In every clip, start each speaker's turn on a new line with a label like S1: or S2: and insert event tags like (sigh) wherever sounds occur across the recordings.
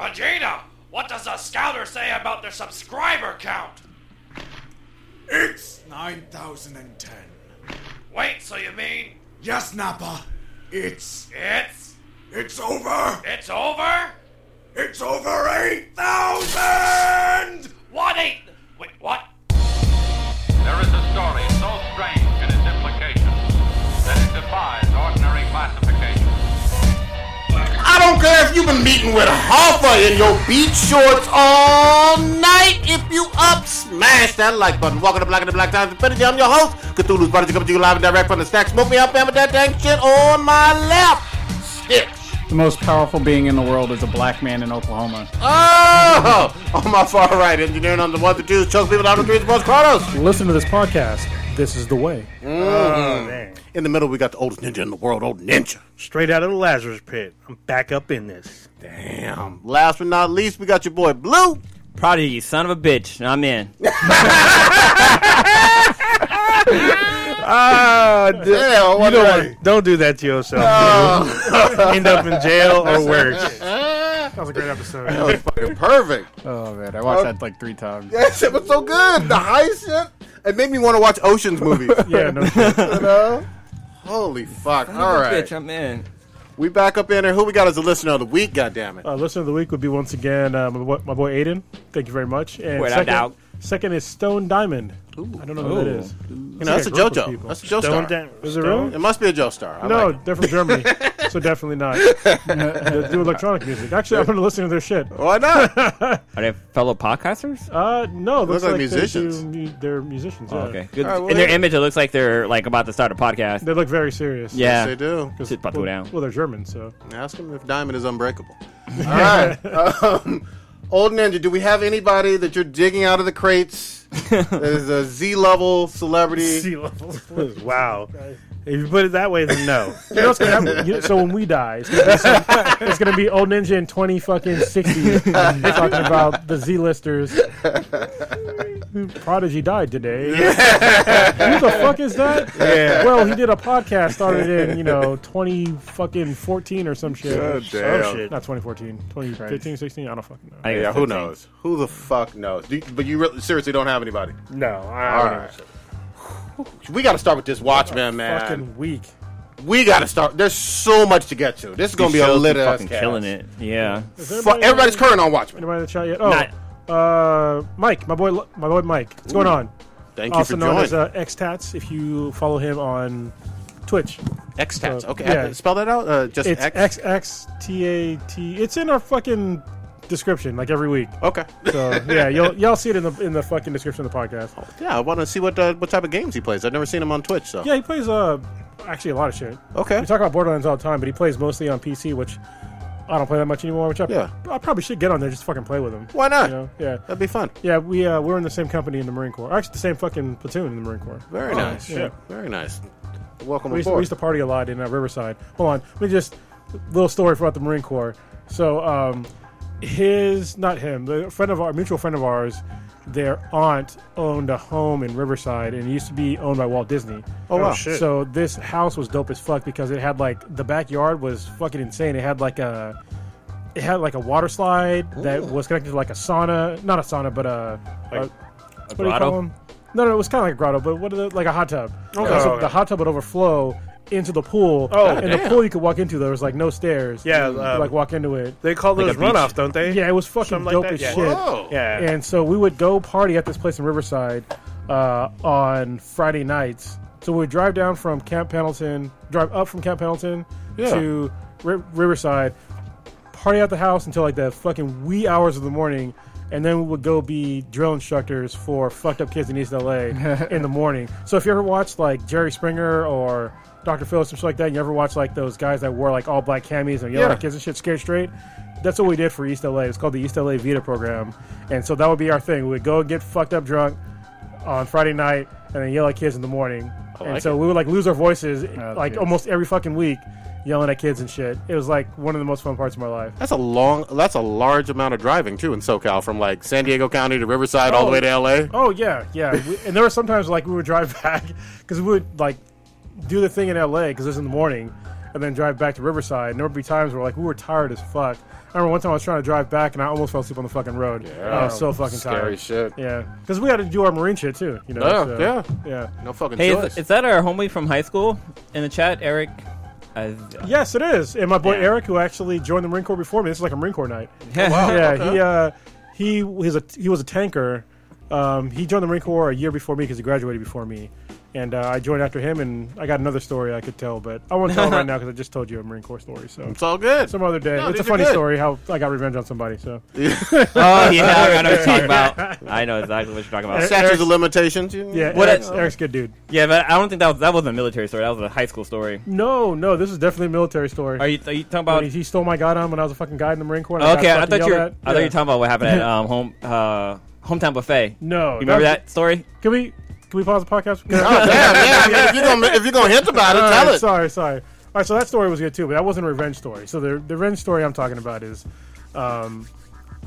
S1: Vegeta, what does the scouter say about their subscriber count?
S2: It's 9,010.
S1: Wait, so you mean
S2: Yes, Nappa. It's.
S1: it's
S2: It's over.
S1: it's over?
S2: It's over 8,000!
S1: What eight? Wait, what?
S3: There is a story so strange in its implications that it defies ordinary classification.
S4: I don't care if you've been meeting with Hoffa in your beach shorts all night. If you up, smash that like button. Welcome to Black and the Black Times Infinity. I'm your host, Cthulhu's Buddy, coming to you live and direct from the stack. Smoke me up, fam, with that dang shit on my left. Shit.
S5: The most powerful being in the world is a black man in Oklahoma.
S4: Oh! On my far right, engineering on the one, the two, chokes people out on the three, the most Carlos.
S6: Listen to this podcast. This is the way.
S4: In the middle, we got the oldest ninja in the world, old ninja.
S7: Straight out of the Lazarus pit. I'm back up in this.
S4: Damn. Last but not least, we got your boy Blue.
S8: Prodigy, son of a bitch.
S4: (laughs)
S8: I'm in.
S7: Ah, d-
S4: Yeah,
S7: you don't, want- don't do that to yourself.
S4: (laughs)
S7: dude. End up in jail or worse.
S6: That was a
S4: (laughs)
S6: great episode.
S4: That was fucking perfect.
S5: Oh man, I watched that like three
S4: (laughs)
S5: times.
S4: That shit was so good. The high shit. It made me want to watch Ocean's movies.
S6: yeah, no shit.
S4: you know? (laughs) Holy fuck. All right.
S8: Bitch, I'm in.
S4: We back up in there. Who we got as a listener of the week, goddammit?
S6: Uh, listener of the week would be once again uh, my, boy, my boy Aiden. Thank you very much. And
S8: Without
S6: second,
S8: doubt.
S6: second is Stone Diamond. I don't know who that
S8: Ooh.
S6: is.
S4: You know, that's a JoJo. That's a JoJo
S7: Don't
S4: star.
S7: da-
S6: Is it really?
S4: It must be a Joe star. I
S6: No,
S4: like it.
S6: they're from
S4: (laughs)
S6: Germany, so definitely not. they do electronic music. Actually, I'm going to listen to their shit.
S4: Why (laughs) not?
S8: Are they fellow podcasters?
S6: Uh, no, it looks
S4: Those are
S6: like, they
S4: musicians. Oh,
S6: do mu- they're musicians. yeah.
S8: okay. Good.
S4: All right, well,
S8: in their
S4: they-
S8: image, it looks like they're like about to start a podcast.
S6: They look very serious.
S4: Yes,
S8: yeah.
S4: they do.
S8: Shit's about to
S6: well,
S8: go down.
S6: well, they're German, so
S4: Ask him if Diamond is unbreakable. (laughs) All right. Um, old Ninja, do we have anybody that you're digging out of the crates that is a Z level celebrity?
S7: (laughs) Sea level.
S6: (laughs)
S7: Wow. (laughs) If you put it that way, then no.
S6: you know what's gonna happen. You know- so when we die, it's gonna, be some,
S7: (laughs)
S6: it's gonna be old ninja in twenty fucking sixty talking about the Z listers. Prodigy
S7: (laughs)
S6: died today. Who the fuck is that?
S7: Yeah.
S6: Well, he did a podcast started in you know twenty fucking fourteen or some shit.
S4: Oh,
S7: Oh,
S4: damn.
S7: shit.
S6: Not 2014, 2015, 16, I don't fucking know.
S8: I think
S4: Yeah,
S8: it's
S4: who
S8: 15.
S4: knows? Who the fuck knows? Do you, but you really, seriously don't have anybody.
S7: No. I,
S4: All
S7: I don't
S4: right.
S7: even say-
S4: We got to start with this Watchmen, man.
S6: Fucking weak.
S4: We got to start. There's so much to get to. This is going to be
S8: These
S4: a
S8: shows
S4: lit
S8: be
S4: ass
S8: fucking
S4: cast.
S8: killing it. Yeah.
S6: Is
S4: Fu-
S6: anybody-
S4: everybody's current on Watchmen.
S6: Anybody in the chat yet? Oh, uh, Mike, my boy, my boy Mike. What's going on?
S4: Thank you for
S6: also known
S4: joining.
S6: as uh, Xtats, if you follow him on Twitch.
S4: X-Tats.
S6: so,
S4: okay,
S6: yeah.
S4: uh, spell that out. Uh, just
S6: It's
S4: X.
S6: X X T A T. It's in our fucking description, like every week.
S4: Okay.
S6: So yeah, you'll y'all see it in the in the fucking description of the podcast.
S4: (laughs) Yeah, I want to see what uh, what type of games he plays. I've never seen him on Twitch, so
S6: Yeah, he plays uh actually a lot of shit.
S4: okay.
S6: We talk about Borderlands all the time, but he plays mostly on PC, which I don't play that much anymore. Which I,
S4: Yeah.
S6: I probably should get on there just fucking play with him.
S4: Why not?
S6: You know? Yeah.
S4: That'd be fun.
S6: Yeah, we uh, we're in the same company in the Marine Corps. Actually, the same fucking platoon in the Marine Corps.
S4: Very nice.
S6: yeah.
S4: Very nice. Welcome
S6: Oh, We used, to,
S4: aboard.
S6: we used to party a lot in uh, Riverside. Hold on, let me just little story about the Marine Corps. So, um, his not him, the friend of our mutual friend of ours, their aunt owned a home in Riverside, and it used to be owned by Walt Disney.
S4: oh, wow.
S7: shit.
S6: So this house was dope as fuck because it had like the backyard was fucking insane. It had like a it had like a water slide that was connected to like a sauna, not a sauna, but a, a what do you
S8: grotto?
S6: call them? No, no, it was kind of like a grotto, but what are the, like a hot tub. Okay.
S7: Oh,
S6: so
S7: okay.
S6: the hot tub would overflow into the pool.
S7: Oh,
S6: and the pool you could walk into. There was like no stairs.
S7: Yeah,
S6: you could,
S7: um,
S6: like walk into it.
S7: They call those
S8: a beach.
S7: runoff, don't they?
S6: Yeah, it was fucking
S7: Something
S6: dope
S7: like
S6: as
S7: that, yeah.
S6: shit.
S4: Whoa.
S7: Yeah.
S6: And so we would go party at this place in Riverside uh, on Friday nights. So we'd drive down from Camp Pendleton, drive up from Camp Pendleton
S4: Yeah.
S6: to Ri- Riverside, party at the house until like the fucking wee hours of the morning. And then we would go be drill instructors for fucked up kids in East LA in the morning. So if you ever watched like Jerry Springer or Dr. Phil, some shit like that, and you ever watch like those guys that wore like all black camis and yellow
S4: Yeah.
S6: at kids and shit scared straight? That's what we did for East LA. It's called the East LA Vita program. And so that would be our thing. We'd go and get fucked up drunk on Friday night and then yell at kids in the morning.
S4: like
S6: and so
S4: it.
S6: we would like lose our voices like
S5: geez.
S6: almost every fucking week yelling at kids and shit. It was like one of the most fun parts of my life.
S4: That's a long. That's a large amount of driving too in SoCal, from like San Diego County to Riverside, all the
S6: Oh.
S4: way to LA.
S6: Oh yeah, yeah. we, and there were (laughs) sometimes like we would drive back because we would like do the thing in LA because it was in the morning, and then drive back to Riverside. And there would be times where like we were tired as fuck. I remember one time I was trying to drive back and I almost fell asleep on the fucking road. I was so fucking
S4: Scary
S6: tired.
S4: shit.
S6: Yeah, because we had to do our marine shit too. You know.
S4: Yeah,
S6: so,
S4: yeah.
S6: yeah.
S4: No fucking
S8: Hey,
S4: choice.
S8: is, is that our homie from high school in the chat, Eric? I,
S6: Yes, it is. And my boy
S8: Yeah.
S6: Eric, who actually joined the Marine Corps before me, this is like a Marine Corps
S8: (laughs)
S6: night. Oh,
S8: wow.
S6: yeah, he uh, he he's a he was a tanker. Um, he joined the Marine Corps a year before me because he graduated before me, and uh, I joined after him. And I got another story I could tell, but I won't tell
S8: (laughs)
S6: it right now because I just told you a Marine Corps story. So
S4: it's all good.
S6: some other day,
S4: No,
S6: it's a
S4: these are
S6: funny
S4: good.
S6: story how I got revenge on somebody. So
S8: (laughs) Oh, yeah, I know what you're (laughs) talking about. I know exactly what you're talking about.
S4: Statutes of limitations. You
S6: yeah,
S8: What
S6: Eric's,
S8: a-
S6: Eric's a good dude.
S8: Yeah, but I don't think that was that was a military story. That was a high school story.
S6: No, no, this is definitely a military story.
S8: Are you are you talking
S6: When
S8: about?
S6: he, he stole my goddamn when I was a fucking guy in the Marine Corps. and
S8: Okay,
S6: got
S8: I
S6: fucking
S8: thought
S6: yelled
S8: you were,
S6: at.
S8: I thought you
S6: Yeah.
S8: were talking about what
S6: (laughs)
S8: happened at um home uh hometown buffet. You
S6: No,
S8: remember that story?
S6: Can we can we pause the podcast?
S4: Oh, damn, yeah. I mean, if you're gonna if you're gonna hint about it,
S6: (laughs) All
S4: tell
S6: right,
S4: it.
S6: Sorry, sorry. All right, so that story was good too, but that wasn't a revenge story. So the, the revenge story I'm talking about is, um,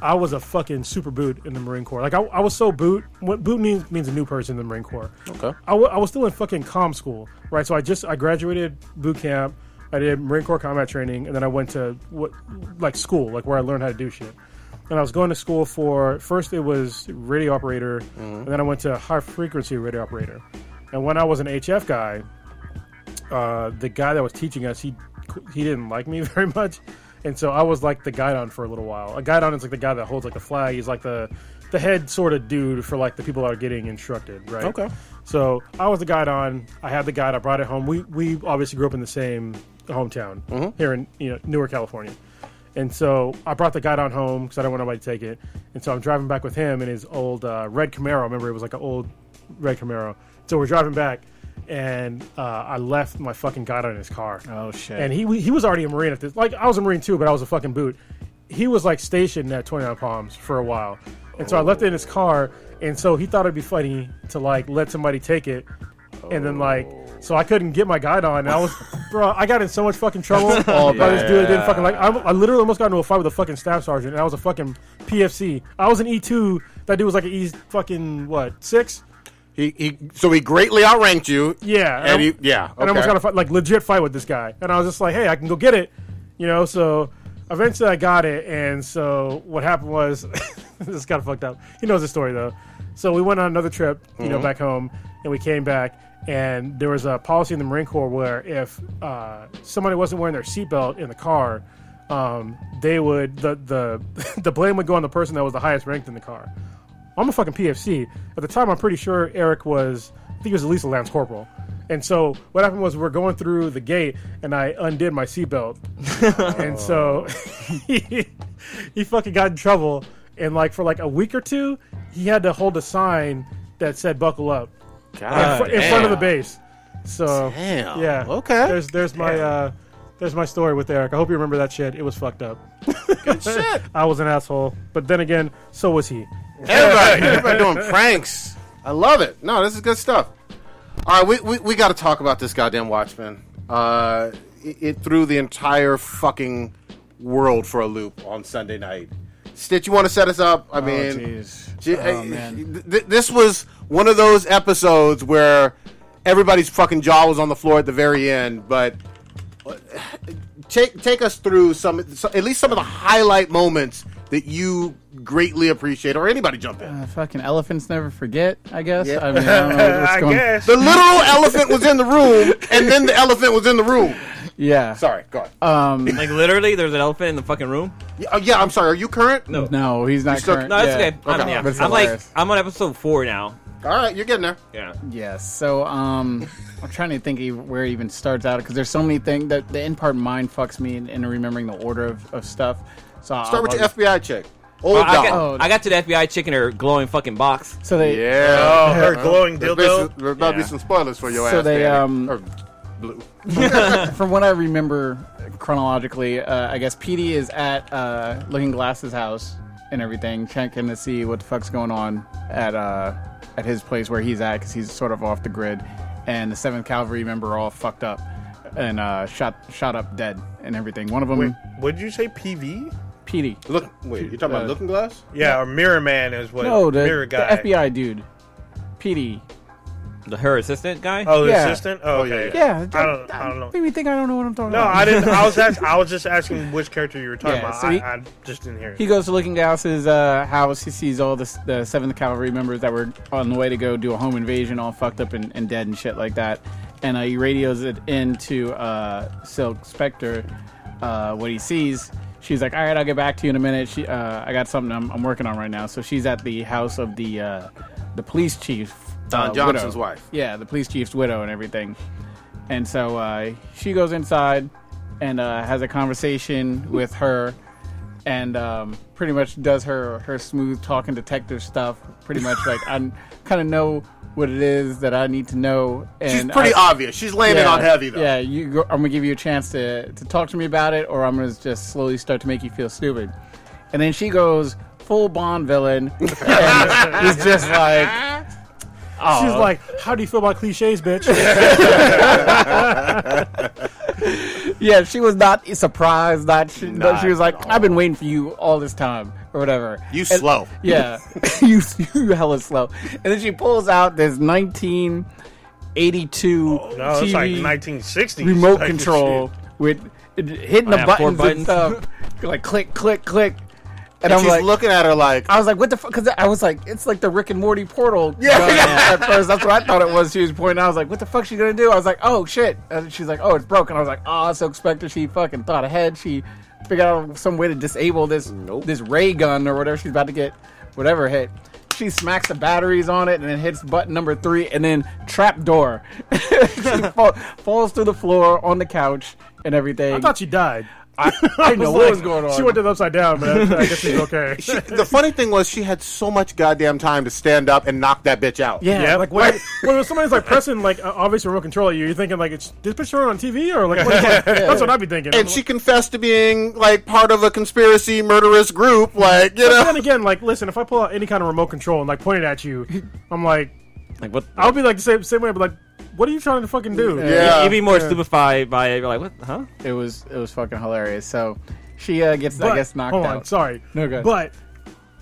S6: I was a fucking super boot in the Marine Corps. Like I, I was so boot. What boot means means a new person in the Marine Corps.
S4: Okay.
S6: I wa- I was still in fucking comm school, right? So I just I graduated boot camp. I did Marine Corps combat training, and then I went to what like school, like where I learned how to do shit. And I was going to school for first it was radio operator, and then I went to high frequency radio operator. And when I was an HF guy, uh, the guy that was teaching us, he he didn't like me (laughs) very much, and so I was like the guide on for a little while. A guide on is like the guy that holds like the flag. He's like the the head sort of dude for like the people that are getting instructed, right?
S4: Okay.
S6: So I was the guide on. I had the guide. I brought it home. We we obviously grew up in the same hometown here in you know Newark, California. And so I brought the guide on home because I do not want nobody to take it. And so I'm driving back with him in his old uh, red Camaro. Remember, it was like an old red Camaro. So we're driving back, and uh, I left my fucking guide on his car.
S5: Oh, shit.
S6: And he he was already a marine at this. Like I was a marine too, but I was a fucking boot. He was like stationed at 29 Palms for a while, and so I left it in his car. And so he thought it'd be funny to like let somebody take it, and then like. So I couldn't get my guide on. And I was, bro. I got in so much fucking trouble by this dude. that Didn't fucking like. I, I literally almost got into a fight with a fucking staff sergeant, and I was a fucking PFC. I was an E two. That dude was like an E fucking what six?
S4: He, he so he greatly outranked you.
S6: Yeah.
S4: And he, yeah.
S6: and I almost
S4: okay.
S6: got a fight, like legit fight with this guy. And I was just like, hey, I can go get it, you know. So eventually I got it, and so what happened was (laughs) this is kind of fucked up. He knows the story though. So we went on another trip, you
S4: Mm-hmm.
S6: know, back home, and we came back, and there was a policy in the Marine Corps where if uh, somebody wasn't wearing their seatbelt in the car. Um, they would the the (laughs) the blame would go on the person that was the highest ranked in the car. I'm a fucking PFC. At the time, I'm pretty sure Eric was, I think he was at least a Lance Corporal. And so what happened was we we're going through the gate, and I undid
S4: (laughs)
S6: my seatbelt, and so (laughs) he, he fucking got in trouble. And like for like a week or two, he had to hold a sign that said "Buckle up" in, fr- in front of the base. So
S4: Damn.
S6: yeah,
S4: Okay.
S6: There's there's my uh, there's my story with Eric. I hope you remember that shit. It was
S4: (laughs)
S6: fucked up. (laughs)
S4: shit.
S6: I was an asshole, but then again, so was he.
S4: Everybody, everybody doing pranks. I love it. No, this is good stuff. All right, we, we, we got to talk about this goddamn Watchmen. Uh, it, it threw the entire fucking world for a loop on Sunday night. Stitch, you want to set us up? I mean,
S5: Oh, jeez.
S4: Gee,
S5: Oh,
S4: uh,
S5: man.
S4: (laughs) th- th- this was one of those episodes where everybody's fucking jaw was on the floor at the very end. But uh, take take us through some, so- at least some of the highlight moments that you greatly appreciate, or anybody jump in.
S5: Uh, fucking elephants never forget, I guess.
S4: Yeah.
S5: I mean, I don't know what's going
S9: Yes.
S4: The literal elephant was in the room, and then the elephant was in the room.
S5: Yeah.
S4: Sorry, go on.
S5: Um,
S8: Like literally, there's an elephant in the fucking room.
S4: Yeah, oh, yeah, I'm sorry. Are you current?
S8: (laughs) No,
S5: no, he's not
S4: still-
S5: current.
S8: no, that's
S5: yeah.
S8: okay. I'm,
S4: Okay.
S8: yeah.
S5: But it's
S8: I'm like
S5: hilarious.
S8: I'm on episode four now.
S4: All right, you're getting there.
S8: Yeah.
S5: Yes. So um, I'm trying to think ev- where it even starts out because there's so many things that the end part mind fucks me in, in remembering the order of, of stuff. So I'll-
S4: Start with your
S5: I'll-
S4: FBI check. Old
S8: I,
S4: dog.
S8: got,
S5: Oh.
S8: I got to the FBI chick in her glowing fucking box.
S5: So they
S4: Yeah.
S9: Oh, her glowing
S4: There's basi-
S9: dildo.
S4: There's about to be
S8: Yeah.
S4: some spoilers for your
S5: So
S4: ass.
S5: they,
S4: Danny.
S5: um,
S4: Or blue.
S5: from what I remember chronologically, uh, I guess PD is at uh, Looking Glass's house and everything, checking to see what the fuck's going on at uh, at his place where he's at because he's sort of off the grid. And the Seventh Cavalry member are all fucked up and uh, shot shot up dead and everything. One of them,
S9: Wait, what did you say? PV?
S5: PD.
S4: Look, wait, you talking
S5: uh,
S4: about Looking Glass?
S9: Yeah, or Mirror Man is what.
S5: No, the,
S9: Mirror
S5: the
S9: Guy.
S5: FBI dude, PD.
S8: The, her assistant guy?
S9: Oh, the
S5: Yeah.
S9: assistant. Oh,
S4: yeah,
S9: okay.
S5: Yeah,
S9: I don't. I don't know.
S5: Make me think I don't know what I'm talking
S9: No,
S5: about.
S9: I didn't.
S5: (laughs)
S9: I was ask, I was just asking which character you were talking
S5: Yeah,
S9: about.
S5: so he-
S9: I, I just didn't hear.
S5: He
S9: it.
S5: goes to Looking Glass's uh, house. He sees all the, the Seventh Cavalry members that were on the way to go do a home invasion, all fucked up and, and dead and shit like that. And uh, he radios it into uh, Silk Spectre. Uh, what he sees, she's like, "All right, I'll get back to you in a minute. She, uh, I got something I'm, I'm working on right now." So she's at the house of the uh, the police chief,
S4: Don
S5: uh,
S4: Johnson's
S5: widow.
S4: wife.
S5: Yeah, the police chief's widow and everything. And so uh, she goes inside and uh, has a conversation with her, and um, pretty much does her her smooth talking detective stuff. Pretty much like I kind of know what it is that I need to know. And
S4: She's pretty
S5: I,
S4: obvious. She's landing on heavy though.
S5: Yeah, you go, I'm gonna give you a chance to to talk to me about it, or I'm gonna just slowly start to make you feel stupid. And then she goes full
S4: (laughs)
S5: Bond villain, and is just like.
S6: She's
S5: "Aw."
S6: like, "How do you feel about
S5: (laughs)
S6: cliches, bitch?"
S5: Yeah, she was not surprised. Not she,
S4: Not
S5: she was like,
S4: at all.
S5: "I've been waiting for you all this time, or whatever."
S4: You
S5: And-
S4: slow.
S5: (laughs) Yeah, you you hella slow. And then she pulls out this 1982
S9: Oh, No, it's like
S5: TV
S9: 1960s
S5: remote
S9: type of
S5: control
S9: shit.
S5: with it- hitting the
S8: I have four
S5: buttons, and stuff, like click, click, click. And,
S4: And
S5: I'm
S4: she's
S5: like, Uh,
S4: looking at her like,
S5: I was like, what the fuck? Because I was like, it's like the Rick and Morty
S6: (laughs)
S5: portal.
S4: Yeah.
S5: gun At first, that's what I thought it was. She was pointing. out. I was like, what the fuck she gonna do? I was like, oh shit. And she's like, oh, it's broken. I was like, oh, I so expected. She fucking thought ahead. She figured out some way to disable this this ray gun or whatever she's about to get, whatever hit. She smacks the batteries on it and then hits button number three and then trap door. (laughs)
S6: (laughs)
S5: she fall, falls through the floor on the couch and everything.
S6: I thought she died.
S5: I, I
S6: (laughs)
S5: didn't know what was going on.
S6: She went to the upside down, but I, I
S5: (laughs)
S6: guess she's okay. (laughs)
S4: the funny thing was she had so much goddamn time to stand up and knock that bitch out.
S5: yeah,
S6: like when, (laughs) when somebody's like pressing like uh, obviously remote control at you, you're thinking like, "It's this picture on TV?" Or like, what is
S5: (laughs)
S6: that? that's what I'd be thinking.
S4: And she confessed to being like part of a conspiracy murderous group, like you
S6: But then
S4: know.
S6: again, like, listen, if I pull out any kind of remote control and like point it at you, I'm like,
S8: Like what?
S6: I'll be like the same same way, but like, what are you trying to fucking do?
S4: Yeah.
S8: You'd be more stupefied by it. You're like, what? Huh?
S5: It was it was fucking hilarious. So she uh, gets I guess knocked
S6: hold
S5: out.
S6: on, sorry.
S5: No, go ahead.
S6: But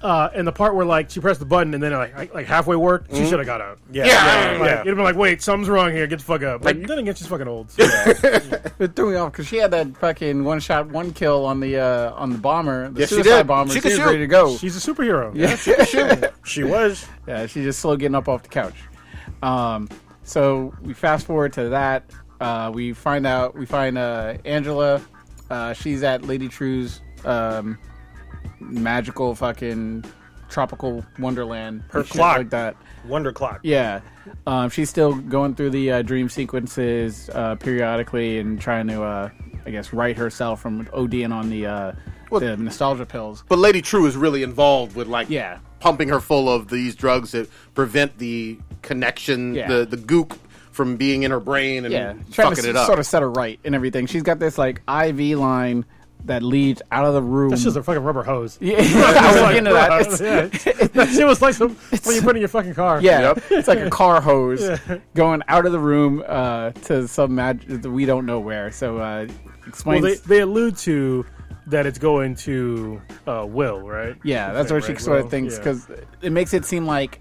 S6: uh, in the part where like she pressed the button and then like like- like halfway worked, she
S5: Mm-hmm.
S6: should have got out.
S9: Yeah,
S4: Yeah.
S9: yeah,
S6: Like,
S9: yeah.
S6: You'd have been like, wait, something's wrong here. Get the fuck up. But then again, she's
S5: (laughs)
S6: fucking old. so-
S5: It threw me off because she had that fucking one shot, one kill on the uh, on the bomber, the
S4: Yes, she
S5: suicide
S4: did.
S5: bomber.
S4: She
S5: She,
S4: could
S5: was
S4: shoot.
S5: ready to go.
S6: she's a superhero.
S5: yeah,
S9: She was.
S5: yeah, she's just slow getting up off the couch. Um, so we fast forward to that. Uh, we find out we find uh, Angela. Uh, she's at Lady True's um, magical fucking tropical wonderland.
S9: Her
S5: and shit
S9: clock.
S5: like that.
S9: Wonder Clock.
S5: Yeah, um, she's still going through the uh, dream sequences uh, periodically and trying to, uh, I guess, right herself from ODing on the uh, the nostalgia pills.
S4: But Lady True is really involved with like
S5: Yeah.
S4: pumping her full of these drugs that prevent the connection,
S5: Yeah.
S4: the the gook from being in her brain and
S5: Yeah, trying
S4: fucking
S5: to
S4: it
S5: s-
S4: up.
S5: sort of set her right and everything. She's got this like IV line that leads out of the room.
S6: That's just a fucking rubber hose.
S5: yeah, (laughs) I was into that. It's- (laughs)
S6: (laughs) yeah. She was like some, when you put it in your fucking car.
S5: Yeah, it's like a car
S6: (laughs)
S5: hose going out of the room uh, to some magic we don't know where. So uh,
S6: Well,
S5: explains.
S6: they, they allude to that it's going to uh, Will, right?
S5: Yeah, that's where she
S6: right?
S5: sort of
S6: Well,
S5: thinks
S6: yeah.
S5: because it makes it seem like,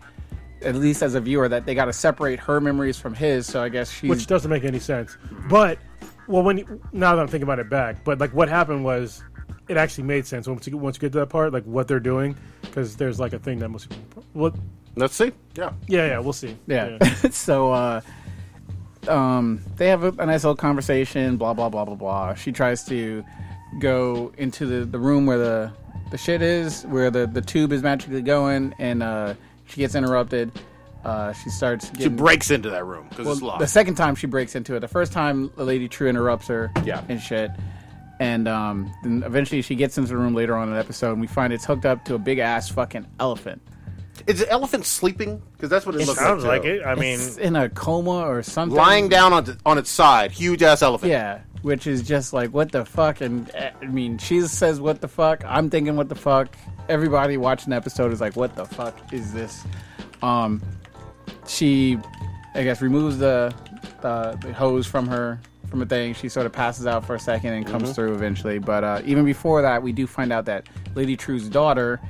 S5: at least as a viewer, that they got to separate her memories from his. So I guess she's
S6: which doesn't make any sense. But well, when you- now that I'm thinking about it back, but like what happened was, it actually made sense once you once you get to that part, like what they're doing, because there's like a thing that must. Well,
S4: Let's see. Yeah.
S6: yeah, yeah, we'll see.
S5: yeah. (laughs) so uh, um, they have a, a nice little conversation. Blah blah blah blah blah. She tries to go into the, the room where the the shit is, where the the tube is magically going, and uh, she gets interrupted. Uh, she starts.
S4: She
S5: Getting,
S4: breaks into that room because it's
S5: Well,
S4: locked.
S5: The second time she breaks into it. The first time the Lady True interrupts her
S4: Yeah.
S5: and shit. And um, then eventually she gets into the room later on in the episode and we find it's hooked up to a big ass fucking elephant.
S4: is the elephant sleeping? Because that's what it,
S9: It
S4: looks
S9: sounds
S4: like.
S9: like
S4: too.
S9: it. I mean,
S5: it's in a coma or something.
S4: Lying down on, on its side, huge ass elephant.
S5: Yeah. Which is just like, what the fuck? And uh, I mean, she says, what the fuck? I'm thinking, what the fuck? Everybody watching the episode is like, what the fuck is this? Um, she, I guess, removes the, uh, the hose from her from a thing. She sort of passes out for a second and comes through eventually. But uh, even before that, we do find out that Lady True's daughter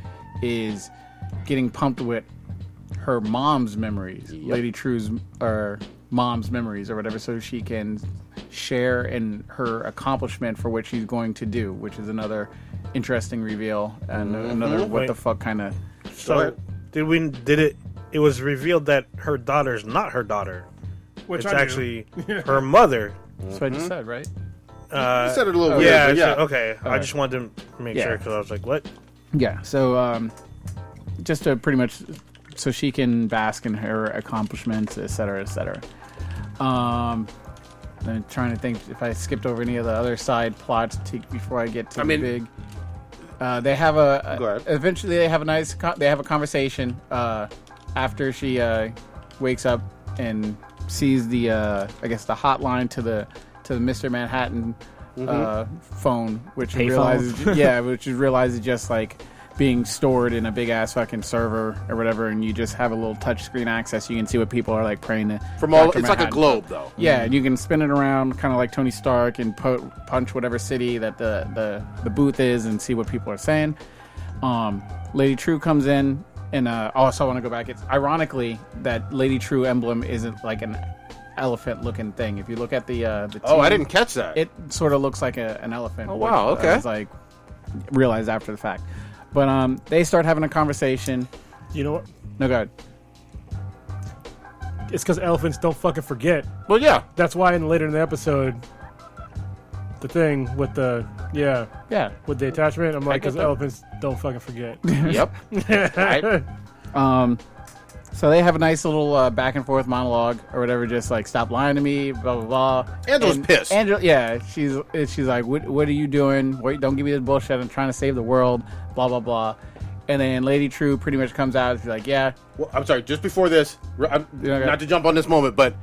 S5: is getting pumped with her mom's memories, Lady True's or mom's memories or whatever, so she can share in her accomplishment for what she's going to do, which is another interesting reveal and another what the
S9: Wait.
S5: fuck kind of.
S9: So did we? Did it? It was revealed that her daughter's not her daughter.
S6: Which
S9: it's
S6: I knew.
S9: actually her mother.
S5: That's what I just said, right?
S4: you said it a little weird.
S9: yeah,
S4: but yeah.
S9: so- okay. I
S5: Alright.
S9: just wanted to make
S5: Yeah.
S9: sure because I was like, what?
S5: Yeah. So um, just to pretty much, so she can bask in her accomplishments, et cetera, et cetera. Um, I'm trying to think if I skipped over any of the other side plots to, before I get to
S4: I
S5: the
S4: mean-
S5: big. Uh, they have a, a-
S4: Go ahead.
S5: eventually they have a nice con- they have a conversation uh, after she uh, wakes up and sees the uh, I guess the hotline to the to the Mr. Manhattan uh,
S4: Mm-hmm.
S5: phone, which she
S8: Payphone?
S5: realizes yeah, which she realizes just like being stored in a big ass fucking server or whatever, and you just have a little touch screen access. You can see what people are like praying to
S4: From all,
S5: Dr.
S4: it's like a
S5: Manhattan.
S4: globe though.
S5: Yeah, and you can spin it around, kind of like Tony Stark, and po- punch whatever city that the, the, the booth is and see what people are saying. Um, Lady True comes in, and uh, also I want to go back. It's ironically that Lady True emblem isn't like an elephant looking thing. If you look at the uh, the
S4: Oh, I
S5: team,
S4: didn't catch that.
S5: It sort of looks like a, an elephant.
S4: Oh, wow,
S5: which I
S4: okay.
S5: was, like realized after the fact, but um, they start having a conversation.
S6: You know what?
S5: No, go ahead.
S6: It's because elephants don't fucking forget.
S4: well, yeah.
S6: That's why in later in the episode, the thing with the yeah
S5: Yeah.
S6: with the attachment, I'm
S5: get
S6: like, because
S5: that.
S6: elephants don't fucking forget. (laughs)
S4: yep. I-
S5: So they have a nice little uh, back and forth monologue or whatever, just like stop lying to me, blah blah blah.
S4: Angela's
S5: And-
S4: pissed.
S5: Angela, yeah, she's and she's like, what, what are you doing? Wait, don't give me this bullshit. I'm trying to save the world, blah blah blah. And then Lady True pretty much comes out. and She's like, yeah,
S4: Well, I'm sorry. Just before this, r- I'm-
S5: Yeah, okay.
S4: not to jump on this moment, but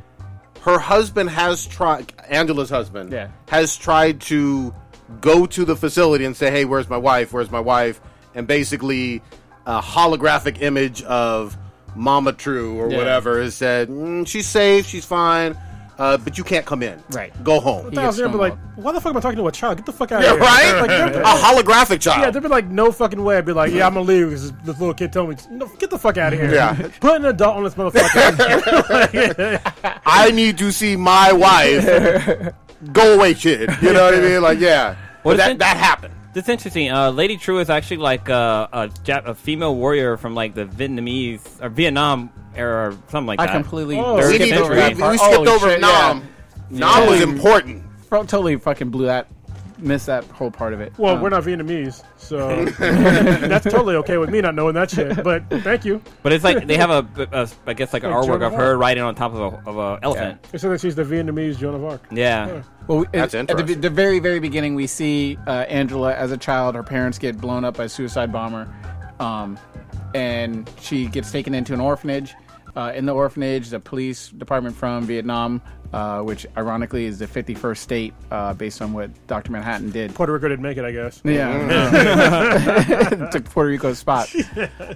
S4: her husband has tried. Angela's husband
S5: Yeah.
S4: has tried to go to the facility and say, "Hey, where's my wife? Where's my wife?" And basically, a holographic image of Mama True or
S5: Yeah.
S4: whatever has said, mm, "She's safe. She's fine." Uh, but you can't come in.
S5: Right.
S4: Go home.
S5: Yeah.
S6: I was there, but like,
S5: stonewalled.
S6: why the fuck am I talking to a child? Get the fuck out
S4: Yeah,
S6: of
S4: (laughs)
S6: here! (laughs)
S4: right?
S6: Like, there-
S4: A holographic child.
S6: yeah, there'd be like no fucking way. I'd be like, yeah, I'm gonna leave because this little kid told me, no, get the fuck out of here.
S4: Yeah.
S6: put an adult on this motherfucker. (laughs)
S4: I need to see my wife. Go away, kid. You know what I mean? Like, yeah. But
S8: What is
S4: that
S8: it?
S4: that happened.
S8: That's interesting. Uh, Lady True is actually like uh, a, Jap- a female warrior from like the Vietnamese or Vietnam era or something like
S5: I
S8: that.
S5: completely.
S6: Oh,
S8: They're
S4: We,
S5: skipped
S4: need,
S8: getting
S4: we,
S5: over
S8: over
S5: that
S8: it.
S4: we
S5: part.
S4: skipped
S5: Holy
S4: over
S5: shit,
S4: Nam. Nam was important.
S5: yeah. Bro, Totally fucking blew that, missed that whole part of it.
S6: well,
S5: Um,
S6: we're not Vietnamese, so that's totally okay with me not knowing that shit. But thank you.
S8: But it's like they have a, a I guess like an
S6: Like Joan
S8: artwork
S6: of
S8: of her riding on top of a, of a elephant.
S6: It said that she's the Vietnamese Joan of Arc.
S8: Yeah.
S5: Well, we-
S4: That's
S5: at, At the,
S4: interesting.
S5: the very, very beginning, we see uh, Angela as a child. Her parents get blown up by a suicide bomber, um, and she gets taken into an orphanage. Uh, in the orphanage, the police department from Vietnam, uh, which ironically is the 51st state, uh, based on what Dr. Manhattan did.
S6: Puerto Rico didn't make it, I guess.
S5: Yeah,
S4: (laughs)
S5: (laughs) took Puerto Rico's spot.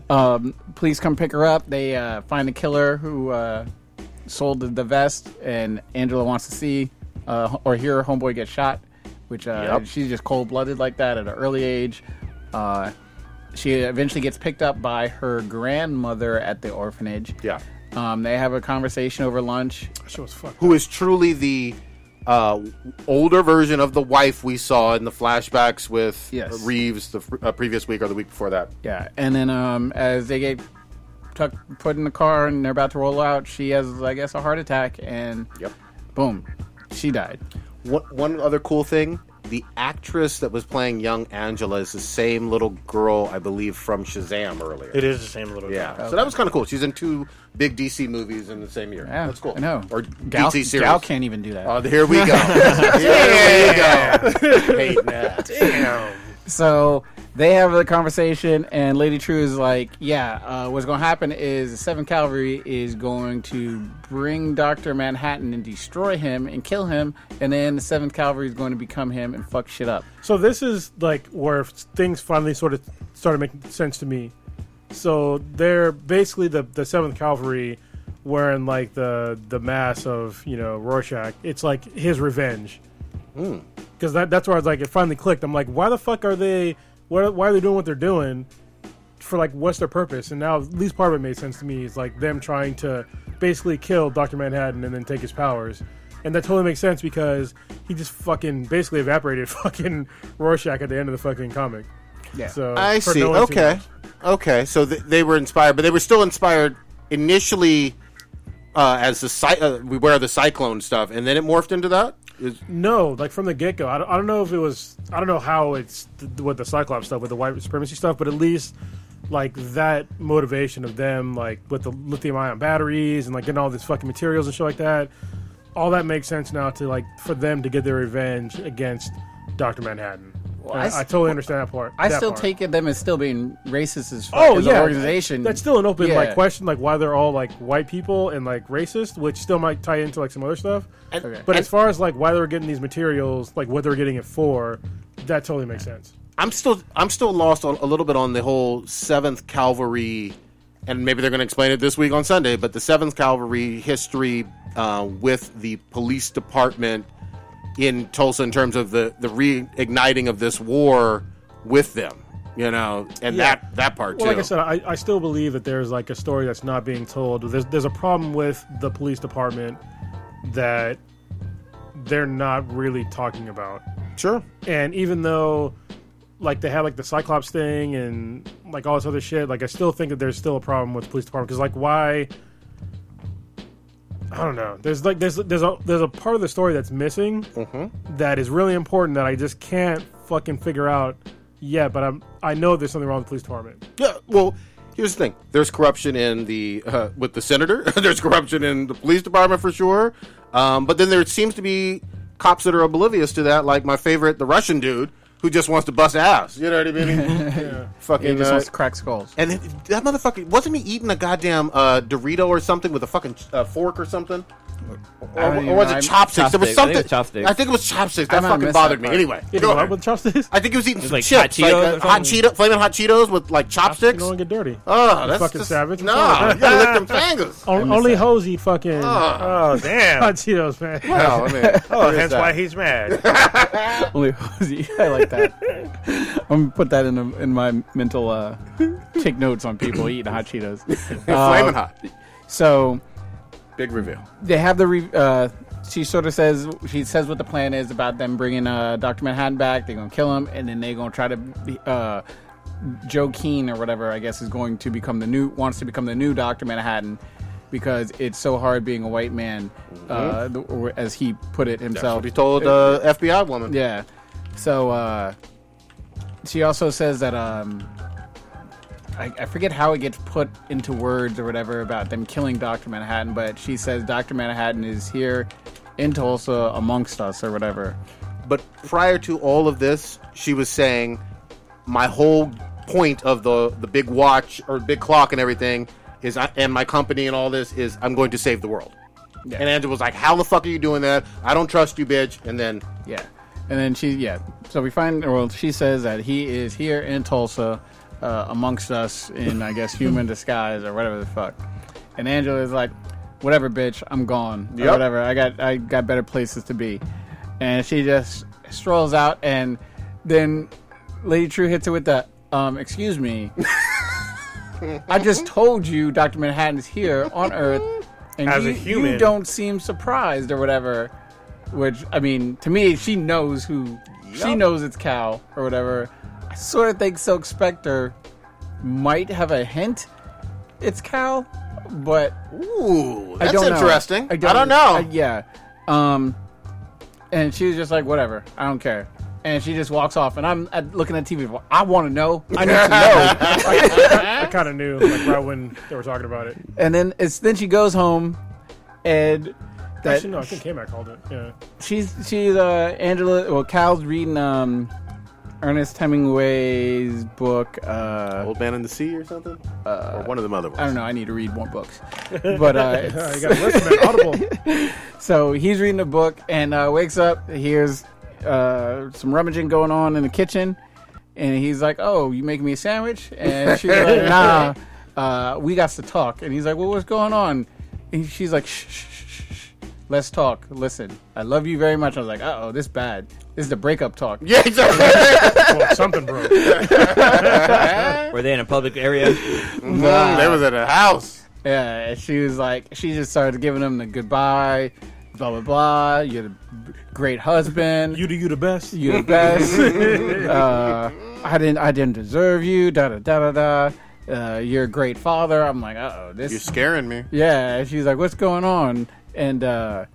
S5: Um, police come pick her up. They uh, find the killer who uh, sold the, the vest, and Angela wants to see uh, or hear her homeboy get shot, which uh,
S4: Yep.
S5: she's just cold blooded like that at an early age. Uh, she eventually gets picked up by her grandmother at the orphanage.
S4: Yeah.
S5: Um, they have a conversation over lunch.
S6: She was fucked.
S4: Who is truly the uh, older version of the wife we saw in the flashbacks with
S5: Yes.
S4: Reeves the fr- uh, previous week or the week before that.
S5: Yeah, and then um, as they get tuck, put in the car and they're about to roll out, she has, I guess, a heart attack, and
S4: Yep.
S5: boom, she died.
S4: One, one other cool thing the actress that was playing young Angela is the same little girl, I believe, from Shazam earlier.
S9: It is the same little.
S4: Yeah,
S9: guy.
S4: so that was kind of cool. She's in two big DC movies in the same year.
S5: Yeah,
S4: That's cool.
S5: I know.
S4: Or
S5: Gal,
S4: DC series.
S5: Gal can't even do that.
S6: Uh,
S4: Oh, here (laughs) we go. here we go. Hating that.
S5: so they have the conversation, and Lady True is like, "Yeah, uh, what's going to happen is the Seventh Cavalry is going to bring Doctor Manhattan and destroy him and kill him, and then the Seventh Cavalry is going to become him and fuck shit up."
S6: So this is like where things finally sort of started making sense to me. So they're basically the the Seventh Cavalry wearing like the the mass of you know Rorschach. It's like his revenge. Because that that's where I was like, it finally clicked. I'm like, why the fuck are they? Why, why are they doing what they're doing? for like what's their purpose. And now at least part of it made sense to me is like them trying to basically kill Doctor Manhattan and then take his powers. And that totally makes sense because he just fucking basically evaporated (laughs) fucking Rorschach at the end of the fucking comic.
S5: Yeah.
S6: So
S4: I
S6: for
S4: see.
S6: no one to-
S4: okay, okay. So th- they were inspired, but they were still inspired initially uh, as the cy- uh, we wear the cyclone stuff, and then it morphed into that. Is-
S6: No, like from the get go. I, don't- I don't know if it was. I don't know how it's th- with the Cyclops stuff, with the white supremacy stuff, but at least like that motivation of them, like with the lithium ion batteries and like getting all these fucking materials and shit like that. All that makes sense now to like for them to get their revenge against Doctor Manhattan.
S5: I
S6: I,
S5: s-
S6: I totally understand that part.
S5: I
S6: that
S5: still
S6: part.
S5: take it them as still being racist as fuck
S6: Oh
S5: as
S6: yeah,
S5: an organization.
S6: That's still an open
S5: Yeah.
S6: like question, like why they're all like white people and like racist, which still might tie into like some other stuff.
S5: Okay.
S6: But as far as like why they were getting these materials, like what they were getting it for, that totally makes sense.
S4: I'm still I'm still lost on a little bit on the whole Seventh Cavalry, and maybe they're going to explain it this week on Sunday. But the Seventh Cavalry history uh, with the police department in Tulsa in terms of the the reigniting of this war with them, you know, and
S6: Yeah.
S4: that that part
S6: Well,
S4: too.
S6: like I said, I, I still believe that there's like a story that's not being told. There's there's a problem with the police department that they're not really talking about.
S4: sure.
S6: and even though like they had like the cyclops thing and like all this other shit like i still think that there's still a problem with the police department because like why i don't know there's like there's there's a there's a part of the story that's missing
S4: Mm-hmm.
S6: that is really important that i just can't fucking figure out yet but i'm i know there's something wrong with the police department
S4: Yeah. Well, here's the thing. There's corruption in the uh, with the senator. (laughs) there's corruption in the police department for sure. Um, but then there seems to be cops that are oblivious to that. Like my favorite, the Russian dude who just wants to bust ass. You know what I
S5: (laughs)
S4: mean? Fucking.
S5: He just
S4: uh,
S5: wants to crack skulls.
S4: and that motherfucker wasn't he eating a goddamn uh, Dorito or something with a fucking uh, fork or something, or,
S5: I don't even
S4: or was
S5: know.
S4: it
S5: I'm-
S4: chopsticks? There was
S8: Chopsticks. I think
S4: something.
S8: it was chopsticks.
S4: I think it was chopsticks.
S5: I
S4: That
S5: might have
S4: fucking
S5: missed that
S4: bothered me.
S5: part.
S4: Anyway,
S6: you
S4: go
S6: know
S4: ahead.
S6: what with justice
S4: I think he was eating some
S8: like hot
S4: chips, like,
S8: Cheetos
S4: uh,
S8: or
S4: hot
S8: something?
S4: Cheeto, flaming hot Cheetos with like
S6: you
S4: chopsticks.
S6: don't get dirty
S4: Oh, that's
S6: fucking
S4: just,
S6: savage.
S4: No,
S6: What's wrong
S4: you
S6: with
S4: gotta lick them (laughs) fingers.
S6: O- only hoes eat fucking hot
S9: Oh
S6: (laughs)
S9: damn!
S6: cheetos man
S4: No, I mean,
S9: Oh, hence why he's mad.
S5: Only Hosey. (laughs) I like that. I'm gonna put that in a, in my mental. Uh, take notes on people eating hot (laughs) Cheetos. Uh,
S4: flaming hot.
S5: So
S4: Big reveal.
S5: they have the. Re- uh, she sort of says she says what the plan is about them bringing uh, Doctor Manhattan back. They're gonna kill him, and then they're gonna try to. Be, uh, Joe Keen or whatever I guess is going to become the new wants to become the new Doctor Manhattan because it's so hard being a white man, uh, the, or as he put it
S4: That's
S5: himself.
S4: what he told uh, the FBI woman.
S5: Yeah. So uh, she also says that um, I, I forget how it gets put into words or whatever about them killing Doctor Manhattan, but she says Doctor Manhattan is here in Tulsa amongst us or whatever.
S4: But prior to all of this, she was saying, my whole point of the the big watch or big clock and everything is, I, and my company and all this is, I'm going to save the world. And Andrew was like, "How the fuck are you doing that? I don't trust you, bitch." And then
S5: Yeah. And then she, yeah. So we find, well, she says that he is here in Tulsa uh, amongst us in, I guess, human disguise or whatever the fuck. And Angela is like, whatever, bitch, I'm gone. or
S4: Yep.
S5: whatever. I got, I got better places to be. And she just strolls out, and then Lady True hits it with the, um, excuse
S9: (laughs)
S5: me. I just told you Dr. Manhattan is here on Earth. And
S9: As
S5: you,
S9: a human.
S5: you don't seem surprised or whatever. Which I mean, to me, she knows who she knows it's Cal or whatever. I sort of think Silk Spectre might have a hint. It's Cal, but
S4: ooh,
S5: I
S4: that's
S5: don't know.
S4: interesting. I don't know.
S5: I- yeah, um, and she was just like, whatever, I don't care. And she just walks off, and I'm uh, looking at TV. well, I want to know. I need to know.
S4: (laughs)
S6: i kind of knew like right when they were talking about it
S5: and then it's then she goes home, and that
S6: actually no i think k-mac called it yeah
S5: she's she's uh Angela well Cal's reading um Ernest Hemingway's book uh
S4: Old Man in the Sea or something, or one of them other ones.
S5: I don't know I need to read more books but uh
S6: (laughs) Uh, you
S5: it's-
S6: gotta listen, man. Audible.
S5: so he's reading a book and uh wakes up hears uh some rummaging going on in the kitchen and he's like oh you making me a sandwich and she's like nah uh we got to talk and he's like well what's going on and she's like shh shh shh shh shh. Let's talk. Listen, I love you very much. I was like, uh oh, this bad. This is the breakup talk.
S4: (laughs) Yeah, exactly.
S6: Well, something broke.
S8: Were they in a public area?
S4: Mm, They was at a house.
S5: Yeah, and she was like, she just started giving him the goodbye, blah blah blah. You're the great husband.
S6: You do you the best.
S5: you're the best. uh, I didn't, I didn't deserve you. Da da da da da. Uh, you're a great father. I'm like, uh oh, this.
S4: You're scaring me.
S5: yeah, and she's like, what's going on? And uh,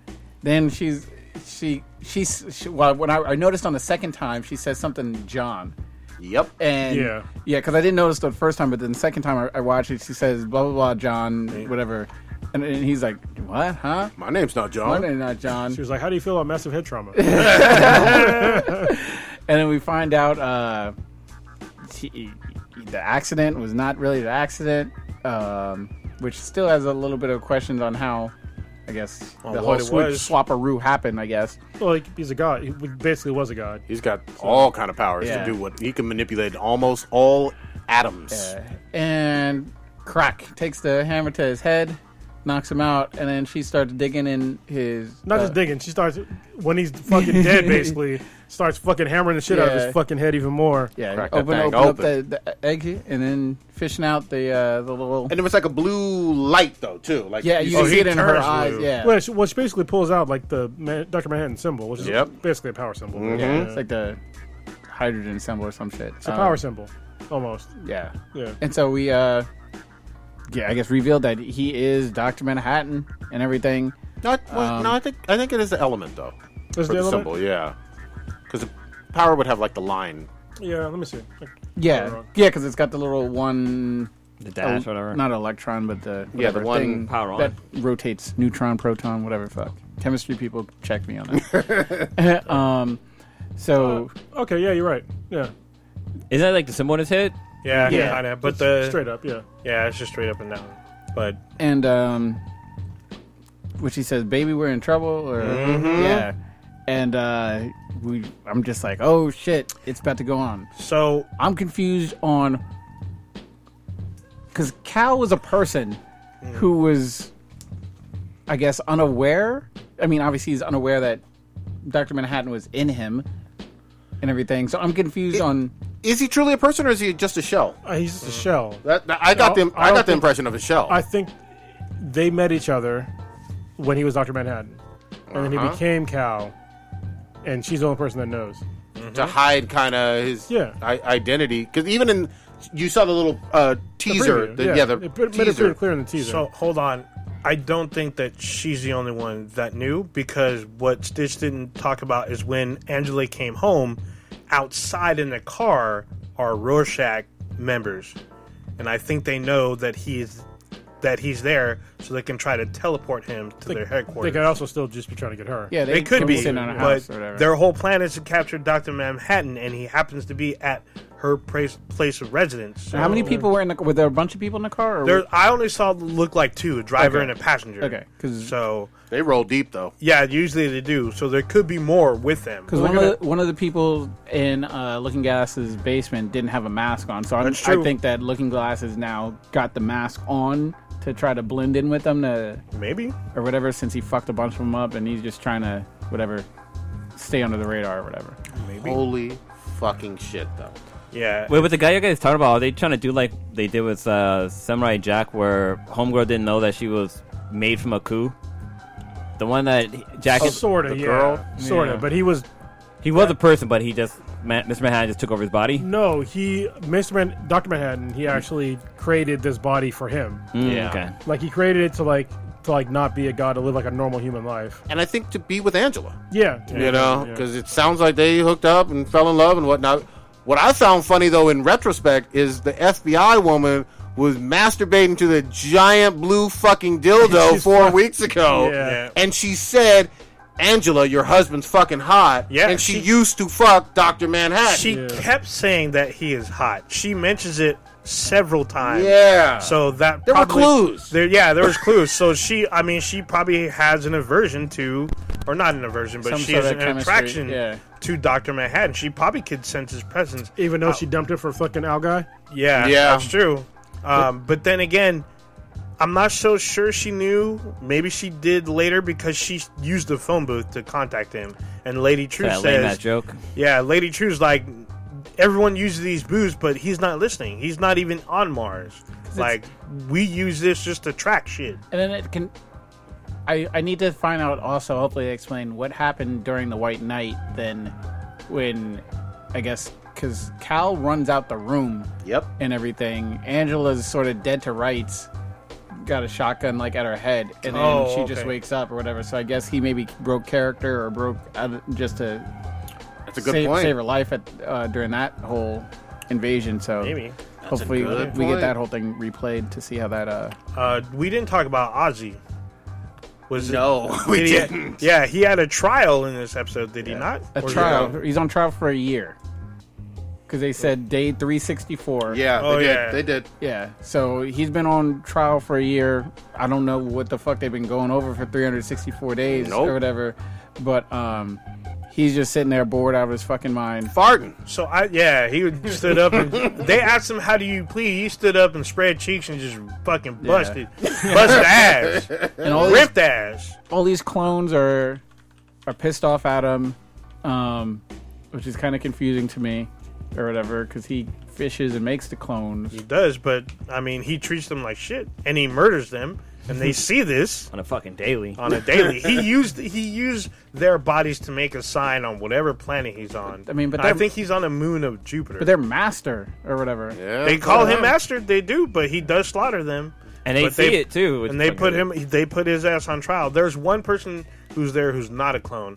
S5: then she's she she's she, well, when I, I noticed on the second time, she says something John.
S4: Yep.
S5: And
S6: Yeah.
S5: yeah, because I didn't notice the first time, but then the second time I, I watched it, she says blah blah blah John whatever, and, and he's like, what, huh?
S4: My name's not
S5: My
S4: John.
S5: name not John.
S6: She was like, "How do you feel about massive head trauma?"
S5: and then we find out uh, he, he- the accident was not really the accident, um, which still has a little bit of questions on how, I guess, the whole
S6: what it
S5: switch
S6: was.
S5: swaparoo happened. I guess.
S6: well, like, he's a god. He basically was a god.
S4: He's got all kind of powers
S5: Yeah.
S4: to do what he can manipulate almost all atoms.
S5: Uh, and crack takes the hammer to his head, knocks him out, and then she starts digging in his.
S6: Not
S5: uh,
S6: just digging. She starts when he's fucking dead. Basically, starts fucking hammering the shit out of
S5: Yeah.
S6: his fucking head even more.
S5: Yeah,
S4: Crack that
S5: open,
S4: thing
S5: open,
S4: open.
S5: up the, the egg and then fishing out the uh, the little.
S4: And it was like a blue light though too. Like
S5: Yeah, you
S6: Oh,
S5: can see
S6: he
S5: it in her
S6: turns
S5: eyes.
S6: blue.
S5: Yeah,
S6: Well, she, well, she basically pulls out like the Ma- Dr. Manhattan symbol, which is
S4: Yep.
S6: basically a power symbol.
S5: yeah,
S4: Hmm?
S5: it's like the hydrogen symbol or some shit.
S6: It's a power symbol, almost.
S5: Um, Yeah,
S6: Yeah.
S5: and so we, uh yeah, I guess revealed that he is Doctor Manhattan and everything.
S4: Not, well, no, I think I think it is the element though.
S6: Is
S4: For
S6: it
S4: the
S6: a little
S4: symbol, yeah. Because the power would have like the line.
S6: bit- Yeah. Let me see. Like,
S5: Yeah,
S6: Alright.
S5: yeah, because it's got the little one.
S8: The dash, whatever.
S5: Oh, Not electron, but the
S4: Yeah, the
S5: whatever
S4: one
S5: thing
S8: power on.
S5: that rotates neutron, proton, whatever. Fuck, chemistry people, check me on
S4: (laughs)
S5: that. um, so
S6: okay. Yeah, you're right. Yeah.
S8: Isn't that like the symbol on his head?
S9: Yeah,
S5: Yeah.
S9: kind of. But the
S6: Straight up. Yeah.
S9: yeah, it's just straight up and down. But
S5: and um, which he says, "Baby, we're in trouble," or
S4: Mm-hmm.
S5: yeah, and uh, we, I'm just like, "Oh shit, it's about to go on."
S9: so
S5: I'm confused on because Cal was a person who
S9: Hmm.
S5: was, I guess, unaware. I mean, obviously, he's unaware that Doctor Manhattan was in him and everything. So I'm confused on.
S4: Is he truly a person or is he just a shell?
S6: Uh, he's just a shell.
S4: That, that- I got
S6: No,
S4: the
S6: I
S4: I,
S6: don't
S4: got the
S6: think-
S4: impression of a shell.
S6: I think they met each other when he was Dr. Manhattan. And then he became Cal. And she's the only person that knows.
S4: to hide kind of his
S6: Yeah.
S4: I- identity. Because even in you saw the little uh, teaser,
S6: Preview,
S4: the, yeah, the
S6: It put- made it
S4: teaser.
S6: pretty clear in the teaser.
S9: so hold on. I don't think that she's the only one that knew because what Stitch didn't talk about is when Angela came home, outside in the car are Rorschach members, and I think they know that he's that he's there, so they can try to teleport him to
S6: they
S9: their headquarters.
S6: could also still just be trying to get her.
S5: Yeah, they,
S9: It could
S5: were
S9: be,
S5: sitting on a
S9: but
S5: house or whatever.
S9: their whole plan is to capture Doctor Manhattan, and he happens to be at her place, place of residence. So
S5: How many people were in the? Were there a bunch of people in the car? Or
S9: There, I only saw look like two: a driver
S5: Okay.
S9: and a passenger.
S5: Okay, 'cause-
S9: so
S4: They roll deep though.
S9: yeah, usually they do. So there could be more with them.
S5: Because one, of the one of the people in uh, Looking Glass's basement didn't have a mask on, so I'm,
S9: That's
S5: I
S9: true.
S5: think that Looking Glass has now got the mask on to try to blend in with them to,
S9: Maybe
S5: or whatever. Since he fucked a bunch of them up, and he's just trying to whatever stay under the radar or whatever.
S4: Holy fucking shit though.
S9: yeah.
S8: Wait, but the guy you guys talked about, are they trying to do like they did with uh, Samurai Jack, where Homegirl didn't know that she was made from a coup? The one that Jack is.
S6: sort of, Oh, yeah. Sort of.
S5: Yeah.
S6: But he was.
S8: He was a person, but he just. Ma- Mr. Manhattan just took over his body?
S6: No, he. Mr. Man, Dr. Manhattan, he actually created this body for him.
S8: Mm, Okay.
S6: Like, he created it to, like, to like not be a god to live like a normal human life.
S4: And I think to be with Angela.
S6: Yeah,
S4: you know,
S6: yeah.
S4: because it sounds like they hooked up and fell in love and whatnot. What I found funny though, in retrospect, is the FBI woman was masturbating to the giant blue fucking dildo
S6: She's
S4: four
S6: fuck-
S4: weeks ago,
S6: Yeah. Yeah.
S4: and she said, "Angela, your husband's fucking hot,"
S9: Yeah,
S4: and she,
S9: she-
S4: used to fuck Doctor Manhattan.
S9: She
S6: Yeah.
S9: kept saying that he is hot. She mentions it several times.
S4: Yeah.
S9: So that
S4: There were
S9: probably-
S4: clues.
S9: There, yeah, there was clues. So she, I mean, she probably has an aversion to, or not an aversion, but
S5: Some
S9: she
S5: sort
S9: has
S5: of
S9: an
S5: chemistry,
S9: attraction
S5: yeah.
S9: to Doctor Manhattan. She probably could sense his presence,
S6: Even though
S9: Uh,
S6: she dumped it for fucking Al Guy.
S9: Yeah,
S4: Yeah.
S9: that's true. Um, but then again, I'm not so sure she knew. Maybe she did later because she used the phone booth to contact him. And Lady True
S3: That lame ass
S9: says,
S3: joke.
S9: "Yeah, Lady True's like, everyone uses these booths, but he's not listening. He's not even on Mars. Like, we use this just to track shit.
S5: And then it can. I, I need to find out also, hopefully, they explain what happened during the White Night then when, I guess, because Cal runs out the room
S4: Yep.
S5: and everything. Angela's sort of dead to rights, got a shotgun like at her head, and then
S9: Oh,
S5: she just
S9: okay.
S5: wakes up or whatever. So I guess he maybe broke character or broke uh, just to
S4: That's a good
S5: save,
S4: point.
S5: save her life at, uh, during that whole invasion. So
S9: Maybe.
S5: hopefully we
S4: good
S5: get
S4: point.
S5: that whole thing replayed to see how that. Uh,
S9: Uh, we didn't talk about Ozzy. Was
S4: No, (laughs) we
S9: did he-
S4: didn't.
S9: yeah, he had a trial in this episode, did he not?
S5: a
S9: Or-
S5: trial. He's on trial for a year. Because they said day 364.
S4: Yeah, they
S9: Oh,
S4: did.
S9: yeah.
S4: They did.
S5: Yeah. So he's been on trial for a year. I don't know what the fuck they've been going over for 364 days
S4: Nope.
S5: or whatever. But um, he's just sitting there bored out of his fucking mind.
S4: Farting.
S9: So I yeah, he would- stood up and they asked him how do you plead. He stood up and spread cheeks and just fucking busted, busted ass,
S5: And (laughs) all these,
S9: ripped ass.
S5: all these clones are are pissed off at him, um, which is kind of confusing to me or whatever. Because he fishes and makes the clones.
S9: He does, but I mean, he treats them like shit and he murders them, and they see this
S3: On a fucking daily.
S6: (laughs)
S9: on a
S5: (laughs)
S9: daily. He used he used their bodies to make a sign on whatever planet he's on.
S5: I mean, but
S9: I
S5: they're-
S9: think he's on a moon of Jupiter.
S5: But they're master or whatever.
S4: Yeah,
S9: they call him
S4: yeah.
S9: master, they do, but he does slaughter them.
S3: And they
S9: But
S3: see
S9: they-
S3: it too. which
S9: and
S3: is
S9: they
S3: fucking
S9: put
S3: weird.
S9: him they put his ass on trial there's one person who's there who's not a clone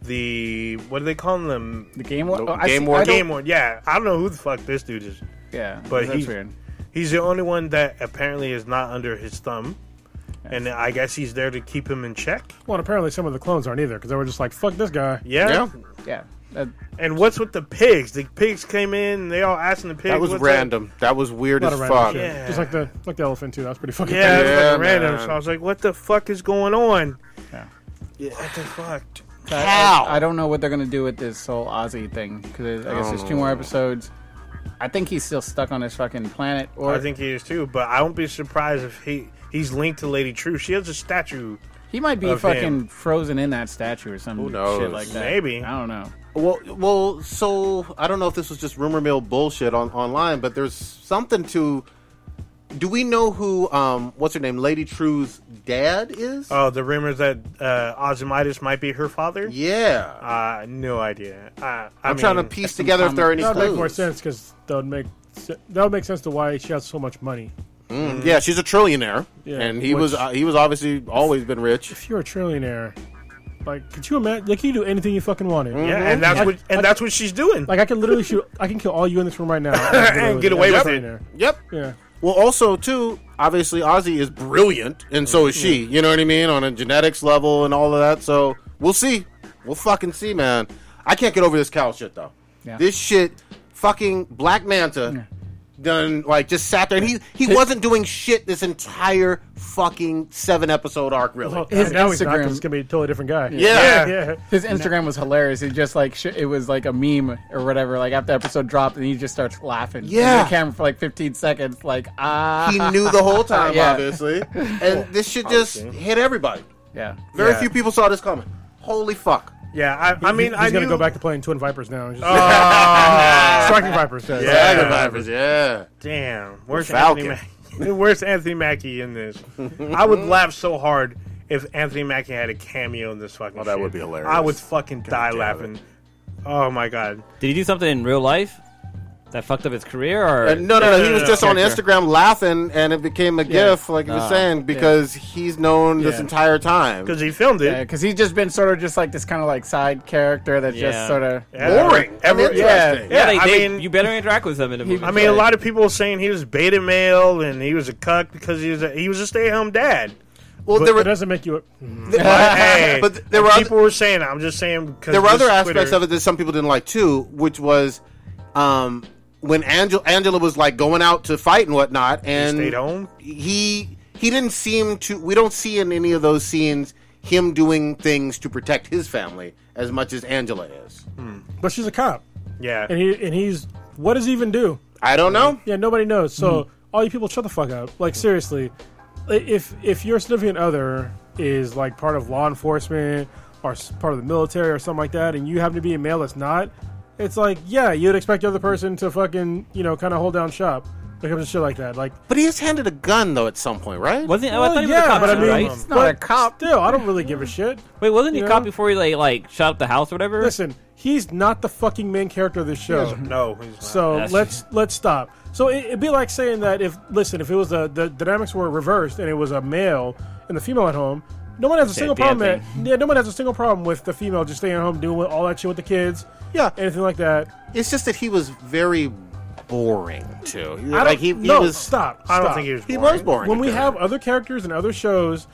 S9: the what do they call him
S5: The game war.
S4: Nope.
S5: Oh, I
S4: Game
S5: see-
S4: War-
S5: I don't-
S9: game one yeah i don't know who the fuck this dude is
S5: Yeah,
S9: But
S5: that's
S9: he-
S5: weird.
S9: he's the only one that apparently is not under his thumb and i guess he's there to keep him in check
S8: Well, and apparently some of the clones aren't either because they were just like, "Fuck this guy."
S9: yeah,
S4: Yeah.
S5: Yeah, that,
S9: and what's with the pigs the pigs came in and they all asking the pigs
S4: That was
S9: what's
S4: random. That? was weird
S8: Not
S4: as
S8: a random
S4: fuck.
S8: shit.
S9: Yeah.
S8: Just like the like the elephant too. That was pretty fucking.
S9: yeah, it was
S4: Yeah,
S9: fucking random
S4: man.
S9: so i was like what the fuck is going on
S5: Yeah.
S9: yeah what the fuck
S5: I, I, I don't know what they're gonna do with this whole Ozzy thing because I guess there's two more
S4: Oh.
S5: episodes. I think he's still stuck on his fucking planet. Or
S9: I think he is too, but I won't be surprised if he he's linked to Lady True. She has a statue.
S5: he might be
S9: of
S5: fucking
S9: him.
S5: frozen in that statue or some
S4: Who knows?
S5: shit like that.
S9: Maybe.
S5: I don't know.
S4: Well, well, so I don't know if this was just rumor mill bullshit on online, but there's something to. Do we know who um what's her name, Lady True's dad is?
S9: Oh, the rumors that uh, Ozymandias might be her father.
S4: yeah,
S9: Uh, no idea. Uh, I
S4: I'm
S9: mean,
S4: trying to piece together if there are any
S8: That would make more
S4: clues.
S8: sense because that would make se- that would make sense to why she has so much money.
S4: Mm, Yeah, she's a trillionaire,
S8: Yeah,
S4: and he
S8: which-
S4: was uh, he was obviously always been rich.
S8: If you're a trillionaire, like, could you imagine? Like, you could do anything you fucking wanted.
S9: Yeah, and that's what and that's what she's doing.
S8: Like, I could literally shoot. I can kill all you in this room right
S9: (laughs)
S8: now and
S9: get away with
S8: it.
S4: Yep.
S8: Yeah.
S4: Well, also too, obviously Ozzy is brilliant, and so is she. You know what I mean on a genetics level and all of that. So we'll see. We'll fucking see, man. I can't get over this cow shit though.
S5: Yeah.
S4: This shit, fucking Black Manta, done like just sat there. And he he wasn't doing shit this entire fucking seven episode arc, really.
S8: Well,
S5: His
S8: now he's not 'cause
S5: Instagram-
S8: it's gonna be a totally different guy.
S4: yeah.
S8: yeah.
S5: His Instagram was hilarious. He just like sh- it was like a meme or whatever. Like after episode dropped, and he just starts laughing.
S4: Yeah.
S5: in the camera for like 15 seconds. Like ah,
S4: He knew the whole time,
S5: Yeah.
S4: obviously, and this shit just hit everybody.
S5: yeah.
S4: Very
S9: Yeah.
S4: few people saw this coming. Holy fuck!
S9: yeah, I, I mean,
S8: he's
S9: I
S8: gonna
S9: knew-
S8: go back to playing Twin Vipers now. He's just-
S6: Ah. Uh,
S8: (laughs)
S9: Oh,
S8: striking Vipers. Yeah.
S9: Yeah.
S4: Dragon Vipers, yeah.
S9: damn, where's
S4: Falcon.
S9: Anthony? (laughs) Mac- where's Anthony Mackie in this?
S4: (laughs)
S9: I would laugh so hard if Anthony Mackie had a cameo in this fucking.
S4: Oh, that
S9: shit.
S4: would be hilarious.
S9: I would fucking die
S4: damn it.
S9: laughing. Oh my god.
S3: Did he do something in real life that fucked up his career? Or
S4: Uh, no, no, no. He was
S9: no,
S4: just
S9: no.
S4: on Instagram laughing, and it became a gif, like you were saying, because he's known this
S5: Yeah.
S4: entire time.
S9: Because he filmed it.
S5: because he's just been sort of just like this kind of like side character that just
S3: Yeah.
S5: sort of
S9: Yeah.
S4: Boring.
S9: Ever-
S4: Uninteresting.
S9: Yeah,
S3: Yeah, they,
S9: I
S3: they-
S9: mean-
S3: you better interact with him in the movie.
S9: I mean, a lot of people were saying he was beta male and he was a cuck because he was a, he was a stay at home dad.
S4: Well, there
S8: It
S4: were
S8: doesn't make you. A, hmm.
S4: there-
S9: But, hey,
S4: (laughs) but th- there were other,
S9: people were saying. I'm just saying because
S4: there were other aspects of it that some people didn't like too, which was um, when Angela Angela was like going out to fight and whatnot, and
S9: stayed home?
S4: He he didn't seem to. We don't see in any of those scenes him doing things to protect his family as much as Angela is.
S8: but she's a cop,
S9: Yeah,
S8: and he and he's what does he even do?
S4: I don't know.
S8: Hmm. Yeah, nobody knows. So all you people, shut the fuck up. Like seriously,
S6: if if your significant other is like part of law enforcement or s- part of the military or something like that, and you happen to be a male that's not, it's like yeah, you'd expect the other person to fucking you know kind of hold down shop when it comes to shit like that. Like
S4: But he is handed a gun though at some point, right?
S8: Wasn't I
S6: well,
S8: thought he was
S6: yeah,
S8: a cop,
S6: but I
S8: too,
S6: mean,
S8: right?
S6: but
S5: not a cop.
S6: Still, I don't really give a shit.
S8: Wait, wasn't he
S6: you
S8: a
S6: know?
S8: cop before he like, like shot up the house or whatever?
S6: Listen, he's not the fucking main character of this show.
S9: No, he's not.
S6: So
S8: That's-
S6: let's let's stop. So it, it'd be like saying that if listen, if it was a, the dynamics were reversed and it was a male and the female at home, no one has a
S8: Same
S6: single
S8: damn
S6: problem. At, yeah, no one has a single problem with the female just staying at home doing all that shit with the kids,
S4: Yeah,
S6: anything like that.
S4: it's just that he was very boring too.
S6: I don't,
S4: like he, he
S6: no,
S4: was
S6: stop.
S9: I don't
S6: stop.
S9: think he was.
S4: He
S9: boring.
S4: was boring.
S6: When we
S4: Okay.
S6: have other characters and other shows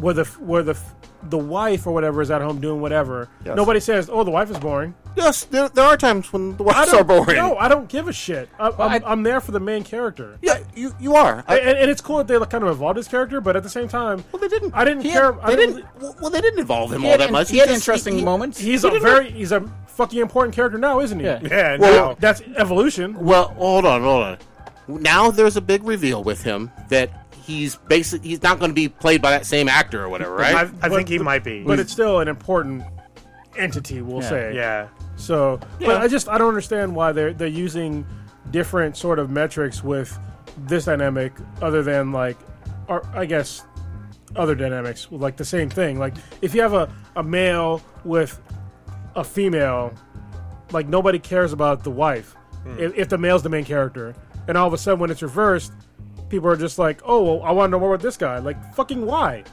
S6: where the f- where the f- the wife or whatever is at home doing whatever,
S4: Yes.
S6: nobody says, "Oh, the wife is boring."
S4: yes, there, there are times when the wives
S6: don't-
S4: are boring.
S6: No, I don't give a shit. I, I'm,
S5: I-
S6: I'm there for the main character.
S4: yeah, you you are. I,
S6: and, and it's cool that they like, kind of evolved his character, but at the same time,
S4: well, they didn't.
S6: I didn't
S5: He had-
S6: care. I
S4: They
S6: didn't.
S4: didn't. Well, well, they didn't involve him
S5: He
S4: all
S5: had
S4: that
S5: in-
S4: much.
S5: He had
S4: just-
S5: interesting
S4: he-
S5: moments.
S6: He's a very. He's a fucking important character now, isn't he?
S5: Yeah.
S9: Yeah,
S4: Well-
S9: no.
S6: That's evolution.
S4: Well, hold on, hold on. Now there's a big reveal with him that he's basically he's not going to be played by that same actor or
S6: (laughs)
S4: whatever,
S9: I,
S4: right?
S9: I think he might be.
S6: But it's still an important entity, we'll
S5: Yeah.
S6: say.
S9: yeah,
S6: So, but I just I don't understand why they're they're using different sort of metrics with this dynamic, other than like, or I guess other dynamics like the same thing. Like if you have a a male with a female, like nobody cares about the wife if, if the male's the main character, and all of a sudden when it's reversed. People are just like, oh, well, I want to know more about this guy. Like, fucking why?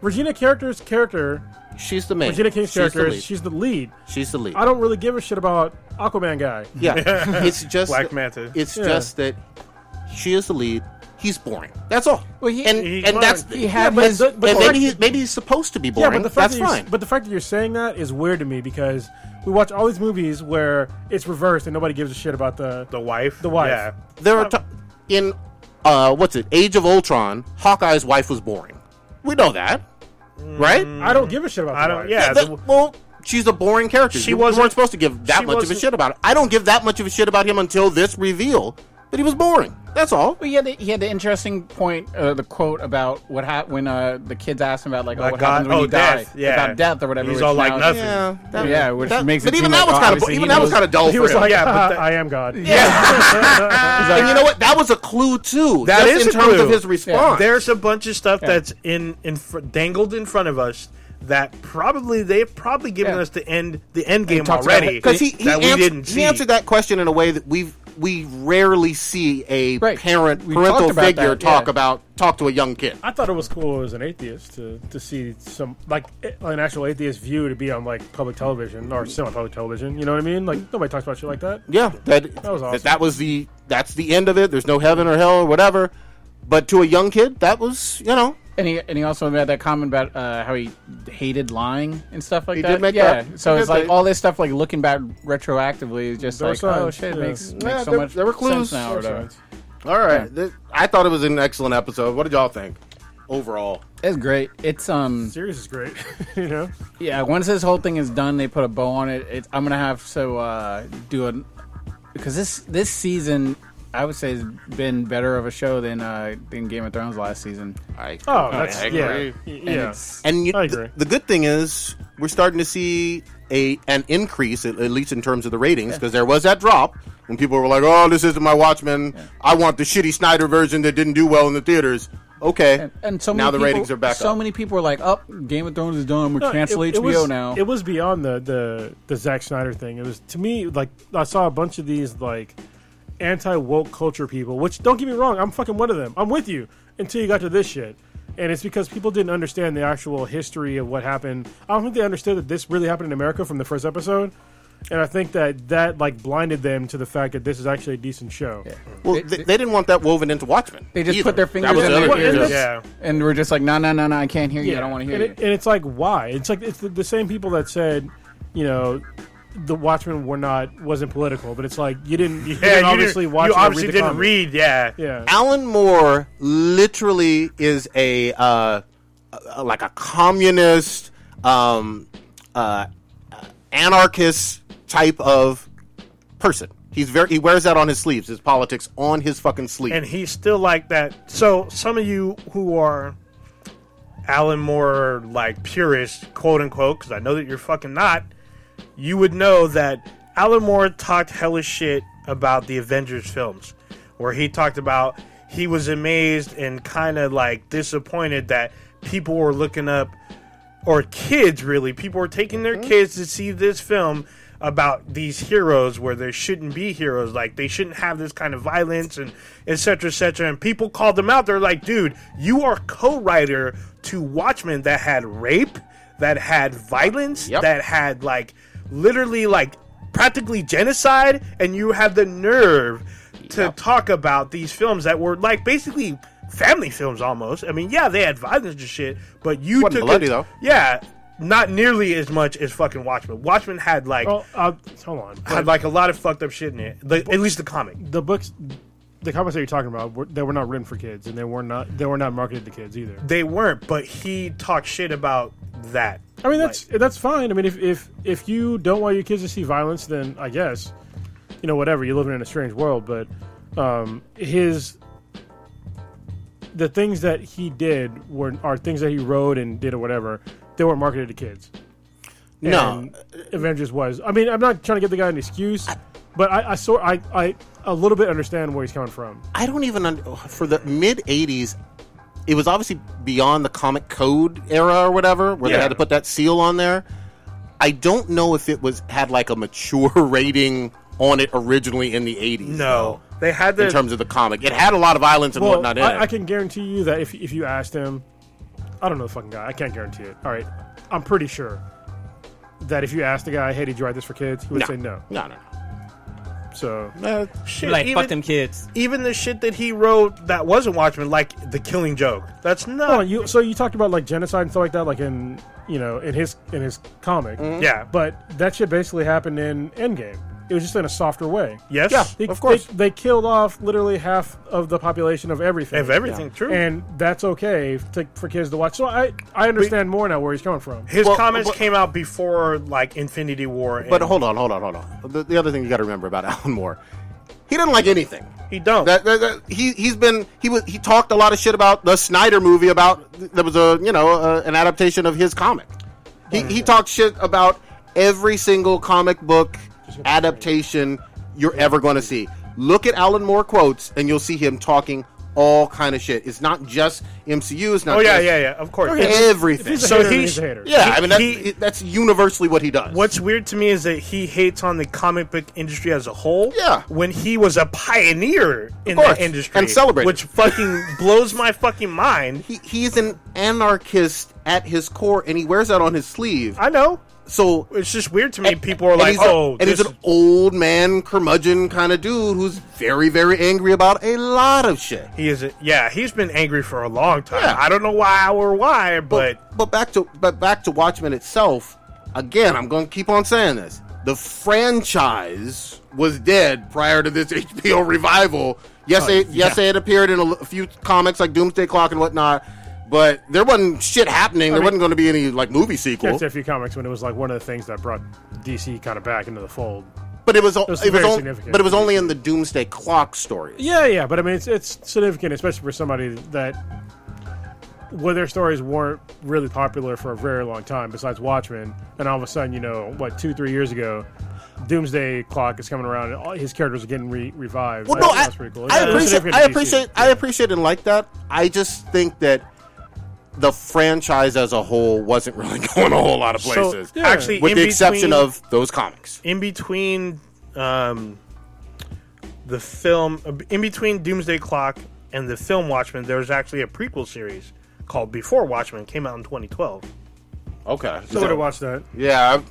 S6: Regina character's character,
S4: she's the main.
S6: Regina King's
S4: she's
S6: character,
S4: the
S6: is
S4: lead.
S6: she's the lead.
S4: She's the lead.
S6: I don't really give a shit about Aquaman guy.
S4: Yeah, (laughs) it's
S9: (laughs)
S4: just
S9: Black Manta.
S4: It's
S6: Yeah.
S4: just that she is the lead. He's boring. That's all.
S5: Well, he-
S4: and
S9: He's
S4: and that's
S9: boring.
S5: He had
S4: and-
S6: his-
S4: and
S6: but the fact-
S4: maybe he's, maybe he's supposed to be boring.
S6: but the fact
S4: that's
S6: that you're-
S4: fine.
S6: But the fact that you're saying that is weird to me because we watch all these movies where it's reversed and nobody gives a shit about the.
S9: the wife.
S6: The wife.
S9: Yeah.
S4: there are t- in uh, what's it? Age of Ultron. Hawkeye's wife was boring. We know that, right?
S6: I don't give a shit about.
S9: I
S6: the
S9: don't.
S6: wife. (laughs)
S9: Mm, Yeah.
S4: That-
S9: the-
S4: well, she's a boring character.
S9: She
S4: She was
S9: wasn't-
S4: weren't supposed to give that
S9: she
S4: much of a
S9: wasn't-
S4: shit about it. I don't give that much of a shit about him until this reveal that he was boring. That's all.
S5: But he had the, he had the interesting point, uh, the quote about what hap- when uh, the kids asked him about like, oh,
S9: Like
S5: what
S9: God-
S5: happens when
S9: oh,
S5: you die,
S9: death, yeah.
S5: about death or whatever.
S9: He's
S5: which
S9: all like,
S5: now-
S9: nothing.
S4: Yeah, that-
S5: Yeah, which
S4: that-
S5: makes it
S4: But even
S5: seem
S4: that
S5: like,
S4: was
S5: oh,
S4: kind of
S5: obviously
S4: even
S5: he
S4: that was
S5: was-
S4: kind of dull.
S6: He
S4: for
S6: was
S4: him.
S6: like,
S9: oh, Yeah,
S6: yeah,
S9: but
S8: Uh,
S9: that-
S6: (laughs) I am God.
S4: and you know what? That was a clue too.
S9: That
S4: just
S9: is
S4: in
S9: a
S4: terms
S9: clue.
S4: of his
S9: Yeah.
S4: response.
S9: There's a bunch of stuff that's in, in fr- dangled in front of us that probably they've probably given
S5: Yeah.
S9: us the end the end game
S5: talks about
S9: already
S5: it.
S4: because he he,
S9: that
S4: ans-
S9: we didn't
S4: he
S9: see.
S4: answered that question in a way that we we rarely see a
S5: Right.
S4: parent
S5: We
S4: parental
S5: talked about
S4: figure
S5: that,
S4: talk
S5: yeah.
S4: about talk to a young kid.
S6: I thought it was cool as an atheist to, to see some like an actual atheist view to be on like public television or semi-public television. You know what I mean? Like nobody talks about shit like that.
S4: Yeah, that that
S6: was
S4: was,
S6: awesome.
S4: that, was the that's the end of it. There's no heaven or hell or whatever. But to a young kid, that was you know
S5: And he and he also made that comment about uh, how he hated lying and stuff like
S4: He
S5: that.
S4: did make
S5: yeah.
S4: that.
S5: So
S4: He
S5: it's
S4: did
S5: like
S4: make-
S5: all this stuff, like looking back retroactively, is just
S6: There were
S5: like, oh
S6: signs,
S5: shit,
S6: yeah.
S5: makes, makes
S4: Yeah,
S5: so
S4: there-
S5: much
S4: there were clues.
S5: sense now. Or
S4: There
S5: whatever.
S4: All right. Th- I thought it was an excellent episode. What did y'all think overall?
S5: It's great. It's um,
S6: Series is great. (laughs) you know,
S5: yeah. Once this whole thing is done, they put a bow on it. it I'm gonna have to uh, do an because this this season, I would say, has been better of a show than uh, than Game of Thrones last season.
S4: I,
S6: Oh, that's-
S4: I
S6: yeah.
S4: agree.
S5: And
S6: yeah.
S5: it's-
S4: And you,
S6: I agree.
S4: th- the good thing is we're starting to see a an increase at, at least in terms of the ratings because there was that drop when people were like, "Oh, this isn't my Watchmen. I want the shitty Snyder version that didn't do well in the theaters." Okay.
S5: and, and so many
S4: now the
S5: people-
S4: ratings are back
S5: So
S4: up.
S5: many people are like, oh, Game of Thrones is done. We
S6: No,
S5: are cancel
S6: it-
S5: HBO
S6: it was-
S5: now."
S6: It was beyond the the the Zack Snyder thing. It was to me like I saw a bunch of these like anti woke culture people. Which don't get me wrong, I'm fucking one of them. I'm with you until you got to this shit, and it's because people didn't understand the actual history of what happened. I don't think they understood that this really happened in America from the first episode. And I think that that like blinded them to the fact that this is actually a decent show.
S4: well, they, they didn't want that woven into Watchmen.
S5: They just
S4: either.
S5: put their
S4: that
S5: fingers
S4: was
S5: in
S4: the
S5: their
S4: other
S6: ears.
S4: thing.
S9: yeah.
S5: and we're just like, no, no, no, no, I can't hear you. I don't want to hear
S6: and
S5: you.
S6: It, and it's like, why? It's like it's the, the same people that said, you know, the Watchmen were not wasn't political, but it's like you didn't. you
S9: Yeah,
S6: didn't
S9: you
S6: obviously
S9: didn't,
S6: watch.
S9: you
S6: it or
S9: obviously
S6: read the
S9: didn't
S6: comic.
S9: read. Yeah.
S6: Yeah,
S4: Alan Moore literally is a uh, uh, like a communist, um, uh, anarchist type of person. He's very he wears that on his sleeves. His politics on his fucking sleeve.
S9: and he's still like that. So some of you who are Alan Moore like purists, quote unquote, because I know that you're fucking not, you would know that Alan Moore talked hellish shit about the Avengers films, where he talked about he was amazed and kind of like disappointed that people were looking up or kids really people were taking their
S4: Mm-hmm.
S9: kids to see this film about these heroes where there shouldn't be heroes like they shouldn't have this kind of violence and etc cetera, etc and people called them out they're like dude you are co-writer to watchmen that had rape that had violence
S4: Yep.
S9: that had like literally like practically genocide and you have the nerve to talk about these films that were like basically family films almost i mean yeah they had violence and shit but you
S4: Wasn't
S9: took
S4: bloody,
S9: it-
S4: though.
S9: yeah, not nearly as much as fucking Watchmen. Watchmen had like
S8: Oh,
S6: Well, uh, hold on.
S9: had like a lot of fucked up shit in it. The, at least the comic.
S6: the books, the comics that you're talking about, were, they were not written for kids, and they were not they were not marketed to kids either.
S9: They weren't, but he talked shit about that.
S6: I mean, that's that's fine. I mean, if, if if you don't want your kids to see violence, then I guess, you know, whatever. You're living in a strange world, but um, his the things that he did were are things that he wrote and did or whatever. They weren't marketed to kids.
S4: no,
S6: and Avengers was. I mean, I'm not trying to give the guy an excuse, but I, I sort I, I a little bit understand where he's coming from.
S4: I don't even un- for the mid '80s. It was obviously beyond the comic code era or whatever, where they
S9: Yeah.
S4: had to put that seal on there. I don't know if it was had like a mature (laughs) rating on it originally in the '80s.
S9: No, they had
S4: in
S9: the
S4: terms of the comic, it had a lot of violence and
S6: Well,
S4: whatnot in
S6: I,
S4: it.
S6: I can guarantee you that if if you asked him, I don't know the fucking guy. I can't guarantee it. All right, I'm pretty sure that if you asked the guy, "Hey, did you write this for kids?" he would
S4: no.
S6: say no.
S4: no, no,
S6: So
S4: no.
S9: shit.
S8: like
S9: even,
S8: fuck them kids.
S9: even the shit that he wrote that wasn't Watchmen, like the Killing Joke. That's
S8: Oh,
S6: Hold
S9: not.
S6: on, you so you talked about like genocide and stuff like that, like in you know in his in his comic.
S4: Mm-hmm.
S9: yeah, but
S6: But that shit basically happened in Endgame. It was just in a softer way.
S9: yes,
S4: Yeah.
S6: They,
S4: Of course.
S6: they, they killed off literally half of the population of everything.
S9: if everything true.
S6: and that's okay to, for kids to watch. So I I understand more now where he's coming from.
S9: his
S4: Well,
S9: comments
S4: but-
S9: came out before like Infinity War. And
S4: But hold on, hold on, hold on. The, the other thing you got to remember about (laughs) Alan Moore, he didn't like anything.
S9: he don't.
S4: That, that, that- he he's been he was he talked a lot of shit about the Snyder movie about that was a you know uh an adaptation of his comic. He he talked shit about every single comic book adaptation you're ever going to see. Look at Alan Moore quotes and you'll see him talking all kind of shit. It's not just MCU. It's not
S9: oh yeah,
S4: just
S9: yeah, yeah. Of course.
S6: If
S4: everything.
S6: he's a
S9: So
S6: hater, then
S9: he-
S6: he's a hater.
S4: Yeah, I mean that,
S9: he-
S4: that's universally what he does.
S9: What's weird to me is that he hates on the comic book industry as a whole.
S4: Yeah.
S9: When he was a pioneer in
S4: course,
S9: that industry.
S4: and celebrated. (laughs)
S9: Which fucking blows my fucking mind.
S4: he, he's an anarchist at his core, and he wears that on his sleeve.
S9: I know.
S4: So
S9: It's just weird to me.
S4: and-
S9: People are
S4: and
S9: like,
S4: he's a-
S9: oh,
S4: and
S9: this
S4: he's an old man curmudgeon kind of dude who's very, very angry about a lot of shit.
S9: he is. A, yeah, he's been angry for a long time.
S4: Yeah.
S9: I don't know why or why, but,
S4: but back to but back to Watchmen itself. Again, I'm going to keep on saying this. The franchise was dead prior to this (laughs) HBO revival.
S6: Oh,
S4: Yes, it, yes, it appeared in a l- a few comics like Doomsday Clock and whatnot, but there wasn't shit happening. there wasn't going to be any like movie sequel.
S6: There's a few comics when it was like one of the things that brought DC kind of back into the fold.
S4: But it was, o-
S6: was
S4: it was
S6: very
S4: on-
S6: significant.
S4: but it was only in the Doomsday Clock story.
S6: Yeah, yeah, but I mean it's it's significant, especially for somebody that where their stories weren't really popular for a very long time, besides Watchmen, and all of a sudden, you know, what two three years ago, Doomsday Clock is coming around, and all his characters are getting re- revived.
S4: Well,
S6: That's-
S4: no, I,
S6: that's pretty cool.
S4: I
S6: Yeah, it's
S4: appreciate,
S6: significant
S4: I
S6: to DC.
S4: appreciate, I appreciate and like that. I just think that the franchise as a whole wasn't really (laughs) going a whole lot of
S9: so
S4: places,
S9: actually,
S4: with
S9: in
S4: the exception
S9: between-
S4: of those comics.
S9: in between um, the film, in between Doomsday Clock and the film Watchmen, there was actually a prequel series called Before Watchmen, came out in 2012.
S4: Okay,
S6: I would have watched that.
S4: yeah, I-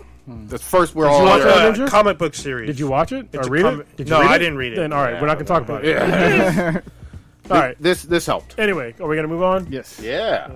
S4: the first we're all
S6: watch
S4: here.
S6: it?
S9: Uh,
S6: Avengers?
S9: comic book series.
S6: Did you watch it
S9: It's
S6: or
S9: a
S6: read
S9: comic-
S6: it? Did you
S9: No,
S6: read
S9: I
S6: it?
S9: didn't read it.
S6: Then all right, we're not going to talk about it. (laughs) All right.
S4: This this helped.
S6: Anyway, are we going to move on?
S10: Yes.
S4: Yeah.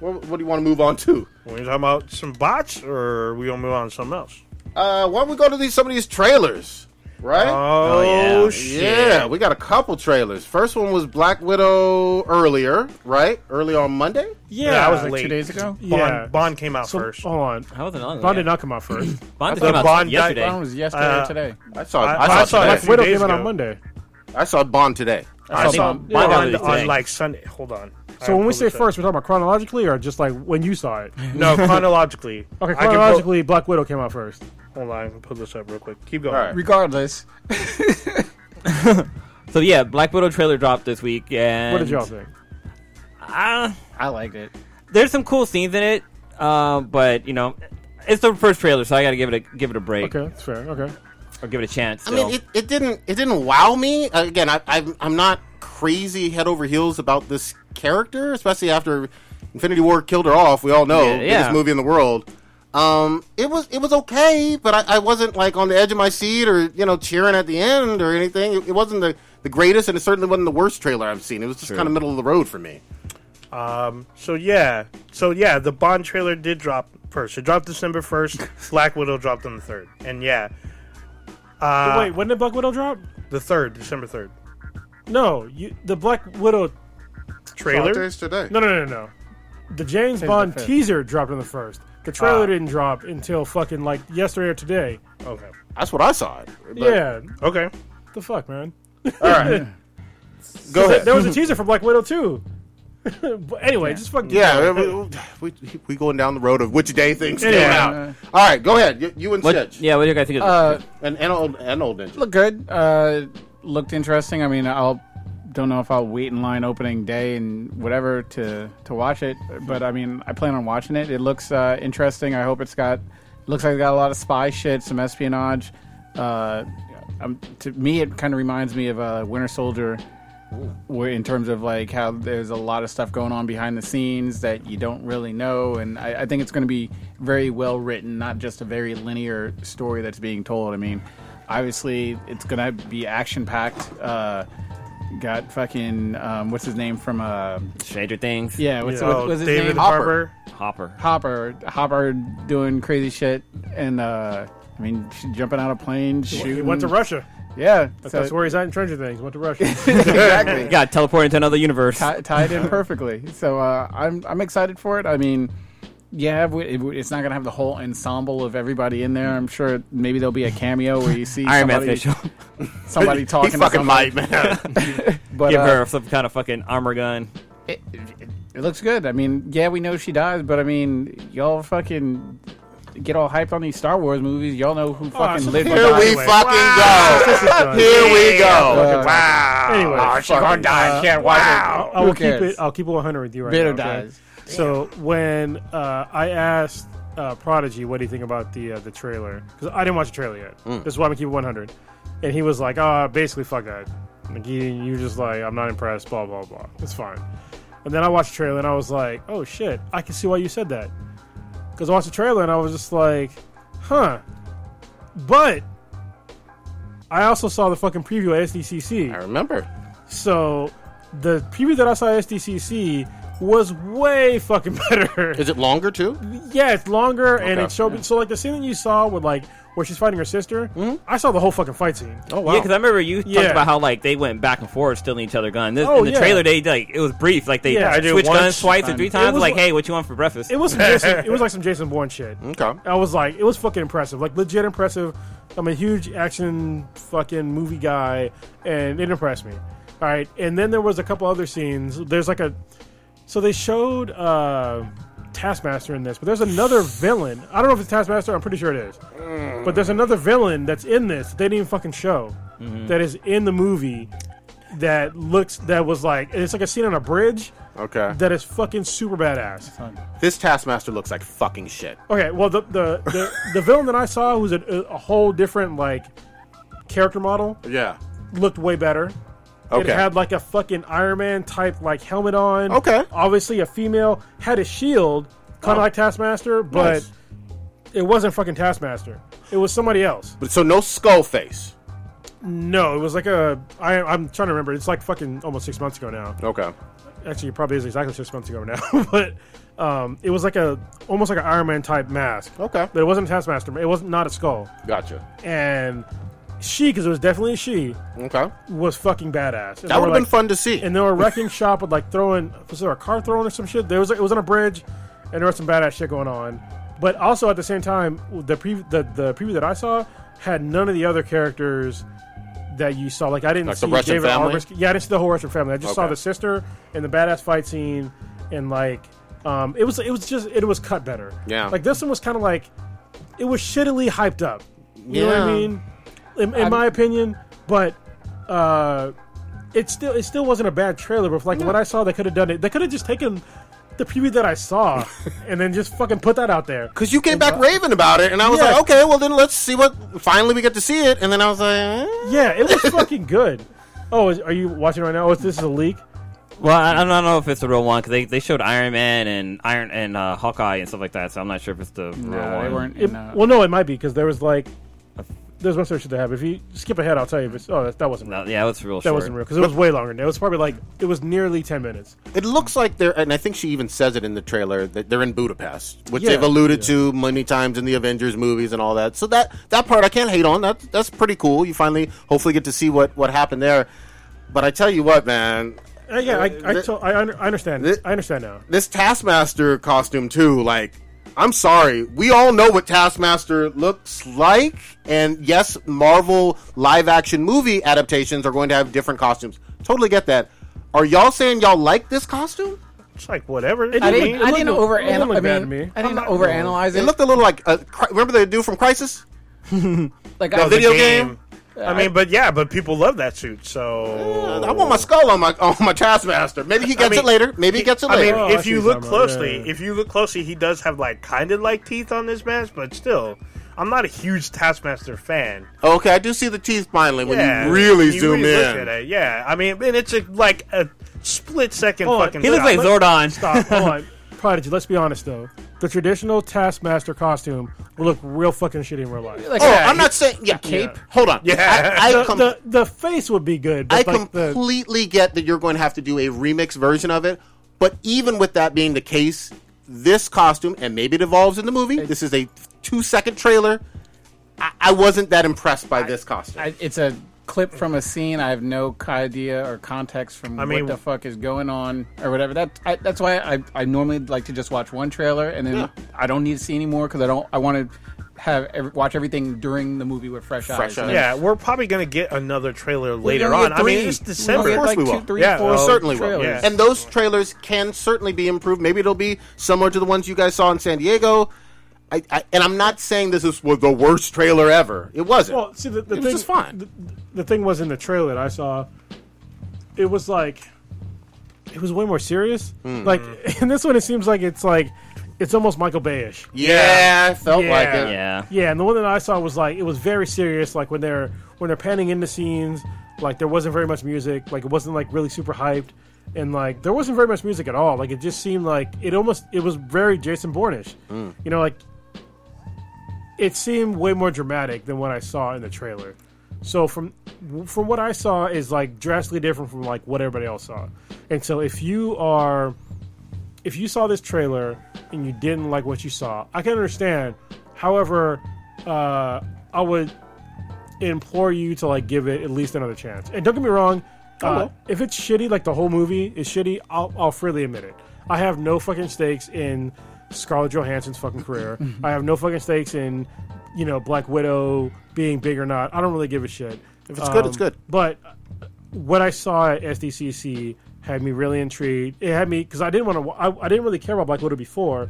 S4: What, what do you want to move on to?
S9: Are we talking about some bots, or are we gonna move on to something else?
S4: Uh, why don't we go to these some of these trailers? right?
S6: Oh,
S8: Oh, yeah.
S6: shit!
S4: yeah, we got a couple trailers. First one was Black Widow earlier, right? Early on Monday.
S9: Yeah,
S6: I was
S5: Like
S6: late.
S5: two days ago.
S6: Bond,
S9: Yeah.
S6: Bond came out
S9: So,
S6: first.
S9: hold on.
S8: I wasn't on.
S9: Bond
S8: yeah.
S9: did
S6: (clears throat)
S9: not come out first.
S8: Bond
S4: I
S8: came
S4: thought
S8: out
S6: Bond died-
S8: yesterday.
S5: That one was yesterday
S6: Uh,
S5: or today.
S4: I saw.
S6: I-
S4: I, saw. today.
S6: I saw it.
S9: Black
S6: few
S9: Widow
S6: days
S9: came out on
S6: ago.
S9: Monday.
S4: I saw Bond today.
S8: I
S9: I
S8: saw
S9: saw-
S8: Bond
S9: yeah,
S8: earlier
S6: Bond
S8: today.
S6: on like Sunday. Hold on. I
S9: So when we
S6: pulled
S9: say
S6: this up.
S9: first, we're talking about chronologically or just like when you saw it?
S6: (laughs) no chronologically.
S9: (laughs) Okay,
S6: I can pull-
S9: chronologically, Black Widow came out first.
S6: hold on, I can pull this up real quick. Keep going.
S4: All right.
S5: Regardless,
S8: So yeah, Black Widow trailer dropped this week, and
S9: What did y'all think?
S8: Ah,
S5: I liked it.
S8: there's some cool scenes in it, uh, but you know, it's the first trailer, so I got to give it a give it a break
S9: Okay, that's fair. Okay.
S8: or give it a chance.
S4: I mean,
S8: still.
S4: it, it didn't it didn't wow me. Uh, Again, I, I'm I'm not crazy head over heels about this character, especially after Infinity War killed her off. We all know
S8: Yeah, yeah.
S4: biggest movie in the world. Um, it was it was okay, but I, I wasn't like on the edge of my seat or you know cheering at the end or anything. It, it wasn't the, the greatest, and it certainly wasn't the worst trailer I've seen. It was just kind of middle of the road for me.
S6: So yeah, so yeah, the Bond trailer did drop first. It dropped December
S8: (laughs)
S6: first. Black Widow dropped on the third, and yeah,
S9: Wait, when did Black Widow drop?
S6: the third, December third
S9: No, you, the Black Widow.
S6: trailer.
S4: today.
S9: No, no, no, no. The James Bond
S5: fifth.
S9: teaser dropped on the first. The trailer
S6: Ah.
S9: didn't drop until fucking like yesterday or today.
S6: Okay,
S4: That's what I saw. It. But-
S9: yeah,
S6: okay.
S9: the fuck, man.
S4: All right. Go ahead.
S9: There was a teaser for Black Widow too. (laughs) but anyway, just fucking
S4: Yeah, we, we, we going down the road of which day things came
S9: Anyway.
S4: out. All right, go ahead. You, you and
S8: what,
S4: Sitch.
S8: yeah, what do you guys think? Of
S5: Uh,
S4: And, and old and old ninja.
S5: looked good. Uh, looked interesting. I mean, I'll don't know if I'll wait in line opening day and whatever to to watch it, but I mean, I plan on watching it. It looks uh, interesting. I hope it's got looks like it got a lot of spy shit, some espionage. Uh, um, to me, it kind of reminds me of uh, Winter Soldier. Where in terms of like how there's a lot of stuff going on behind the scenes that you don't really know, and I, I think it's going to be very well written, not just a very linear story that's being told. I mean, obviously it's going to be action packed. Uh, got fucking um, what's his name from uh,
S8: Stranger Things.
S5: yeah, what's, what,
S6: Oh,
S5: what's his
S6: David
S5: name?
S6: Harbour.
S8: Hopper.
S5: Hopper, Hopper doing crazy shit, and uh, I mean she jumping out of planes, shooting.
S9: He
S8: Mm.
S9: went to Russia.
S5: Yeah, so
S9: That's where he's at in Stranger Things. Went to Russia.
S8: You got teleported to another universe.
S5: ti- tied in perfectly. So uh, I'm I'm excited for it. I mean, yeah, we- it- it's not gonna have the whole ensemble of everybody in there. I'm sure maybe there'll be a cameo where you see
S8: Iron Man
S5: somebody,
S8: (laughs) official.
S5: somebody talking.
S4: he
S5: to
S4: fucking
S5: somebody,
S4: might, man.
S5: but,
S8: Give
S5: uh,
S8: her some kind of fucking armor gun.
S5: it, it, it looks good. I mean, yeah, we know she dies, but I mean, y'all fucking get all hyped on these Star Wars movies. Y'all know who fucking
S9: Oh, so
S5: lived.
S9: here
S5: and
S4: Here
S5: died.
S4: we
S9: Anyway.
S4: fucking go. Here we go.
S5: Uh,
S4: wow.
S9: anyway,
S4: oh, she's gonna die. I can't watch it.
S9: I will
S5: Who
S9: keep
S5: cares?
S9: it. I'll keep it 100 with you right
S5: Beto
S9: now. okay?
S5: dies.
S9: So when uh, I asked uh, Prodigy, "What do you think about the uh, the trailer?" Because I didn't watch the trailer yet.
S4: Mm.
S9: This is why I'm gonna keep it 100. And he was like, "Ah, basically, fuck that. Like, you, you just like, I'm not impressed. Blah blah blah. It's fine." And then I watched the trailer and I was like, "Oh shit, I can see why you said that." Because I watched the trailer and I was just like, "Huh," but. I also saw the fucking preview at SDCC.
S4: I remember.
S9: So the preview that I saw at SDCC was way fucking (laughs) better.
S4: Is it longer too?
S9: yeah, it's longer and
S4: Okay.
S9: it showed. So like the scene that you saw with like where she's fighting her sister,
S4: Mm-hmm.
S9: I saw the whole fucking fight scene. (laughs)
S4: Oh
S8: Yeah, because I remember you talked
S9: Yeah.
S8: about how like they went back and forth stealing each other guns. This,
S9: Oh,
S8: in the
S9: yeah.
S8: trailer, they like it was brief. Like they
S9: Yeah, I did
S8: switched
S6: once.
S8: guns twice or three times.
S9: was
S8: like,
S9: wh-
S8: hey, what you want for breakfast?
S9: It was some Jason, it was like some Jason Bourne shit.
S4: okay.
S9: I was like, it was fucking impressive, like legit impressive. I'm a huge action fucking movie guy, and it impressed me. All right, and then there was a couple other scenes. There's like a, so they showed uh, Taskmaster in this, but there's another villain. I don't know if it's Taskmaster. I'm pretty sure it is, but there's another villain that's in this. That they didn't even fucking show. that is in the movie. That looks that was like it's like a scene on a bridge
S4: Okay.
S9: that is fucking super badass.
S4: this Taskmaster looks like fucking shit.
S9: Okay, well the the the, the villain that I saw who's a, a whole different like character model
S4: Yeah.
S9: looked way better.
S4: Okay.
S9: It had like a fucking Iron Man type like helmet on.
S4: Okay.
S9: Obviously a female had a shield, kind of
S4: Oh.
S9: like Taskmaster, but
S4: Nice.
S9: it wasn't fucking Taskmaster. It was somebody else.
S4: But so no skull face.
S9: No, it was like a I, I'm trying to remember. It's like fucking almost six months ago now.
S4: Okay.
S9: actually it probably is exactly six months ago now, (laughs) but um, it was like a almost like an Iron Man type mask.
S4: Okay.
S9: But it wasn't a Taskmaster. It wasn't not a skull,
S4: Gotcha.
S9: and she, because it was definitely a she,
S4: Okay.
S9: was fucking badass. And they
S4: That
S9: were
S4: would have been
S9: like-
S4: fun to see.
S9: And they were
S4: (laughs)
S9: a wrecking shop with like throwing was there a car thrown or some shit? There was it was on a bridge, and there was some badass shit going on. But also at the same time, the pre the, the preview that I saw had none of the other characters that you saw. Like I didn't
S4: Like the
S9: see
S4: Russian
S9: David
S4: family?
S9: Arbus- Yeah, I didn't see the whole Russian family. I just saw
S4: Okay.
S9: the sister and the badass fight scene, and like um, it was it was just it was cut better.
S4: Yeah.
S9: like this one was kind of like it was shittily hyped up. You know what I
S4: Yeah.
S9: mean? In, in my opinion, but uh, it still it still wasn't a bad trailer. But like what I saw, they could have done it. They could have just taken the preview that I saw and then just fucking put that out there.
S4: Because you came back raving about it, and I was
S9: Yeah.
S4: like, okay, well then let's see what. Finally, we get to see it, and then I was like, eh.
S9: Yeah, it was fucking good. Oh, is, are you watching right now? Oh, is, this is a leak.
S8: Well, I, I don't know if it's the real one because they, they showed Iron Man and Iron and uh, Hawkeye and stuff like that. So I'm not sure if it's the real
S5: No,
S8: one.
S5: they weren't.
S9: It-
S5: In, uh,
S9: well, no, it might be because there was like there's one search that they have. If you skip ahead, I'll tell you. If it's, oh, that, that wasn't real.
S8: No, Uh, yeah, it's real.
S9: That wasn't real because it was way longer. than that. It was probably like it was nearly ten minutes.
S4: it looks like they're, and I think she even says it in the trailer that they're in Budapest, which
S9: Yeah.
S4: they've alluded to many times in the Avengers movies and all that. So that that part I can't hate on. That that's pretty cool. You finally hopefully get to see what what happened there. But I tell you what, man,
S9: Uh, yeah, I, I,
S4: the-
S9: to- I, under- I understand.
S4: the-
S9: I understand now.
S4: this Taskmaster costume too. Like, I'm sorry, we all know what Taskmaster looks like, and yes, Marvel live action movie adaptations are going to have different costumes. Totally get that. Are y'all saying y'all like this costume?
S11: It's like whatever.
S5: I
S9: it
S5: didn't. I didn't
S9: looked-
S5: over.
S9: it didn't look
S5: I
S9: bad to
S5: mean,
S9: me.
S5: I didn't overanalyze
S4: It
S5: it.
S4: looked a little like uh, cri- remember the dude from Crisis,
S5: like
S4: the
S5: I,
S4: video game.
S11: game. I mean, but yeah, but people love that suit, so
S4: I want my skull on my on my Taskmaster. Maybe he gets
S11: mean,
S4: it later. Maybe he gets it
S11: I mean,
S4: later.
S9: Oh, I
S11: if
S9: see
S11: you
S9: what you're
S11: look
S9: talking about.
S11: closely,
S9: Yeah.
S11: if you look closely, he does have like kind of like teeth on this mask, but still, I'm not a huge Taskmaster fan.
S4: okay, I do see the teeth finally when
S11: yeah,
S4: you really
S11: you
S4: zoom
S11: really look
S4: in.
S11: at it, yeah, I mean, and it's a, like a split second
S9: Hold on,
S11: fucking.
S8: He looks like
S11: shot. Look-
S5: (laughs)
S8: Zordon.
S9: Stop. Hold on. Prodigy, let's be honest though. The traditional Taskmaster costume will look real fucking shitty in real life.
S5: like,
S4: Oh,
S5: yeah,
S4: I'm not saying yeah.
S9: cape?
S4: Hold on.
S11: Yeah.
S4: I, I
S9: the,
S4: com-
S9: the, the face would be good,
S4: I
S9: but like the
S4: completely get that you're going to have to do a remix version of it, but even with that being the case, this costume, and maybe it evolves in the movie, this is a two second trailer. I, I wasn't that impressed by this costume.
S5: I, it's a clip from a scene. I have no c- idea or context from
S11: mean-
S5: what the fuck is going on or whatever. That I, that's why I, I normally like to just watch one trailer and then
S4: Yeah.
S5: I don't need to see any more because I don't. I want to have ev- watch everything during the movie with fresh,
S4: Fresh
S5: eyes. and
S4: eyes.
S5: then-
S11: yeah, we're probably gonna get another trailer
S5: We're
S11: later
S5: gonna
S11: on.
S5: get
S11: I mean,
S5: three.
S11: it's
S5: We're gonna
S11: December.
S5: get,
S4: Of course
S5: like,
S4: we will.
S5: two, three,
S11: Yeah,
S5: four
S11: we
S4: Well, certainly will.
S5: trailers.
S11: Yeah.
S4: And those trailers can certainly be improved. Maybe it'll be similar to the ones you guys saw in San Diego. I, I, and I'm not saying this is was the worst trailer ever. It wasn't.
S9: well, see the, the
S4: it was
S9: thing
S4: just fine.
S9: The, the thing was in the trailer that I saw. It was like it was way more serious. Like (laughs) in this one, it seems like it's like it's almost Michael Bayish.
S4: yeah, I felt
S9: Yeah.
S4: like it.
S8: Yeah.
S9: Yeah, and the one that I saw was like it was very serious. Like when they're when they're panning into scenes, like there wasn't very much music. Like it wasn't like really super hyped, and like there wasn't very much music at all. Like it just seemed like it almost it was very Jason Bourne-ish. You know, like it seemed way more dramatic than what I saw in the trailer. So from from what I saw is like drastically different from like what everybody else saw. And so if you are if you saw this trailer and you didn't like what you saw, I can understand. However, uh, I would implore you to like give it at least another chance. And don't get me wrong, uh, if it's shitty, like the whole movie is shitty, I'll, I'll freely admit it. I have no fucking stakes in Scarlett Johansson's fucking career. I have no fucking stakes in you know Black Widow being big or not. I don't really give a shit.
S4: If it's good, it's good.
S9: But what I saw at SDCC had me really intrigued. It had me because I didn't want to. I, I didn't really care about Black Widow before,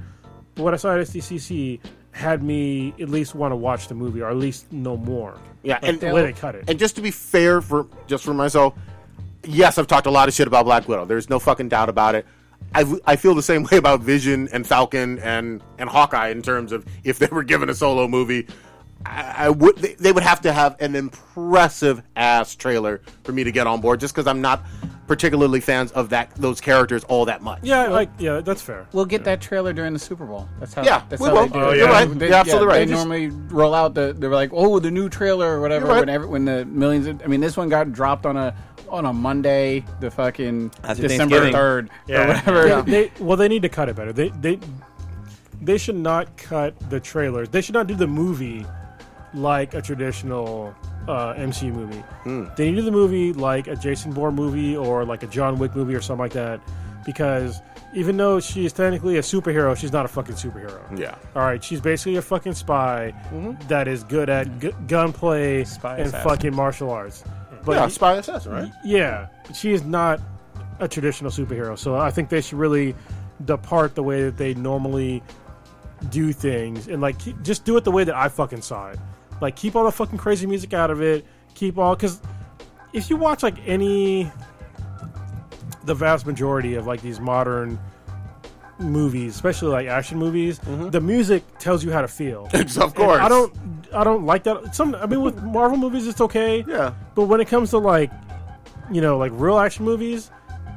S9: but what I saw at SDCC had me at least want to watch the movie, or at least know more.
S4: Yeah,
S9: Like,
S4: and-
S9: the way they cut it.
S4: And just to be fair for just for myself, yes, I've talked a lot of shit about Black Widow. There's no fucking doubt about it. I, I feel the same (laughs) way about Vision and Falcon and, and Hawkeye in terms of if they were given a solo movie, I, I would they, they would have to have an impressive ass trailer for me to get on board. Just because I'm not particularly fans of that those characters all that much.
S9: yeah, like yeah, that's fair.
S5: We'll get that trailer during the Super Bowl. That's how.
S4: Yeah,
S5: that's
S4: we
S5: how
S4: will.
S5: they do
S4: Oh,
S5: it.
S4: you're
S5: They-
S4: right.
S5: They,
S4: You're absolutely
S5: yeah,
S4: right.
S5: They
S4: Just-
S5: normally roll out the. They're like, oh, the new trailer or whatever.
S4: You're right.
S5: When every, when the millions, of, I mean, this one got dropped on a on a Monday, the fucking
S8: After
S5: December
S8: Thanksgiving.
S5: third
S11: Yeah.
S5: or whatever.
S9: Yeah, they well, they need to cut it better. They they they should not cut the trailers. They should not do the movie like a traditional uh, MCU movie.
S5: Hmm.
S9: They need to do the movie like a Jason Bourne movie or like a John Wick movie or something like that, because even though she is technically a superhero, she's not a fucking superhero.
S4: Yeah.
S9: All right, she's basically a fucking spy
S5: Mm-hmm.
S9: that is good at gu- gunplay
S5: Spy
S9: and
S5: assassin.
S9: fucking martial arts. But
S4: yeah, spy assassin, right?
S9: yeah, she is not a traditional superhero, so I think they should really depart the way that they normally do things and like keep, just do it the way that I fucking saw it. Like keep all the fucking crazy music out of it. Keep all because if you watch like any, the vast majority of like these modern movies, especially like action movies, the music tells you how to feel.
S4: Mm-hmm. of course.
S9: And I don't I don't like that. Some I mean with Marvel movies it's okay.
S4: Yeah.
S9: But when it comes to like you know like real action movies,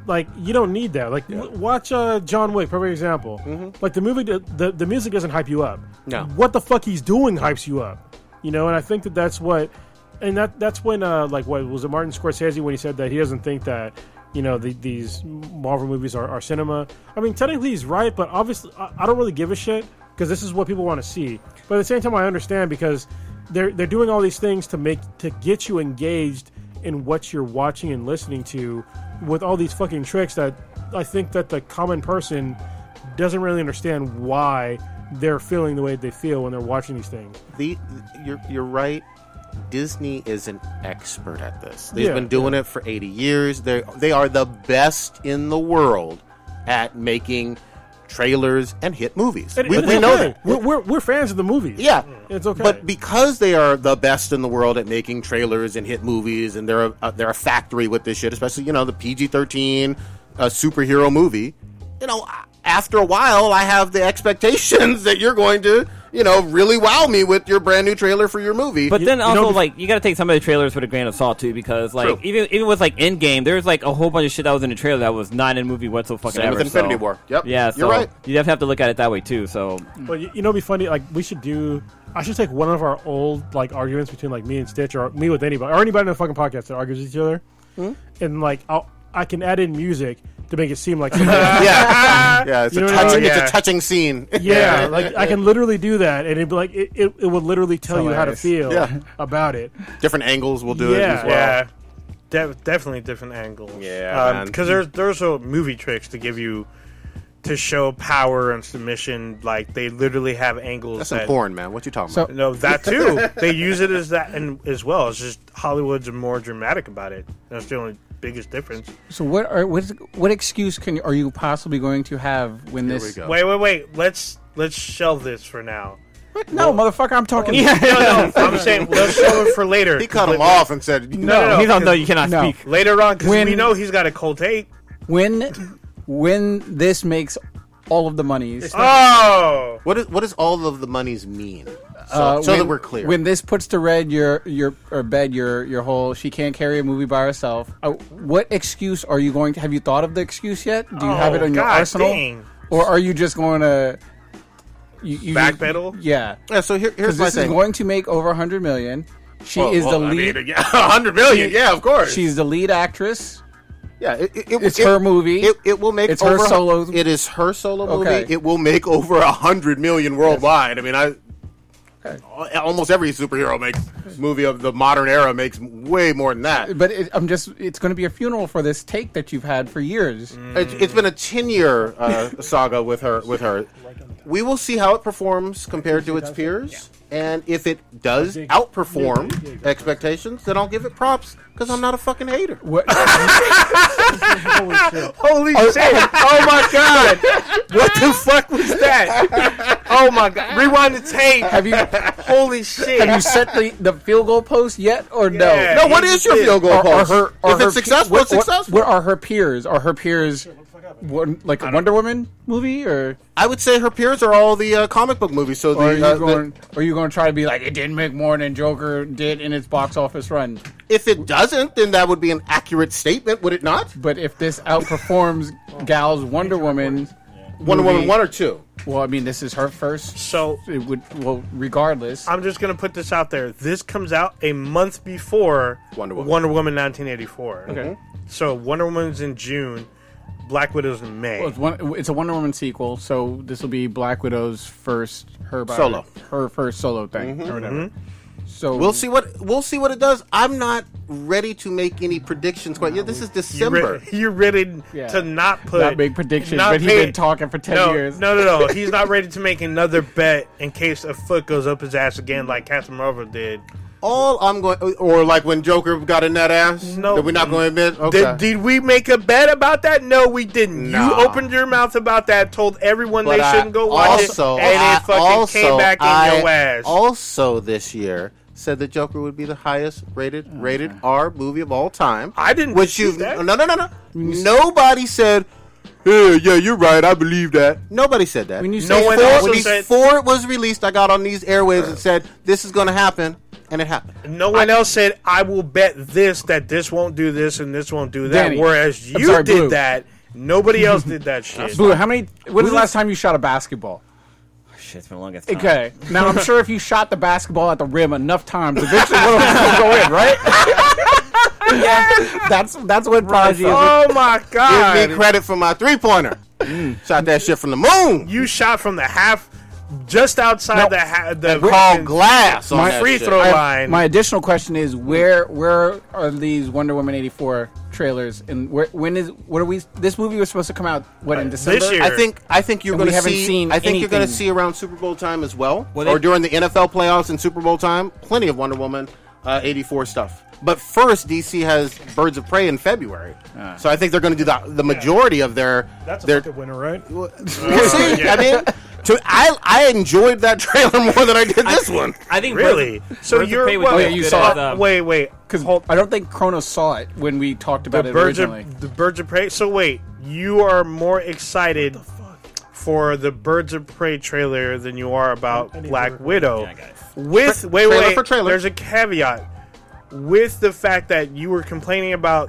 S9: like you don't need that. Like w- watch uh, John Wick, perfect example. Like the movie do- the the music doesn't hype you up.
S4: No.
S9: What the fuck he's doing hypes you up. You know, and I think that that's what and that that's when uh like what was it Martin Scorsese when he said that he doesn't think that you know the, these Marvel movies are, are cinema. I mean, technically he's right, but obviously I, I don't really give a shit because this is what people want to see. But at the same time, I understand because they're they're doing all these things to make to get you engaged in what you're watching and listening to with all these fucking tricks that I think that the common person doesn't really understand why they're feeling the way they feel when they're watching these things.
S4: the you're you're right. Disney is an expert at this. They've
S9: Yeah,
S4: been doing it for 80 years. They they are the best in the world at making trailers and hit movies.
S9: And
S4: we
S9: it's
S4: we know
S9: okay.
S4: that.
S9: We're, we're, we're fans of the movies.
S4: Yeah.
S9: It's okay.
S4: But because they are the best in the world at making trailers and hit movies, and they're a, uh, they're a factory with this shit, especially you know the PG thirteen uh, superhero movie. You know, a- after a while, I have the expectations (laughs) that you're going to you know really wow me with your brand new trailer for your movie.
S8: But then also,
S9: know, bef-
S8: like, you got to take some of the trailers with a grain of salt too, because like,
S4: True.
S8: even even with like Endgame, there was like a whole bunch of shit that was in the trailer that was not in the movie whatsoever.
S4: Same with Infinity
S8: so.
S4: War. Yep.
S8: Yeah,
S4: You're
S8: so
S4: right.
S8: You have to have to look at it that way too. So
S9: But you, you know, it'd be funny. Like we should do. I should take one of our old like arguments between like me and Stitch or me with anybody or anybody in the fucking podcast that argues with each other,
S4: Hmm?
S9: and like I'll, I can add in music to make it seem like
S4: (laughs)
S9: yeah, (laughs)
S4: yeah, yeah, it's
S9: You
S4: a
S9: know what I
S4: touching,
S9: mean?
S4: it's
S6: Yeah.
S4: a touching scene. (laughs)
S9: yeah, like I can literally do that, and it'd be like it, it, it would literally tell you how to
S5: hilarious.
S9: feel
S4: Yeah.
S9: about it.
S4: Different angles will do it
S9: Yeah.
S4: as well.
S6: Yeah, de- definitely different angles.
S4: Yeah, man.
S6: because there's there's a movie tricks to give you to show power and submission. Like they literally have angles.
S4: That's
S6: that,
S4: some porn, man. What you talking
S5: So-
S4: about?
S6: No, that too. they use it as that and as well. It's just Hollywood's more dramatic about it. That's the only biggest difference.
S5: So what are what, is, what excuse can are you possibly going to have when
S4: Here
S5: this?
S4: we go.
S6: Wait, wait, wait. Let's let's shelve this for now.
S5: No, motherfucker,
S4: (laughs)
S5: I'm talking.
S8: (laughs)
S6: No, no. I'm saying let's shelve it for later.
S4: He cut him off and said,
S6: No, no, no.
S8: you don't know. You cannot
S5: No.
S8: speak.
S6: Later on, because
S5: When-
S6: we know he's got a cold take.
S5: When when this makes all of the monies,
S6: Oh,
S4: What, is, what does all of the monies mean? So,
S5: uh,
S4: so
S5: when,
S4: that we're clear.
S5: When this puts to red your your or bed your your whole she can't carry a movie by herself. Uh, what excuse are you going to have? You thought of the excuse yet? Do you have it
S6: Oh,
S5: on your
S6: God
S5: arsenal,
S6: dang.
S5: or are you just going to you, you,
S6: Backpedal?
S5: Yeah,
S4: yeah, so here, here's
S5: because
S4: my
S5: this is
S4: thing.
S5: going to make over hundred million. She
S4: Well,
S5: is
S4: well,
S5: the
S4: I
S5: lead.
S4: (laughs) mean, yeah, 100 million. Yeah, of course.
S5: she's the lead actress.
S4: yeah, it, it, it-
S5: It's
S4: it-
S5: her movie.
S4: It, it will make
S5: It's her
S4: over,
S5: solo-
S4: It is her solo movie.
S5: Okay.
S4: It will make over 100 million worldwide. I mean, I. Almost every superhero makes movie of the modern era makes way more than that.
S5: But it, I'm just—it's going to be a funeral for this take that you've had for years.
S4: It's, it's been a ten-year uh, (laughs) saga with her. With her, we will see how it performs compared to its peers, and if it does outperform expectations, then I'll give it props because I'm not a fucking hater.
S5: What,
S4: Holy shit! Oh my god! What the fuck was that? Oh my god! Rewind the tape.
S5: have you have
S4: Holy shit!
S5: you set the, the field goal post yet, or
S6: Yeah.
S5: no?
S4: No, what is your field goal
S5: Are, are
S4: post?
S5: her, are
S4: if
S5: her
S4: it's successful,
S5: what,
S4: it's successful.
S5: What, what are her peers? Are her peers one, like a Wonder Woman movie, or
S4: I would say her peers are all the uh, comic book movies. So the,
S5: or are you
S4: uh, the-
S5: going? are you going to try to be like it didn't make more than Joker did in its box office run?
S4: if it doesn't, then that would be an accurate statement, would it not?
S5: But if this outperforms Gal's Wonder Woman,
S4: Wonder Woman
S5: Movie.
S4: one or two.
S5: well, I mean, this is her first.
S6: so
S5: It would well, regardless.
S6: I'm just gonna put this out there. This comes out a month before
S4: Wonder Woman.
S6: 1984. Okay. So Wonder Woman's in June, Black Widow's in May.
S5: Well, it's, one, it's a Wonder Woman sequel, so this will be Black Widow's first her by-
S4: Solo.
S6: Mm-hmm.
S5: her first solo thing or whatever. So
S4: We'll see what we'll see what it does. I'm not ready to make any predictions quite yet. This is
S6: You're,
S4: December.
S6: (laughs) re- you're ready
S5: Yeah.
S6: to not put
S5: Not make predictions,
S6: not
S5: but he's
S6: pay-
S5: been talking for ten
S6: no,
S5: years.
S6: (laughs) No, no, no. He's not ready to make another bet in case a foot goes up his ass again, like Casanova did.
S4: All I'm going, or like when Joker got in that ass.
S6: No.
S4: that we're not going to admit. Okay.
S6: Did, did we make a bet about that? No, we didn't.
S4: Nah.
S6: You opened your mouth about that, told everyone
S4: But
S6: they
S4: I
S6: shouldn't go watch
S4: also-
S6: it, and
S4: I
S6: it fucking came back in
S4: I
S6: your ass.
S4: Also, this year said the Joker would be the highest rated rated R movie of all time.
S6: I didn't
S4: Which
S6: dispute
S4: you
S6: that.
S4: no no no no. Nobody said. Yeah, yeah, you're right. I believe that. Nobody said that.
S5: when you
S6: No
S5: say
S6: one
S5: four-
S6: else-
S4: before,
S6: also
S4: when
S6: said-
S4: before it was released, I got on these airwaves and said, "This is going to happen," and it happened.
S6: no one else said, I will bet this, that this won't do this, and this won't do that.
S5: Danny.
S6: Whereas
S5: I'm
S6: you
S5: sorry,
S6: did
S5: Blue.
S6: that. Nobody else did that shit.
S5: Blue, how many? When was the
S6: Who's-
S5: last time you shot a basketball?
S8: Shit, it's been the longest time.
S5: Okay. (laughs) Now I'm sure if you shot the basketball at the rim enough times, eventually one of them will go in,
S6: (laughs)
S5: right? (laughs) That's that's what prodigy is.
S6: Oh my
S4: Give
S6: god!
S4: me credit for my three pointer. Shot that shit from the moon.
S6: you shot from the half, just outside
S5: No.
S6: the ha- the
S4: Paul Glass on
S6: my
S4: that
S6: free
S4: shit.
S6: throw line.
S5: My additional question is where where are these Wonder Woman 84 trailers and where when is what are we this movie was supposed to come out what in December?
S6: year.
S4: I think I think you're
S5: And we
S4: going to
S5: haven't
S4: see.
S5: seen
S4: I think you're going to
S5: anything.
S4: see around Super Bowl time as well,
S8: Well, they-
S4: or during the NFL playoffs and Super Bowl time. Plenty of Wonder Woman uh, '84 stuff. But first, DC has Birds of Prey in February, so I think they're going to do the, the majority of their
S9: That's a
S4: their
S9: fucking winner,
S5: (laughs)
S9: right?
S4: We'll see. I mean, to, I I enjoyed that (laughs) trailer more than I did this one.
S8: I think
S6: Really? So you're
S8: Prey was
S6: well,
S4: Oh,
S8: really
S5: you
S8: good
S5: saw
S8: at,
S5: it.
S8: um,
S6: wait, wait.
S5: cuz I don't think Kronos saw it when we talked about
S6: The
S5: it
S6: birds
S5: originally.
S6: of the birds of prey. So wait, you are more excited for the birds of prey trailer than you are about Black Widow.
S8: I got it.
S6: With wait,
S4: trailer
S6: wait,
S4: for trailer.
S6: there's a caveat. With the fact that you were complaining about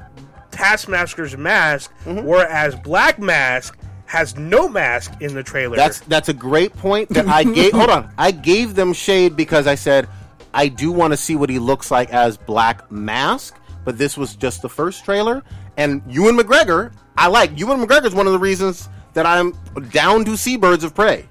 S6: Taskmaster's mask,
S4: Mm-hmm.
S6: whereas Black Mask has no mask in the trailer.
S4: That's that's a great point that I (laughs) gave. hold on, I gave them shade because I said I do want to see what he looks like as Black Mask, but this was just the first trailer. And Ewan McGregor, I like Ewan McGregor is one of the reasons that I'm down to see Birds of Prey.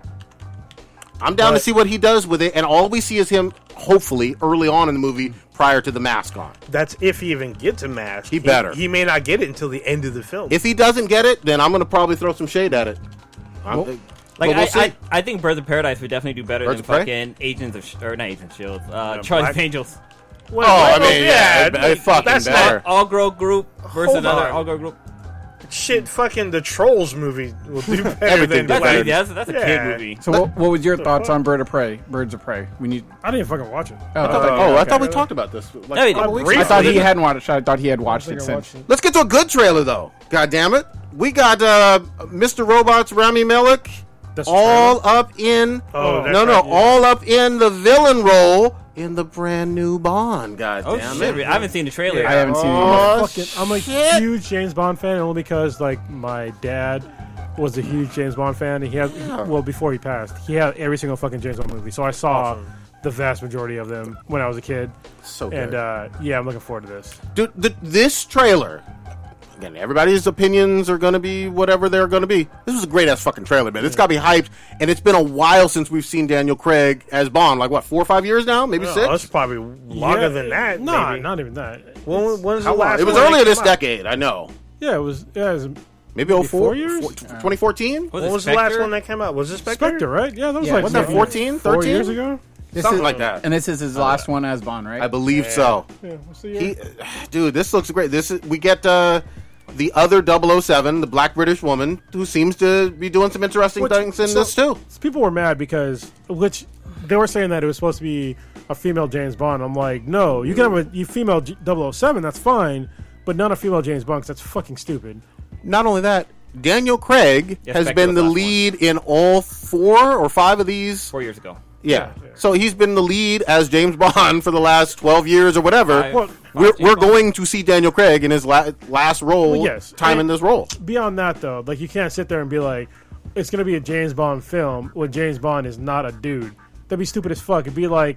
S4: I'm down to
S6: But-
S4: see what he does with it, and all we see is him hopefully early on in the movie prior to the mask on.
S6: that's if he even gets a mask.
S4: He better.
S6: He, may not get it until the end of the film.
S4: If he doesn't get it, then I'm going to probably throw some shade at it. I'm,
S8: Like
S4: but we'll
S8: I,
S4: see.
S8: I, I think Birds of Paradise would definitely do better
S4: Birds
S8: than
S4: of Prey?
S8: fucking Agents of Sh- or not Agents of Shield. Uh,
S6: Yeah,
S8: Charlie's
S6: Black-
S8: Angels.
S6: Well,
S4: Oh, I
S6: well,
S4: mean, yeah, it- it fucking
S6: that's
S4: better. Sure.
S8: All girl group versus
S6: Hold
S8: another
S6: on.
S8: all girl group.
S6: Not, shit, fucking the Trolls movie
S4: (laughs)
S6: will do better
S4: Everything does
S6: than
S8: That's,
S6: Black
S8: a, that's, that's a
S6: Yeah.
S8: kid movie.
S5: so what, what was your thoughts on Bird of Prey? Birds of Prey. We need
S9: I didn't fucking watch it.
S5: Oh,
S4: oh,
S5: okay,
S4: I
S5: okay.
S4: thought we talked about this. Like,
S8: No,
S4: a
S8: we
S4: couple
S8: didn't.
S4: weeks
S6: Briefly.
S5: I
S4: ago.
S5: thought he hadn't watched. I thought he had watched
S9: think
S5: it
S9: I
S5: since.
S9: watched it.
S4: Let's get to a good trailer though. God damn it. We got uh, Mr. Robot's Rami Malek
S9: That's a
S4: all up in
S6: Oh, that's
S4: No, no,
S6: right, yeah.
S4: all up in the villain role in the brand new Bond. God
S8: Oh
S4: damn
S8: shit!
S4: it.
S8: I haven't seen the trailer.
S5: I haven't seen it. Either.
S4: Oh,
S9: fucking, I'm a
S4: shit.
S9: huge James Bond fan only because like my dad was a huge James Bond fan and he had well before he passed he had every single fucking James Bond movie so I saw the vast majority of them when I was a kid
S4: So good.
S9: and uh, yeah I'm looking forward to this
S4: Dude, th- this trailer. Again, everybody's opinions are going to be whatever they're going to be. This was a great ass fucking trailer, man. It's got to be hyped, and it's been a while since we've seen Daniel Craig as Bond. Like what, four or five years now? Maybe
S6: No,
S4: six.
S6: Oh, That's probably longer
S9: Yeah,
S6: than that.
S9: no
S6: maybe.
S9: not even that
S6: When, when's the
S4: How long?
S6: last?
S4: It was
S6: one
S4: earlier
S6: that
S4: this
S6: came out?
S4: decade. I know.
S9: yeah it was yeah it was
S4: Maybe 04?
S9: four years?
S4: Four- 2014?
S8: Was
S6: When
S8: it
S6: was the last
S8: Spectre?
S6: one that came out? Was it Spectre?
S9: Spectre right yeah that was
S5: Yeah,
S9: like
S5: wasn't that
S9: maybe
S4: 14,
S9: four
S4: 13?
S9: years ago
S5: This
S4: Something
S5: is-
S4: like that.
S5: And this is his last one as Bond, right?
S4: I believe so.
S9: yeah what's the year
S4: He, dude, this looks great. This is, we get uh, the other 007, the black British woman, who seems to be doing some interesting
S9: Which-
S4: things in
S9: so-
S4: this too.
S9: So people were mad because which they were saying that it was supposed to be a female James Bond. I'm like, no, you can have a you female G- 007, that's fine, but not a female James Bond 'cause that's fucking stupid.
S4: Not only that, Daniel Craig
S8: Yeah,
S4: has
S8: Spectre
S4: been
S8: was
S4: the
S8: last one.
S4: lead in all four or five of these.
S8: Four years ago.
S4: Yeah.
S9: yeah.
S4: So he's been the lead as James Bond (laughs) for the last 12 years or whatever.
S8: Five.
S9: Well,
S4: we're
S8: James
S4: we're
S8: Bond.
S4: going to see Daniel Craig in his la- last role,
S9: Well, yes.
S4: time
S9: I-
S4: in this role.
S9: Beyond that though, like you can't sit there and be like, it's gonna be a James Bond film when James Bond is not a dude. That'd be stupid as fuck. It'd be like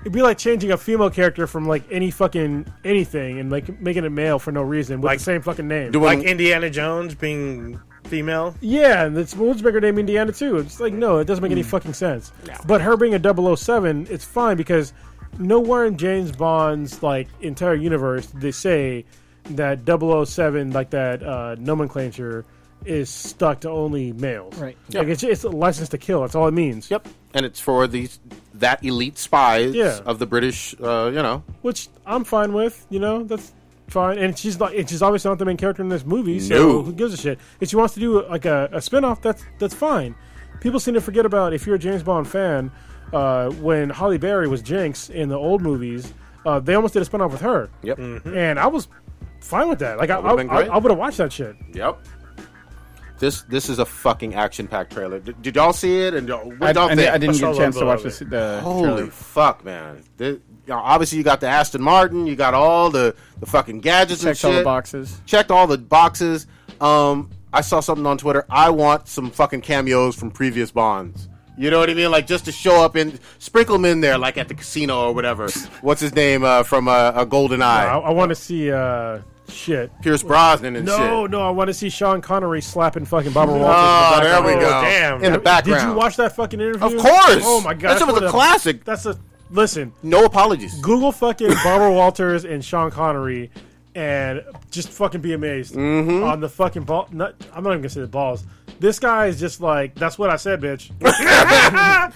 S9: it'd be like changing a female character from like any fucking anything and like making it male for no reason with
S6: Like-
S9: the same fucking name.
S4: Doing
S6: Like Indiana Jones being
S12: female.
S9: Yeah, and it's Moonsmaker named Indiana too. It's like no, it doesn't make any fucking sense. But her being a 007, it's fine because nowhere in James Bond's like entire universe did they say that 007 like that uh, nomenclature is stuck to only males.
S5: Right.
S9: Like it's it's a license to kill. That's all it means.
S4: Yep, and it's for these that elite spies
S9: Yeah.
S4: of the British. Uh, you know,
S9: Which I'm fine with. You know that's. Fine, and she's not. And she's obviously not the main character in this movie, so
S4: No.
S9: who gives a shit? If she wants to do like a, a spin-off, that's that's fine. People seem to forget about if you're a James Bond fan, uh, when Holly Berry was Jinx in the old movies, uh, they almost did a spin-off with her.
S4: Yep.
S9: And I was fine with that. Like I,
S4: Hmm. would've been
S9: I,
S4: great.
S9: I would have watched that shit.
S4: yep. This this is a fucking action packed trailer. Did, did y'all see it? And y'all, what
S5: I,
S4: y'all
S5: I,
S4: think?
S5: I didn't get a
S12: Solo
S5: chance to watch
S12: Leveler.
S5: this. The
S4: Holy
S5: trailer.
S4: fuck, man! Th- you know, obviously, you got the Aston Martin. You got all the the fucking gadgets and
S5: checked
S4: shit.
S5: all the boxes.
S4: Checked all the boxes. Um, I saw something on Twitter. I want some fucking cameos from previous Bonds. You know what I mean? Like just to show up and sprinkle them in there, like at the casino or whatever. What's his name uh, from uh, a Golden
S9: I,
S4: Eye?
S9: I want to see uh, shit.
S4: Pierce Brosnan and shit.
S9: No, no, I want to see Sean Connery slapping fucking Bobber Walters. in the
S4: Oh, there
S9: background.
S4: we go.
S12: damn.
S4: In the background.
S9: Did you watch that fucking interview?
S4: Of course.
S9: Oh my god,
S4: That shit was
S9: what
S4: a classic.
S9: That's a listen.
S4: No apologies.
S9: Google
S4: (laughs)
S9: fucking Barbara Walters and Sean Connery, and just fucking be amazed
S4: Mm-hmm.
S9: on the fucking ball. Not, I'm not even gonna say the balls. This guy is just like, that's what I
S4: (laughs)
S9: said, bitch.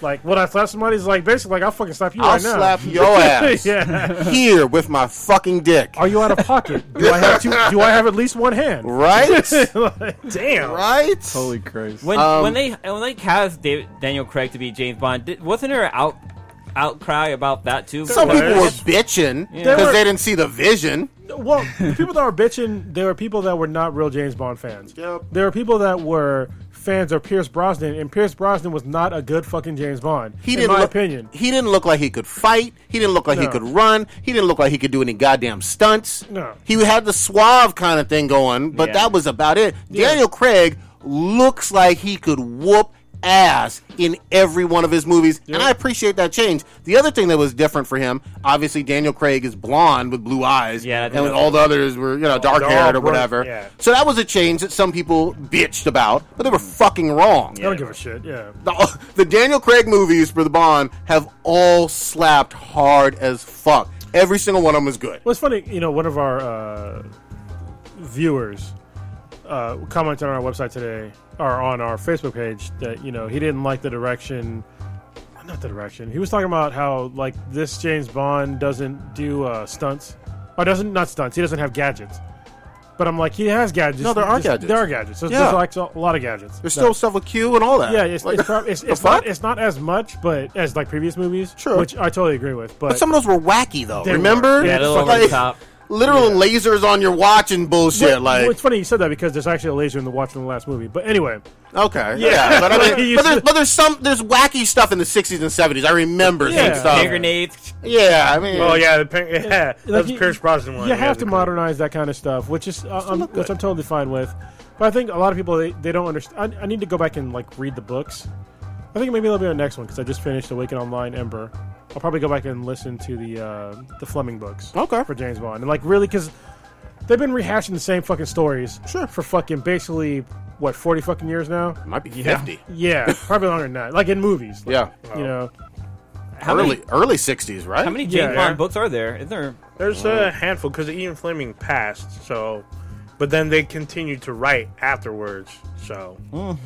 S9: like, what I slap somebody is like, basically, like, I'll fucking slap you
S4: I'll
S9: right now.
S4: slap your ass
S9: (laughs) yeah.
S4: here with my fucking dick.
S9: Are you out
S4: (laughs)
S9: of pocket? Do I have two, Do I have at least one hand? (laughs)
S4: Right?
S9: Like,
S12: Damn.
S4: right?
S5: Holy Christ!
S8: When
S4: Um,
S8: when they when they cast David, Daniel Craig to be James Bond, did, wasn't there an out outcry about that too?
S4: Some
S8: Because-
S4: people were bitching
S9: They
S4: because
S9: were-
S4: they didn't see the vision.
S9: well, the people that were bitching, they were people that were not real James Bond fans.
S4: Yep.
S9: There were people that were fans of Pierce Brosnan, and Pierce Brosnan was not a good fucking James Bond.
S4: He
S9: in
S4: didn't
S9: my
S4: look,
S9: opinion.
S4: He didn't look like he could fight. He didn't look like he
S9: No.
S4: could run. He didn't look like he could do any goddamn stunts.
S9: No.
S4: He had the suave kind of thing going, but
S8: Yeah.
S4: that was about it. Daniel Craig looks like he could whoop ass in every one of his movies, and I appreciate that change. The other thing that was different for him, obviously, Daniel Craig is blonde with blue eyes,
S8: Yeah, that's
S4: and
S8: another-
S4: all the others were you know dark
S12: all
S4: haired or
S12: brown,
S4: whatever.
S12: yeah.
S4: So that was a change that some people bitched about, but they were fucking wrong
S9: I don't give a shit. Yeah.
S4: the, (laughs) the Daniel Craig movies for the Bond have all slapped hard as fuck. Every single one of them is good.
S9: Well, it's funny, you know, one of our uh, viewers uh, commented on our website today, or on our Facebook page, that, you know, he didn't like the direction. Not the direction. He was talking about how, like, this James Bond doesn't do uh, stunts. Or doesn't, not stunts, he doesn't have gadgets. But I'm like, he has gadgets.
S4: No, there are
S9: Just-
S4: gadgets.
S9: There are gadgets. There's,
S4: Yeah.
S9: there's like a lot of gadgets.
S4: There's still stuff with Q and all that.
S9: Yeah, it's,
S4: Like,
S9: it's, prob-
S4: (laughs)
S9: it's,
S4: the
S9: it's, not,
S4: fuck?
S9: it's not as much, but as like previous movies,
S4: Sure.
S9: which I totally agree with. But
S4: but some of those were wacky though.
S9: They were.
S4: Remember?
S9: Yeah,
S8: a little over the top.
S4: Literal lasers on your watch and bullshit.
S9: Well,
S4: like,
S9: well, it's funny you said that because there's actually a laser in the watch in the last movie. But anyway,
S4: okay, yeah. but,
S9: (laughs)
S4: I mean,
S9: You
S4: but, there's,
S9: said-
S4: but there's some there's wacky stuff in the 60s and 70s. I remember
S9: Yeah.
S4: some stuff.
S8: Hand grenades.
S4: Yeah, I mean,
S12: Oh yeah, the, pink- (laughs) yeah. That
S9: Like,
S12: was
S9: you-
S12: Pierce Brosnan one.
S9: you have
S12: the
S9: to
S12: cool-
S9: modernize that kind of stuff, which is uh, I'm, which I'm totally fine with. But I think a lot of people they, they don't understand. I, I need to go back and like read the books. I think maybe that'll be our next one because I just finished Awaken Online Ember. I'll probably go back and listen to the uh, the Fleming books.
S4: Okay.
S9: for James Bond and like really because they've been rehashing the same fucking stories.
S4: Sure.
S9: for fucking basically what 40 fucking years now.
S4: might be 50.
S12: (laughs)
S9: Yeah, probably longer than that. Like in movies. Like,
S4: Yeah,
S9: you know.
S8: How
S4: early
S8: many,
S4: early 60s, right?
S8: how many James
S9: Yeah,
S8: Bond
S9: yeah.
S8: books are there? Is there?
S12: There's a handful because Ian Fleming passed, so, but then they continued to write afterwards. So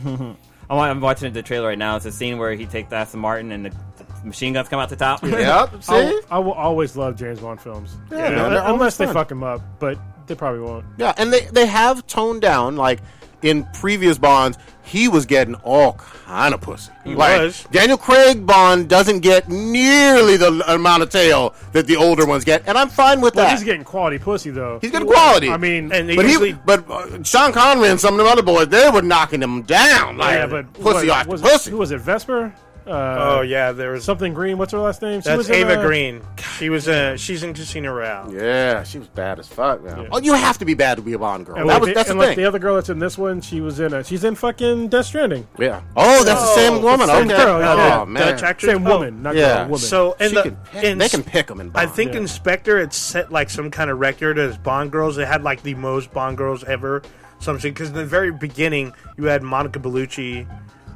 S8: I'm, wa- I'm watching the trailer right now. It's a scene where he takes the Aston Martin and the, the machine guns come out
S4: (laughs)
S8: the top.
S4: Yep. See?
S9: I will, I will always love James Bond films.
S4: Yeah, man, they're always
S9: unless they
S4: fun.
S9: fuck him up, but they probably won't.
S4: Yeah, and they, they have toned down. Like in previous Bonds, he was getting all kind of pussy. like
S12: was.
S4: Daniel Craig Bond doesn't get nearly the l- amount of tail that the older ones get, and I'm fine with
S9: Well,
S4: that.
S9: he's getting quality pussy though.
S4: He's getting quality.
S9: I mean,
S12: and they
S4: but
S12: usually
S4: he, but uh, Sean Connery and some of them other boys, they were knocking him down. Like
S9: yeah, but
S4: pussy
S9: what-
S4: off
S9: was
S4: to pussy.
S9: It, who was it? Vesper. Uh,
S12: oh yeah, there was
S9: something Green. What's her last name? She
S12: that's
S9: was in,
S12: Ava
S9: uh,
S12: Green. She was in she's in Casino Royale.
S4: yeah, she was bad as fuck, man. Oh, you have to be bad to be a Bond girl.
S9: And
S4: That
S9: like
S4: was,
S9: the,
S4: that's the
S9: and
S4: thing.
S9: like the other girl that's in this one, she was in a. She's in fucking Death Stranding.
S4: yeah. Oh, that's the same woman.
S9: same
S4: okay.
S9: girl, yeah.
S4: Oh
S9: Yeah.
S4: man.
S12: Dutch actress.
S9: Same
S12: Oh,
S9: woman, not
S4: Yeah.
S9: girl, woman.
S12: So and
S4: She
S12: the
S4: can pick-
S12: in-
S4: they can pick them in
S12: I
S4: Bond.
S12: think Inspector had set like some kind of record as Bond girls. They had like the most Bond girls ever.
S9: some shit. Because in the very beginning, you had Monica Bellucci,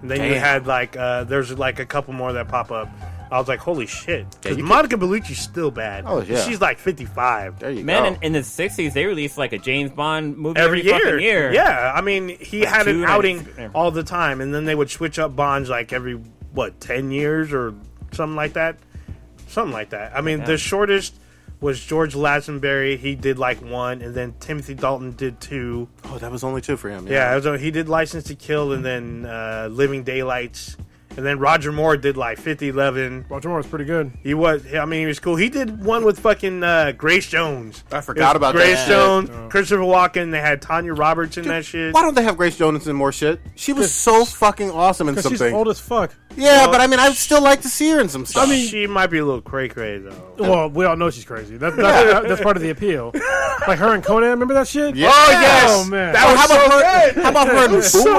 S9: and then you
S4: Damn.
S9: had like uh, there's like a couple more that pop up. I was like, holy shit!
S4: Yeah, you
S9: Because
S4: could-
S9: Monica Bellucci's still bad.
S4: Oh, yeah.
S9: she's like 55.
S4: There you
S3: Man,
S4: go.
S3: in, in the '60s, they released like a James Bond movie
S9: every,
S3: every,
S9: year.
S3: fucking year.
S9: Yeah, I mean, he
S3: Like
S9: had
S3: two
S9: an
S3: nights.
S9: outing
S3: Yeah.
S9: all the time, and then they would switch up Bonds like every what ten years or something like that, something like that. I mean, the shortest was George Lazenberry. He did like one, and then Timothy Dalton did two.
S4: oh, that was only two for him.
S9: Yeah, so he did License to Kill, and then uh, Living Daylights. And then Roger Moore did like 50 11.
S8: Roger Moore was pretty good.
S9: He was, I mean, he was cool. He did one with fucking uh, Grace Jones.
S4: I forgot about
S9: Grace
S4: that. shit.
S9: Jones, Christopher Walken. They had Tanya Roberts in that shit.
S4: Why don't they have Grace Jones in more shit? She was so fucking awesome in
S8: Because she's
S4: something.
S8: old as fuck.
S4: Yeah, but I mean, I'd still like to see her in some stuff.
S9: Oh, she might be a little cray cray though.
S8: Well, we all know she's crazy. That, that, that- that's part of the appeal. Like her and Conan, remember that shit?
S4: Yeah.
S9: Oh yes,
S8: Oh, man.
S9: That
S4: Oh,
S9: was
S4: how about her?
S9: so good.
S4: How about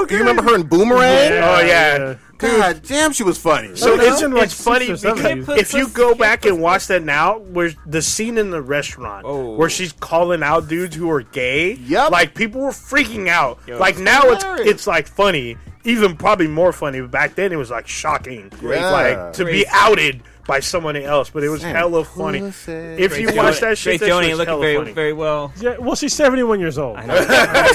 S9: (laughs)
S4: her in Boomerang?
S9: so
S4: you remember her in Boomerang?
S9: Oh yeah.
S4: God damn, she was funny.
S9: So
S8: That was
S9: it's,
S8: in, like,
S9: it's funny
S8: sixth or
S9: because
S8: seventh.
S9: if you go back and watch that now, where the scene in the restaurant where she's calling out dudes who are gay,
S4: Yep.
S9: like people were freaking out. like now it's
S4: hilarious.
S9: it's like funny, even probably more funny. But back then it was like shocking,
S4: Yeah.
S9: like to be outed by someone else. But it was
S4: Damn
S9: hella funny.
S4: pussy.
S9: If you watch that
S3: Great
S9: shit, that
S3: Joni
S9: shit's
S3: looking
S9: hella
S3: very,
S9: funny.
S3: very well.
S8: Yeah, well, she's 71 years old.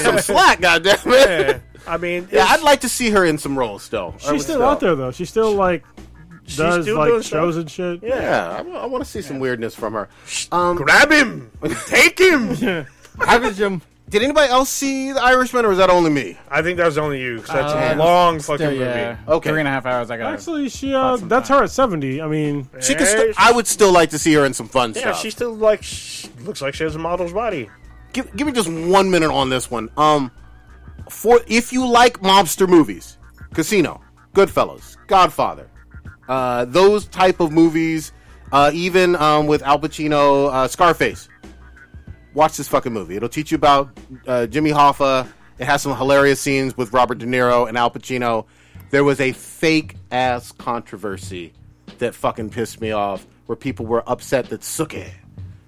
S4: some slack, goddamn it. Yeah.
S9: I mean, it's-
S4: I'd like to see her in some roles still. I would
S8: She's still
S4: still.
S8: out there, though. She still, like, does,
S9: still
S8: like,
S9: doing
S8: shows
S9: stuff.
S8: and shit.
S4: Yeah, I, want to see some weirdness from her. Um,
S9: grab him, take him.
S4: did anybody else see The Irishman, or was that only me?
S9: I think that was only you. 'cause that's
S4: Uh,
S9: a long fucking
S5: Still,
S9: movie.
S5: yeah.
S4: Okay.
S5: Three and a half hours. I got
S8: Actually, she, uh, that's her at 70. I mean,
S4: She could.
S9: Yeah,
S4: St- I would still like to see her in some fun
S9: Yeah,
S4: stuff.
S9: she still like sh- looks like she has a model's body.
S4: give, give me just one minute on this one. Um, for if you like mobster movies, Casino, Goodfellas, Godfather, uh, those type of movies, uh, even um, with Al Pacino, uh, Scarface. Watch this fucking movie. It'll teach you about uh, Jimmy Hoffa. It has some hilarious scenes with Robert De Niro and Al Pacino. There was a fake ass controversy that fucking pissed me off, where people were upset that Suki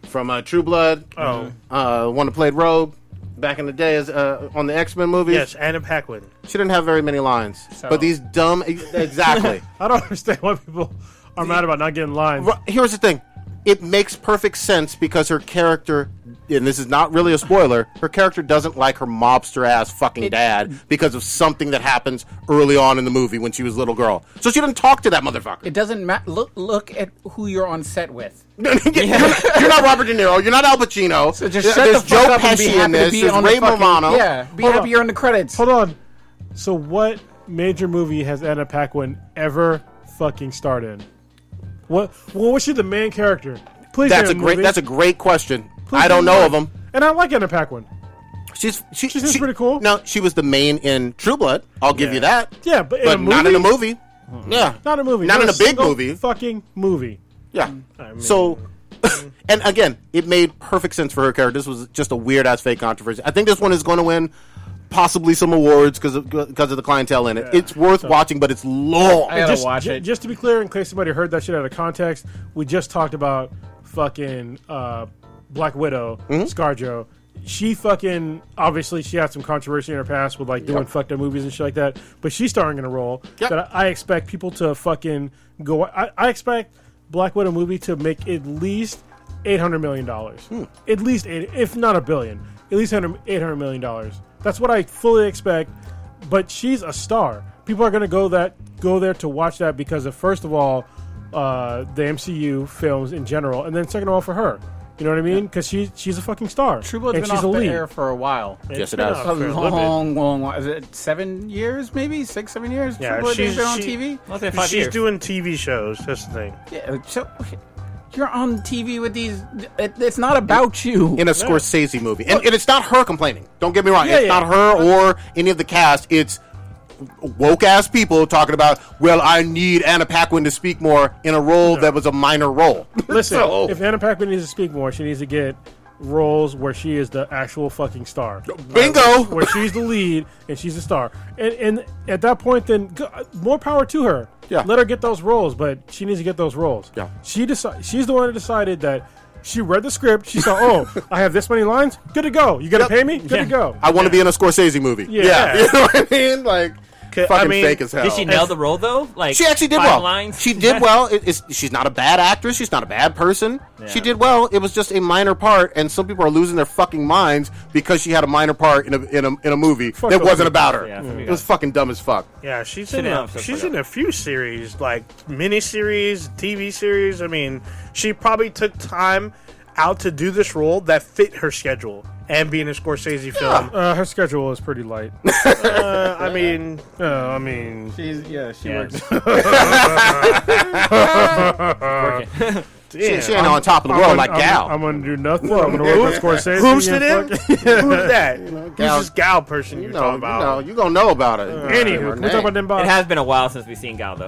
S4: from uh, True Blood,
S9: Oh.
S4: uh, one that played Rogue back in the day, is uh, on the X Men movies.
S9: Yes, Anna Paquin.
S4: She didn't have very many lines, but these dumb e,
S9: (laughs)
S4: exactly.
S8: I don't (laughs) understand why people are mad about not getting lines.
S4: Ru- here's the thing it makes perfect sense because her character and this is not really a spoiler her character doesn't like her mobster ass fucking dad because of something that happens early on in the movie when she was a little girl so she didn't talk to that motherfucker
S5: It doesn't matter. Look, look at who you're on set with.
S4: (laughs) you're, not, you're not robert de niro you're not al pacino
S5: So just
S4: There-
S5: shut
S4: there's
S5: the fuck
S4: joe
S5: up and be
S4: pesci in
S5: happy to
S4: this
S5: be
S4: there's
S5: on
S4: ray
S5: the fucking,
S4: romano
S5: Yeah, be
S8: Hold
S5: happy
S8: on.
S5: you're in the credits.
S8: Hold on. So, what major movie has Anna Paquin ever fucking starred in? What? Well, was she the main character? Please.
S4: that's a
S8: name
S4: great
S8: movie.
S4: that's a great question
S8: Please
S4: i don't
S8: name
S4: know
S8: one.
S4: of them
S8: And I like Anna Paquin.
S4: she's she,
S8: She seems
S4: she-
S8: pretty cool.
S4: no she was the main in true blood i'll give you that
S8: Yeah, but, in
S4: but
S8: a
S4: not in a movie
S5: Hmm.
S4: yeah
S8: Not in a movie.
S4: Not in a big
S8: single
S4: movie.
S8: Fucking movie.
S4: Yeah. so,
S8: mm.
S4: (laughs) and again, it made perfect sense for her character. This was just a weird ass fake controversy. I think this one is going to win possibly some awards because of, 'cause of the clientele in it. It's worth watching, but it's long.
S5: I gotta
S8: just,
S5: watch
S8: ju-
S5: it.
S8: Just to be clear, in case somebody heard that shit out of context, we just talked about fucking uh, Black Widow, ScarJo. She fucking obviously she had some controversy in her past with like doing fucked up movies and shit like that. But she's starring in a role
S4: Yep.
S8: that I, I expect people to fucking go. I, I expect Black Widow movie to make at least eight hundred million dollars,
S4: Hmm.
S8: at least eight, if not a billion, at least 100 800 million dollars. That's what I fully expect but she's a star. People are going to go that go there to watch that because of first of all, uh, the MCU films in general, and then second of all for her. You know what I mean? Because she she's a fucking star.
S5: True Blood's
S8: and
S5: been
S8: she's
S5: off
S8: a
S5: the
S8: lead.
S5: air for a while.
S4: yes, it
S9: been
S4: does.
S9: out.
S5: A
S9: For a little
S5: long, long, long. Is it seven years? Maybe six, seven years.
S9: Yeah,
S5: True Blood
S9: she's-
S5: has been on
S9: she-
S5: TV.
S3: Less than five
S9: She's
S3: years.
S9: doing TV shows. That's the thing.
S5: Yeah, so you're on TV with these. It, it's not about you.
S4: In a Scorsese movie. And, and it's not her complaining. Don't get me wrong.
S8: Yeah,
S4: it's
S8: yeah.
S4: not her or any of the cast. It's woke ass people talking about, well, I need Anna Paquin to speak more in a role that was a minor role.
S8: Listen,
S4: So-
S8: if Anna Paquin needs to speak more, she needs to get roles where she is the actual fucking star.
S4: Bingo!
S8: where she's the lead and she's a star. And, and at that point, then go, more power to her.
S4: Yeah.
S8: Let her get those roles, but she needs to get those roles.
S4: Yeah.
S8: She deci- She's the one who decided that She read the script. She saw, oh, I have this many lines. Good to go. You gonna pay me? Good to go.
S4: I want to be in a Scorsese movie. (laughs)
S8: Yeah.
S4: you know what I mean? Like,
S9: Could- I
S4: fucking
S9: mean,
S4: fake as hell.
S3: Did she nail the role though? Like
S4: She actually did
S3: five
S4: well.
S3: Lines? (laughs)
S4: She did well. It, it's, she's not a bad actress. She's not a bad person. She did well. It was just a minor part, and some people are losing their fucking minds because she had a minor part in a in a, in a movie
S8: Fuck
S4: that
S8: those
S4: wasn't
S8: people.
S4: about her.
S3: Yeah,
S4: It was fucking dumb as fuck.
S9: Yeah, she's
S3: She
S9: in
S3: didn't
S9: a,
S3: have to
S9: she's
S3: forget.
S9: in a few series, like miniseries, TV series. I mean, she probably took time out to do this role that fit her schedule and being a Scorsese film.
S8: Uh, her schedule is
S4: (laughs)
S8: pretty light.
S9: Uh, I mean, uh, I mean,
S5: She's, yeah,
S3: (laughs)
S5: she
S3: Yeah.
S5: works.
S4: She,
S9: damn.
S4: she ain't on top of the world like
S8: I'm,
S4: Gal.
S8: I'm gonna do nothing. I'm gonna work with Scorsese.
S9: Who's it
S8: and
S9: in?
S8: fuck-
S9: (laughs) Who's that? Who's
S4: Gal-
S9: this gal person
S4: you
S9: you're
S4: know,
S9: talking
S4: you
S9: about?
S4: know, you gonna know about her. Her
S8: Anywho, (laughs) we're
S4: name.
S8: talking about them
S3: It
S8: bob
S3: has been a while since we've seen Gal though.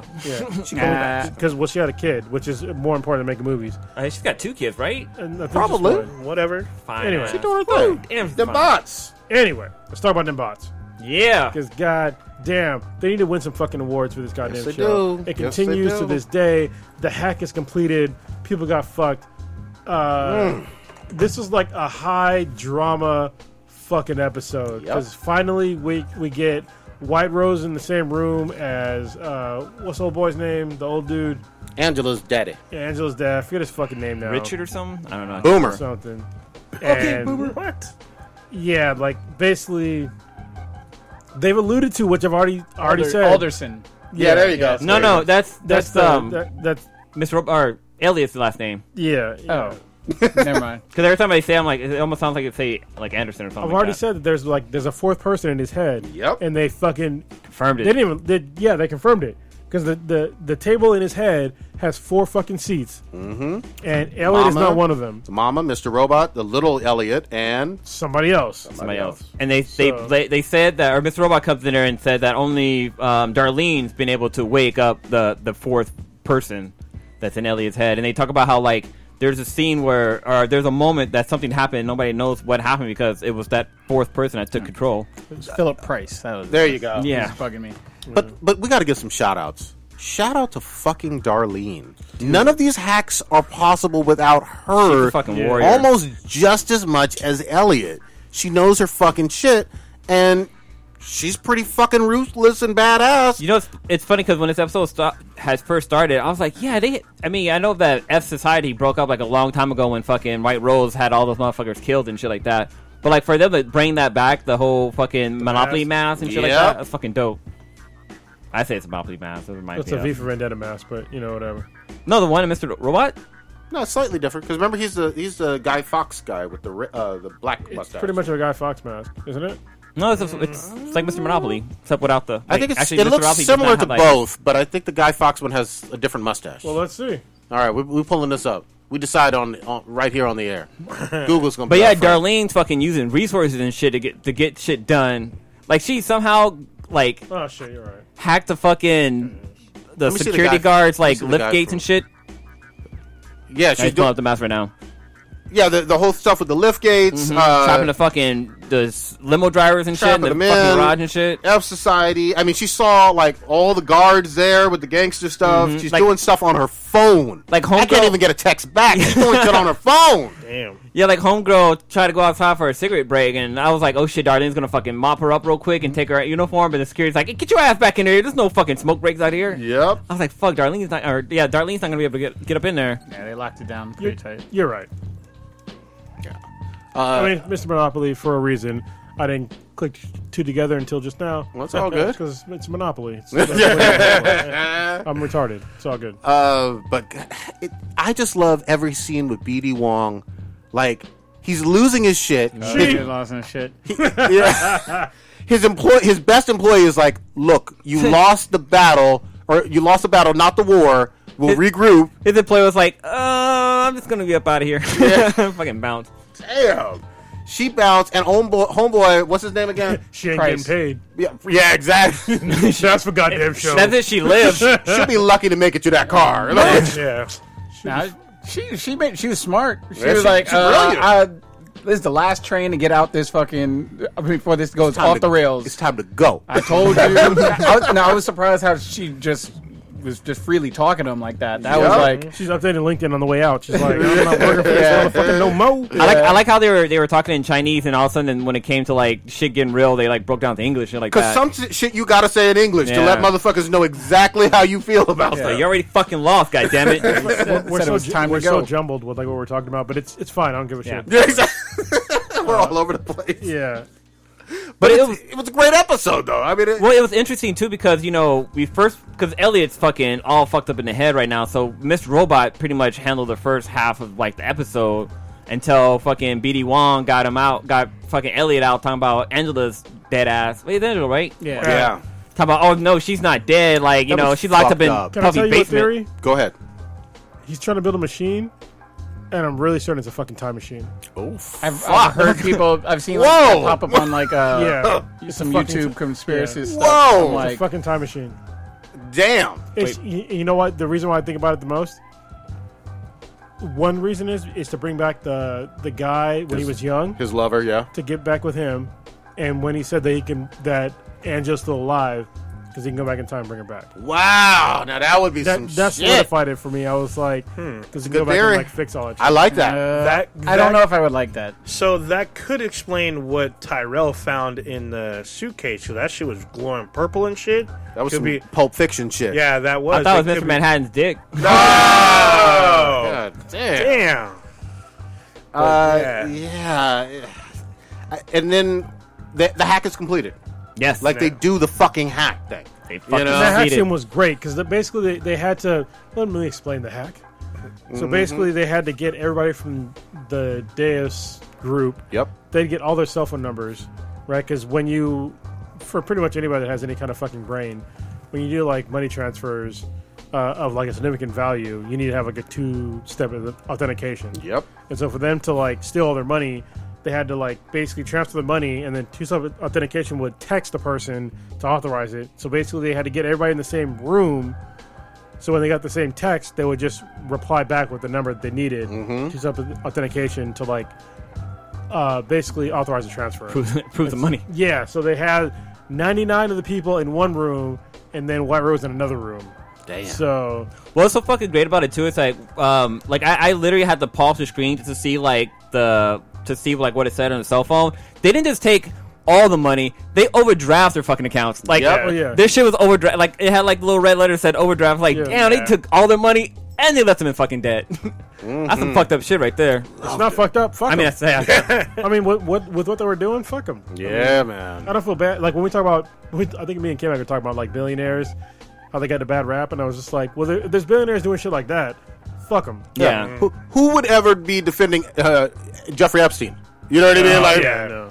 S4: Uh,
S8: because well, she had a kid, which is more important than making movies.
S3: Uh, she's got two kids, right?
S8: And I think just
S4: Probably.
S8: one.
S9: Whatever.
S3: Fine.
S8: Anyway.
S3: ass.
S8: She
S4: Doing her thing.
S3: Damn,
S4: The
S3: fine.
S4: bots.
S8: Anyway, let's talk about them bots.
S3: Yeah.
S8: Because god damn, they need to win some fucking awards for this goddamn
S4: they
S8: show.
S4: do.
S8: It
S4: Yes, they
S8: continues to
S4: do.
S8: this day. The hack is completed. People got fucked. Uh,
S4: Mm.
S8: This is like a high drama fucking episode because finally we we get White Rose in the same room as uh, what's the old boy's name? The old dude,
S4: Angela's daddy.
S8: Angela's dad. I forget his fucking name now.
S3: Richard or something? I don't know.
S4: Boomer.
S8: something. Okay,
S9: What?
S8: Yeah, like basically, they've alluded to which I've already already said.
S5: Alderson.
S4: yeah, there you go.
S3: No, no, that's that's,
S8: That's the
S3: um
S8: that, that's
S3: Miss Rob or Elliot's last name.
S8: yeah. yeah.
S5: Oh, never mind.
S3: Because every time I say, I'm like, it almost sounds like it say like Anderson or something.
S8: I've
S3: like
S8: already
S3: that.
S8: said that there's like there's a fourth person in his head.
S4: Yep.
S8: And they fucking
S3: confirmed
S8: they
S3: it.
S8: didn't even they, yeah they confirmed it because the, the the table in his head has four fucking seats. Mm-hmm. And Elliot is
S4: Mama.
S8: not one of them.
S4: Mama, Mr. Robot, the little Elliot, and
S8: Somebody else.
S3: Somebody else. And they, they,
S8: So-
S3: they, they said that, or Miss Robot comes in there and said that only um, Darlene's been able to wake up the, the fourth person that's in Elliot's head. And they talk about how, like, there's a scene where, or there's a moment that something happened and nobody knows what happened because it was that fourth person that took control.
S5: It was Philip Price. That was.
S4: there you go.
S5: He's
S3: Yeah.
S5: bugging me.
S4: But but we got to give some shout outs. Shout out to fucking Darlene. None of these hacks are possible without her.
S3: She's a fucking warrior.
S4: Almost just as much as Elliot. She knows her fucking shit, and she's pretty fucking ruthless and badass.
S3: You know, it's, it's funny because when this episode sta- has first started, I was like, yeah, they. I mean, I know that F Society broke up like a long time ago when fucking White Rose had all those motherfuckers killed and shit like that. But like for them to bring that back, the whole fucking Monopoly mass and shit like
S4: Yep.
S3: that, that's fucking dope. I say it's a Monopoly mass. It reminds
S9: Mm.
S8: It's
S3: me
S8: a
S3: of.
S8: V for Vendetta mask, but you know whatever.
S3: no, the one in Mr. Robot.
S4: no, it's slightly different because remember he's the he's the Guy Fox guy with the ri- uh, the black
S8: It's
S4: mustache.
S8: pretty much a Guy Fox mask, isn't it?
S3: No, it's, it's, it's like Mr. Monopoly except without the.
S4: I
S3: wait,
S4: think it's,
S3: actually,
S4: it
S3: Mr.
S4: looks
S3: Monopoly does not
S4: similar to
S3: have, like-
S4: both, but I think the Guy Fox one has a different mustache.
S8: Well, let's see.
S4: All right, we, we're pulling this up. We decide on, on right here on
S3: (laughs)
S4: the air. Google's gonna.
S3: But
S4: be
S3: yeah,
S4: our friend.
S3: Darlene's fucking using resources and shit to get to get shit done. Like she somehow like
S8: Oh shit, you're right.
S3: hack the fucking the
S4: me see the
S3: security
S4: guy-
S3: guards
S4: let me
S3: like
S4: see the guy
S3: lift gates
S4: from-
S3: and shit.
S4: Yeah,
S3: I
S4: she's
S3: just pulling
S4: doing.
S3: up the mask right now.
S4: Yeah, the, the whole stuff with the lift gates,
S3: Mm-hmm. Chopping
S4: uh,
S3: the fucking the s- limo drivers and shit,
S4: Chopping
S3: and the
S4: them
S3: fucking
S4: in.
S3: garage and shit.
S4: F Society. I mean, she saw like all the guards there with the gangster stuff. She's
S3: Mm-hmm. Like-
S4: doing stuff on her phone.
S3: Like
S4: I can't
S3: homegirl-
S4: even get a text back. She's doing
S3: (laughs)
S4: shit on her phone.
S9: Damn.
S3: Yeah, like homegirl tried to go outside for a cigarette break, and I was like, oh shit, Darlene's gonna fucking mop her up real quick
S4: Mm-hmm.
S3: and take her uniform. But the security's like, get your ass back in here. There's no fucking smoke breaks out here. (laughs)
S4: Yep.
S3: I was like, fuck, Darlene's not, or yeah, Darlene's not gonna be able to get, get up in there.
S5: Yeah, they locked it down
S8: You're,
S5: pretty tight.
S8: you're right.
S5: Uh,
S8: I mean, Mr. Monopoly for a reason. I didn't click two together until just now.
S4: Well, it's all good.
S8: because it's Monopoly.
S5: (laughs)
S8: It's- that's the way it works. I'm retarded. It's all good.
S4: Uh, but it, I just love every scene with BD Wong. Like he's losing his shit.
S5: She lost in shit.
S4: Yeah. (laughs) his employ his best employee is like, look,
S3: (laughs)
S4: you lost the battle, or you lost the battle, not the war. We'll regroup.
S3: His employee was like, uh, I'm just gonna be up out of here. (laughs) fucking bounce.
S4: Damn. She bounced, and homeboy, homeboy, what's his name again?
S8: she ain't
S5: Christ.
S8: getting
S4: yeah, yeah,
S3: (laughs)
S4: exactly.
S8: paid. (laughs) That's for goddamn show.
S3: That's it. She lives.
S4: (laughs) She'll be lucky to make it to that
S3: (laughs)
S4: car. Like,
S8: Yeah.
S5: Nah, she she made she was smart. She
S4: Yeah,
S5: was
S4: she-
S5: like,
S4: she's
S5: uh,
S4: brilliant.
S5: I, "This is the last train to get out this fucking before this goes
S4: time
S5: off
S4: to-
S5: the rails."
S4: It's time to go.
S5: I told you. I, was- no, I was surprised how she just was just freely talking to him like that. That was
S4: Yeah.
S5: like
S8: She's updating LinkedIn on the way out. She's like, I'm not working for this motherfucker no more.
S3: I like I like how they were they were talking in Chinese, and all of a sudden, when it came to like shit getting real, they like broke down to English and like that.
S4: Because some sh- shit you gotta say in English to let
S3: Yeah.
S4: motherfuckers know exactly how you feel about
S3: Like,
S4: them. (laughs)
S3: you already fucking lost, goddammit.
S5: said,
S8: We're
S5: said it
S8: so
S5: was
S8: ju-
S5: time
S8: we're
S5: to
S8: so
S5: go.
S8: jumbled with like what we're talking about, but it's it's fine. I don't give a shit.
S4: Yeah, exactly. (laughs) We're all over the place.
S8: Yeah,
S4: But
S3: it
S4: it's-
S3: was-
S4: it was a great episode, though. I mean, it,
S3: well, it was interesting too because you know we first because Elliot's fucking all fucked up in the head right now. So Miss Robot pretty much handled the first half of like the episode until fucking BD Wong got him out, got fucking Elliot out talking about Angela's dead ass. Wait, it's Angela, right?
S5: yeah.
S4: yeah.
S3: Talking about oh no, she's not
S4: (laughs)
S3: dead. Like you
S4: That
S3: know
S4: was
S3: she's locked up
S4: fucked
S3: in
S4: up.
S8: can I tell
S3: puppy
S8: you a
S3: basement.
S8: theory?
S4: Go ahead.
S8: He's trying to build a machine, and I'm really certain it's a fucking time machine.
S5: I've, I've heard people. I've seen like,
S4: Whoa.
S5: that pop up on like uh, (laughs)
S8: Yeah, it's a
S5: some
S8: fucking
S5: YouTube
S8: ti-
S5: conspiracy
S8: yeah.
S5: stuff.
S4: Whoa.
S5: I'm
S8: It's
S5: like,
S8: a fucking time machine.
S4: Damn.
S8: It's, you, you know what? The reason why I think about it the most. One reason is is to bring back the the guy when he was young
S4: His lover, yeah.
S8: to get back with him, and when he said that he can that Angela's still alive because he can go back in time and bring her back.
S4: Wow. Now that would be
S8: That
S4: some
S8: that
S4: shit.
S8: solidified it for me. I was like, hmm, because he can
S4: Good
S8: go back
S4: theory.
S8: and like fix all that.
S4: I
S8: shit.
S4: like that.
S5: uh,
S9: That,
S5: I don't
S9: that-
S5: know if I would like that.
S9: So that could explain what Tyrell found in the suitcase. So that shit was glowing purple and shit.
S4: that was
S9: could
S4: some
S9: be.
S4: Pulp Fiction shit.
S9: Yeah, that was.
S3: I thought it was
S9: That
S3: Mr.
S9: could be-
S3: Manhattan's dick.
S9: Oh,
S4: God damn.
S9: damn.
S4: Uh,
S9: Yeah.
S4: yeah. I- And then the, the hack is completed.
S3: Yes,
S4: Like they do the fucking hack thing.
S3: They fucking
S4: know?
S8: The hack
S3: succeeded.
S8: scene was great because basically they, they had to let me explain the hack. So
S4: Mm-hmm.
S8: basically they had to get everybody from the Deus group.
S4: Yep.
S8: They'd get all their cell phone numbers, right? Because when you, for pretty much anybody that has any kind of fucking brain, when you do like money transfers uh, of like a significant value, you need to have like a two-step authentication.
S4: Yep.
S8: And so for them to like steal all their money, they had to like basically transfer the money, and then two-step authentication would text the person to authorize it. So basically, they had to get everybody in the same room. So when they got the same text, they would just reply back with the number that they needed,
S3: Mm-hmm.
S8: two-step authentication to like uh, basically authorize the transfer.
S3: prove the money.
S8: yeah. So they had 99 of the people in one room, and then White Rose in another room.
S4: Damn.
S8: So
S3: Well, what's so fucking great about it too is like, um, like I, I literally had to pause the screen just to see like the to see like what it said on the cell phone. They didn't just take all the money; they overdraft their fucking accounts. Like,
S4: Yep.
S8: Oh, yeah.
S3: this shit was overdraft. Like, it had like little red letters said overdraft. Like,
S8: Yeah.
S3: damn, they took all their money and they left them in fucking
S5: (laughs)
S3: debt. That's some fucked up shit right there.
S8: it's not fucked up. Fuck
S3: I mean,
S8: 'em.
S3: that's sad.
S8: (laughs) I mean, what, what with what they were doing, fuck them.
S4: Yeah, man.
S8: I don't feel bad. Like when we talk about, we, I think me and Kim were talking about like billionaires, how they got a bad rap, and I was just like, well, there, there's billionaires doing shit like that. Fuck them.
S3: yeah.
S4: Who, who would ever be defending uh, Jeffrey Epstein? You know what I mean? Like,
S9: Oh, Uh, yeah.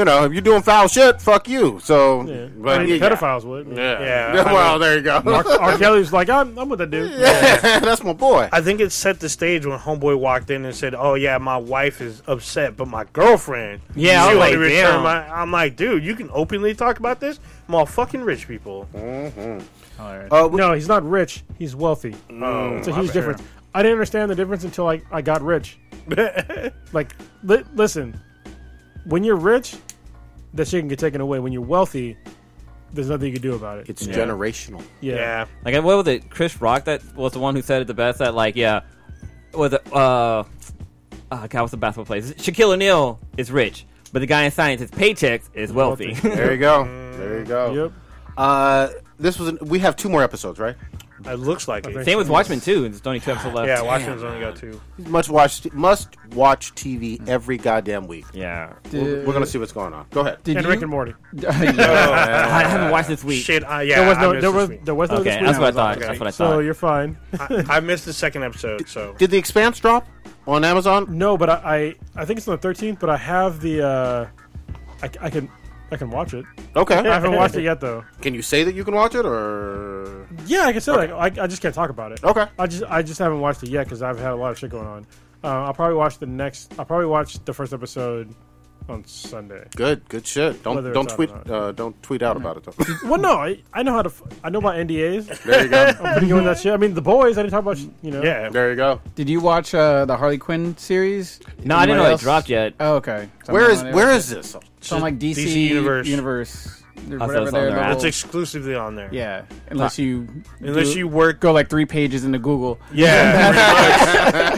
S4: you know, if you're doing foul shit, fuck you. So,
S8: Yeah.
S4: but
S8: I mean,
S4: yeah,
S8: pedophiles would.
S4: Yeah.
S9: Yeah,
S4: Yeah,
S9: I
S4: (laughs) well, there you go.
S8: R. R. Kelly's like, I'm, I'm with that dude.
S4: That's my boy.
S9: I think it set the stage when Homeboy walked in and said, "Oh yeah, my wife is upset, but my girlfriend."
S3: Yeah,
S9: she
S3: I'm
S9: wanted
S3: like,
S9: to return
S3: damn.
S9: My, I'm like, dude, you can openly talk about this. I'm all fucking rich people.
S4: Uh, we-
S8: No, he's not rich. He's wealthy.
S9: Oh,
S8: it's a
S9: my
S8: huge
S9: bad.
S8: difference. I didn't understand the difference until I, I got rich. like, li- listen, when you're rich, that shit can get taken away. When you're wealthy, there's nothing you can do about it.
S4: it's
S8: (laughs)
S4: generational.
S9: Yeah,
S3: Like, what was it? Chris Rock that was the one who said it the best. That like, yeah, was it, uh, uh, God, what's the basketball player? Shaquille O'Neal is rich, but the guy in science, his paychecks is wealthy.
S4: There you go. There you go.
S8: Mm. Yep.
S4: Uh, this was an, we have two more episodes, right?
S9: it looks like it.
S3: Same with Watchmen too. There's only two episodes left.
S9: yeah, Washington's only got two.
S4: Must watch must watch TV every goddamn week.
S3: yeah.
S4: We're, we're gonna see what's going on. Go ahead.
S5: Did
S8: And
S5: you?
S8: Rick and Morty.
S3: I haven't watched this week.
S9: Shit, I, yeah,
S8: There was
S9: I
S8: no,
S9: missed
S8: there
S9: this
S8: was,
S9: week.
S8: there was no.
S3: Okay,
S8: this week.
S3: that's what I thought.
S9: Okay.
S3: That's what I
S8: So
S3: thought.
S8: you're fine.
S9: I, I missed the second episode, so
S4: Did the Expanse drop on Amazon?
S8: No, but I, I, I think it's on the 13th. But I have the, uh, I, I can, I can watch it.
S4: Okay.
S8: I haven't watched it yet though.
S4: Can you say that you can watch it or?
S8: Yeah, I can say that. I, I just can't talk about it.
S4: Okay.
S8: I just, I just haven't watched it yet because I've had a lot of shit going on. Uh, I'll probably watch the next. I'll probably watch the first episode on Sunday.
S4: Good, good shit. Don't
S8: Whether it's
S4: don't
S8: out or
S4: tweet
S8: not.
S4: uh, don't tweet out about it though. (laughs)
S8: Well, no, I, I know how to. f- I know about NDAs.
S4: there you go.
S8: I'm pretty good with that shit. I mean, the boys. I didn't talk about. sh- You know.
S9: yeah.
S4: There you go.
S5: Did you watch uh, the Harley Quinn series?
S3: no, I didn't
S5: Anybody
S3: know
S5: else?
S3: it dropped yet.
S5: Oh, okay. So
S4: Where
S5: no
S4: is
S5: one-
S4: where is this?
S5: It's on like DC,
S9: DC Universe.
S5: universe.
S3: I saw
S5: whatever
S3: Oh, it's on
S5: their
S3: their
S5: level.
S3: app.
S9: It's exclusively on there.
S5: yeah, unless you
S9: Unless
S5: do-
S9: you work.
S5: go like three pages into Google.
S9: Yeah,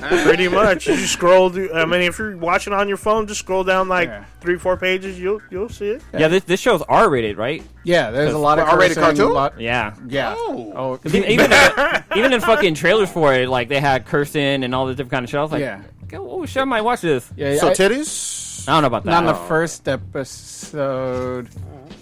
S9: pretty much. pretty much. You scroll. Through, I mean, if you're watching on your phone, just scroll down like
S5: Yeah.
S9: three, four pages. You'll you'll see it.
S3: Yeah, this, this show's R rated, right?
S5: Yeah, there's a lot of
S4: Well, R-rated
S5: cursing,
S4: cartoon?
S5: lot-
S3: Yeah.
S5: yeah. Oh,
S3: Even even in, even in fucking trailers for it, like they had cursing and all this different kind of shit. I was like,
S5: Yeah.
S3: oh shit, I might watch this.
S5: yeah,
S4: So
S5: I-
S4: titties.
S3: I don't know about that.
S5: not in the first episode.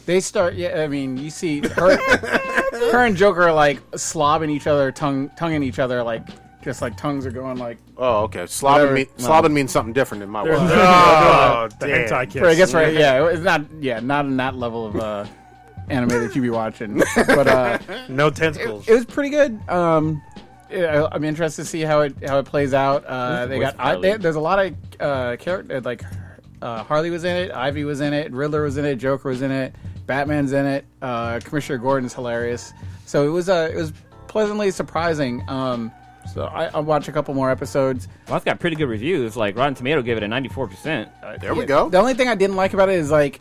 S5: They start. Yeah, I mean, you see her, her and Joker are like slobbing each other, tongue, tonguing each other, like just like tongues are going like.
S4: Oh, okay. Slobbing,
S5: Whatever.
S4: mean, slobbing means something different in my world.
S9: Oh,
S8: The anti kiss.
S5: I guess right. Yeah, it's not. Yeah, not in that level of uh, anime that you be watching. But uh,
S9: No tentacles.
S5: it was pretty good. Um, yeah, I- I'm interested to see how it how it plays out. Uh, they got I, they, there's a lot of uh, character like uh, Harley was in it, Ivy was in it, Riddler was in it, Joker was in it, Batman's in it, uh, Commissioner Gordon's hilarious. So it was uh, it was pleasantly surprising. Um, so I, I'll watch a couple more episodes.
S3: Well, it's got pretty good reviews. Like Rotten Tomato gave it a 94%.
S4: There we go.
S5: The only thing I didn't like about it is like,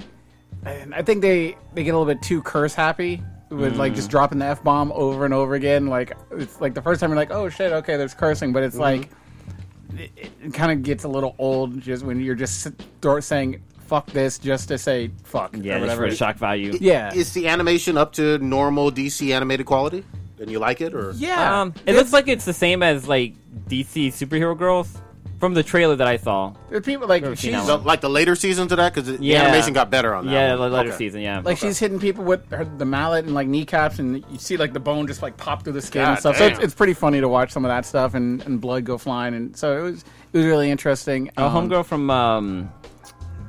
S5: and I think they they get a little bit too curse happy with like
S3: Mm.
S5: just dropping the f bomb over and over again. Like it's like the first time you're like, oh shit, okay, there's cursing, but it's
S3: Mm-hmm.
S5: like it, it kind of gets a little old just when you're just s- door- saying fuck this just to say fuck
S3: Yeah,
S5: or
S3: just
S5: whatever.
S3: for the shock value.
S5: Yeah.
S4: Is the animation up to normal DC animated quality? And you like it, or
S5: yeah,
S3: Um, it looks like it's the same as like DC superhero girls from the trailer that I saw.
S5: There's people like
S3: seen
S5: she's
S3: that
S4: So, like the later seasons of that? Because the
S3: Yeah.
S4: animation got better on that.
S3: yeah, the
S4: one.
S3: later
S4: Okay.
S3: season. Yeah,
S5: like she's hitting people with her, the mallet and like kneecaps, and you see like the bone just like pop through the skin and
S4: God
S5: stuff.
S4: damn.
S5: So it's, it's pretty funny to watch some of that stuff and, and blood go flying, and so it was it was really interesting.
S3: a
S5: Um,
S3: homegirl from um,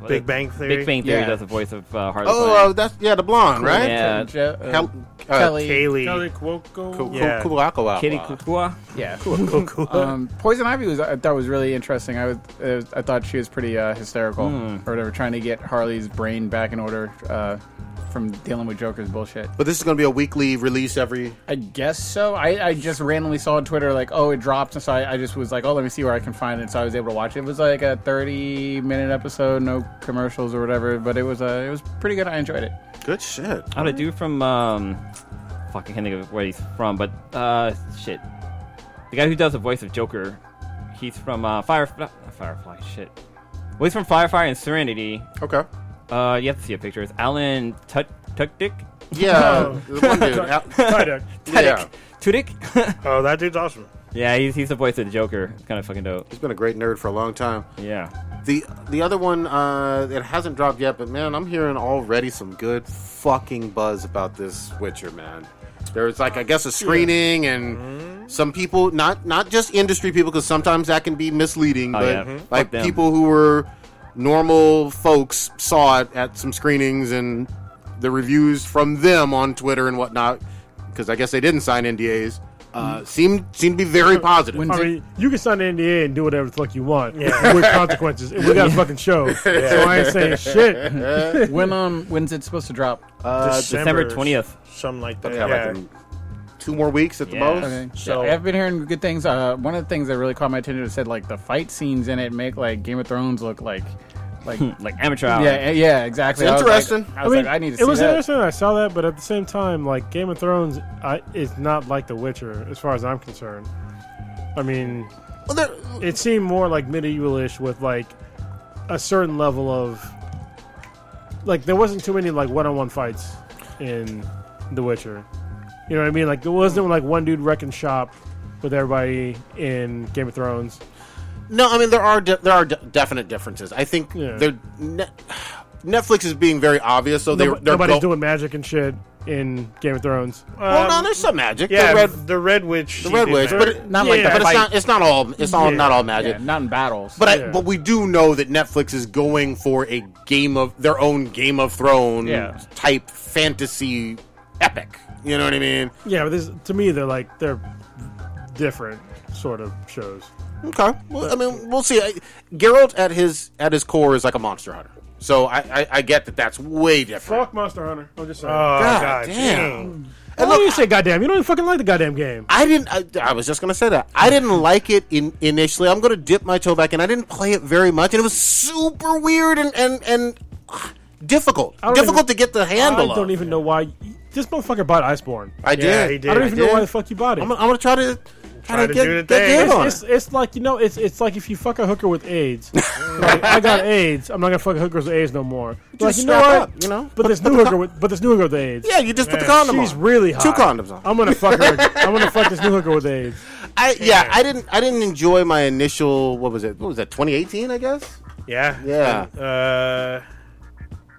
S9: Big Bang Theory.
S3: Big Bang Theory
S5: Yeah.
S3: does the voice of uh, Harley. Quinn.
S4: Oh, uh, that's yeah, the blonde, right?
S3: Yeah,
S5: Jo- uh,
S4: Hel- uh,
S5: Kelly.
S9: Kaylee.
S4: Ku- Ku-
S9: Yeah.
S4: Kuwakawa.
S3: Kitty Kukua.
S5: Yeah.
S9: (laughs) Cool.
S5: Um, Poison Ivy was I thought was really interesting. I was uh, I thought she was pretty uh, hysterical or whatever, trying to get Harley's brain back in order uh, from dealing with Joker's bullshit.
S4: But this is going to be a weekly release every.
S5: I guess so. I, I just randomly saw on Twitter like, oh, it dropped, and so I, I just was like, oh, let me see where I can find it. So I was able to watch it. It was like a thirty-minute episode, no commercials or whatever, but it was uh, it was pretty good. I enjoyed it.
S4: Good shit.
S3: Oh, the dude from um, fucking can't think of where he's from, but uh, shit, the guy who does the voice of Joker, he's from uh, Firefly. Firefly, shit. Well, he's from Firefly and Serenity.
S4: Okay.
S3: Uh, you have to see a picture. It's Alan Tut Tudyk.
S4: Yeah, the one dude. Al-
S9: Product.
S4: yeah,
S3: Tudyk.
S9: Oh, that dude's awesome.
S3: yeah, he's he's the voice of the Joker. It's kind of fucking dope.
S4: he's been a great nerd for a long time.
S3: Yeah.
S4: The the other one, uh, it hasn't dropped yet, but man, I'm hearing already some good fucking buzz about this Witcher, man. There's like I guess a screening
S3: Mm-hmm.
S4: and some people, not not just industry people, because sometimes that can be misleading,
S3: Oh,
S4: but
S3: yeah. Mhm.
S4: like
S3: Fuck them.
S4: people who were normal folks saw it at some screenings and the reviews from them on Twitter and whatnot, because I guess they didn't sign NDAs.
S3: Mm-hmm.
S4: Uh, seemed seemed to be very positive.
S5: When-
S8: I mean, you can sign an NDA and do whatever the fuck you want with consequences. And we got a fucking show, so I ain't
S5: (laughs)
S8: saying
S5: (laughs)
S8: shit.
S5: when um when's it supposed to drop?
S4: Uh,
S3: December 20th.
S9: something like that.
S4: Okay,
S9: Yeah,
S4: like in two more weeks at the
S3: Yeah.
S4: most.
S5: Okay.
S9: So-
S5: Yeah, I've been hearing good things. Uh, one of the things that really caught my attention is said like the fight scenes in it make like Game of Thrones look like like
S3: (laughs) Like amateur hour.
S5: yeah eh, yeah exactly.
S4: That's
S5: I was like-
S4: interesting.
S5: I was like I need to see
S8: it was
S5: that.
S8: interesting. I saw that, but at the same time, like Game of Thrones, I, is not like The Witcher as far as I'm concerned. I mean,
S4: Well, there-
S8: it seemed more like medievalish with like a certain level of like there wasn't too many like one-on-one fights in The Witcher. You know what I mean? Like there wasn't like one dude wrecking shop with everybody in Game of Thrones.
S4: No, I mean there are de- there are de- definite differences. I think
S8: Yeah.
S4: they're ne- Netflix is being very obvious, so they
S8: Nobo-
S4: were they're
S8: nobody's
S4: go-
S8: doing magic and shit in Game of Thrones. Uh,
S4: Well, no,
S9: Um,
S4: there's some magic.
S9: yeah,
S4: the red,
S9: the Red Witch.
S4: the red witch, but it,
S5: Not like
S8: Yeah.
S4: but
S5: the
S4: it's
S5: fight,
S4: not it's not all it's all
S8: Yeah.
S4: not all magic.
S5: yeah, not in battles.
S4: But I,
S8: Yeah.
S4: but we do know that Netflix is going for a game of their own Game of Thrones
S5: Yeah.
S4: type fantasy epic. You know what I mean?
S8: Yeah, but this, to me, they're like they're different sort of shows.
S4: Okay. Well, I mean, we'll see. I, Geralt at his at his core is like a monster hunter. So I, I, I get that that's way different.
S8: Fuck Monster Hunter. I'm just saying.
S9: Oh,
S4: God
S9: God,
S4: damn.
S9: dang.
S8: and look, Uh, you say goddamn. You don't even fucking like the goddamn game.
S4: I didn't. I, I was just gonna say that I didn't like it in, initially. I'm gonna dip my toe back in. I didn't play it very much, and it was super weird and and and difficult.
S8: don't
S4: Difficult
S8: even-
S4: to get the
S8: I
S4: handle.
S8: don't
S4: of.
S8: even know why. This motherfucker bought Iceborne.
S4: I
S9: Yeah,
S4: did.
S9: he did.
S8: I don't
S9: I
S8: even know
S4: did.
S8: why the fuck you bought it.
S4: I'm, gonna- I'm gonna try to try,
S9: Try
S4: to,
S9: to
S4: get
S9: do the
S4: get
S9: thing.
S4: game
S9: It's-
S4: on.
S8: it's, it's like you know, it's it's like if you fuck a hooker with
S4: (laughs)
S8: AIDS. like, I got AIDS. I'm not gonna fuck hookers with AIDS no more. like you know
S4: strap
S8: what?
S4: up, you know?
S8: But this new hooker with but this new hooker with AIDS.
S4: yeah, you just put the
S9: Man,
S4: condom
S8: she's
S4: on.
S8: really hot.
S4: Two condoms on.
S8: I'm gonna fuck her. I'm gonna fuck this new hooker with AIDS.
S4: I, yeah, I didn't. I didn't enjoy my initial. What was it? What was that? 2018, I guess.
S9: Yeah.
S4: Yeah.
S9: Uh,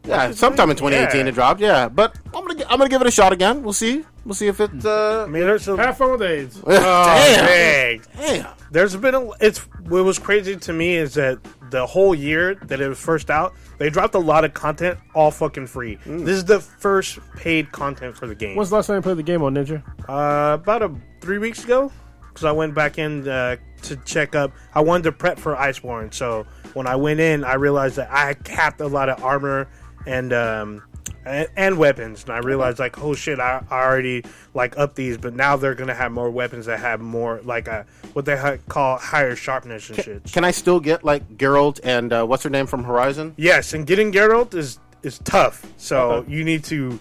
S4: Yeah, sometime in 2018
S9: Yeah.
S4: it dropped. Yeah, but I'm gonna gi- I'm gonna give it a shot again. We'll see. We'll see if it.
S9: (laughs)
S4: Uh, (laughs)
S9: I mean, there's a,
S8: Have fun with AIDS.
S9: Oh,
S4: damn.
S9: Dang.
S4: Damn.
S9: There's been a. It's what was crazy to me is that the whole year that it was first out, they dropped a lot of content all fucking free. This is the first paid content for the game.
S8: When's the last time you played the game on Ninja?
S9: uh, about a three weeks ago, because I went back in uh, to check up. I wanted to prep for Iceborne, so when I went in, I realized that I had capped a lot of armor and um, and, and weapons, and I realized like, oh shit, I, I already like up these, but now they're gonna have more weapons that have more like a what they ha- call higher sharpness and shit.
S4: Can I still get like Geralt and uh, what's her name from Horizon?
S9: Yes, and getting Geralt is is tough. So you need to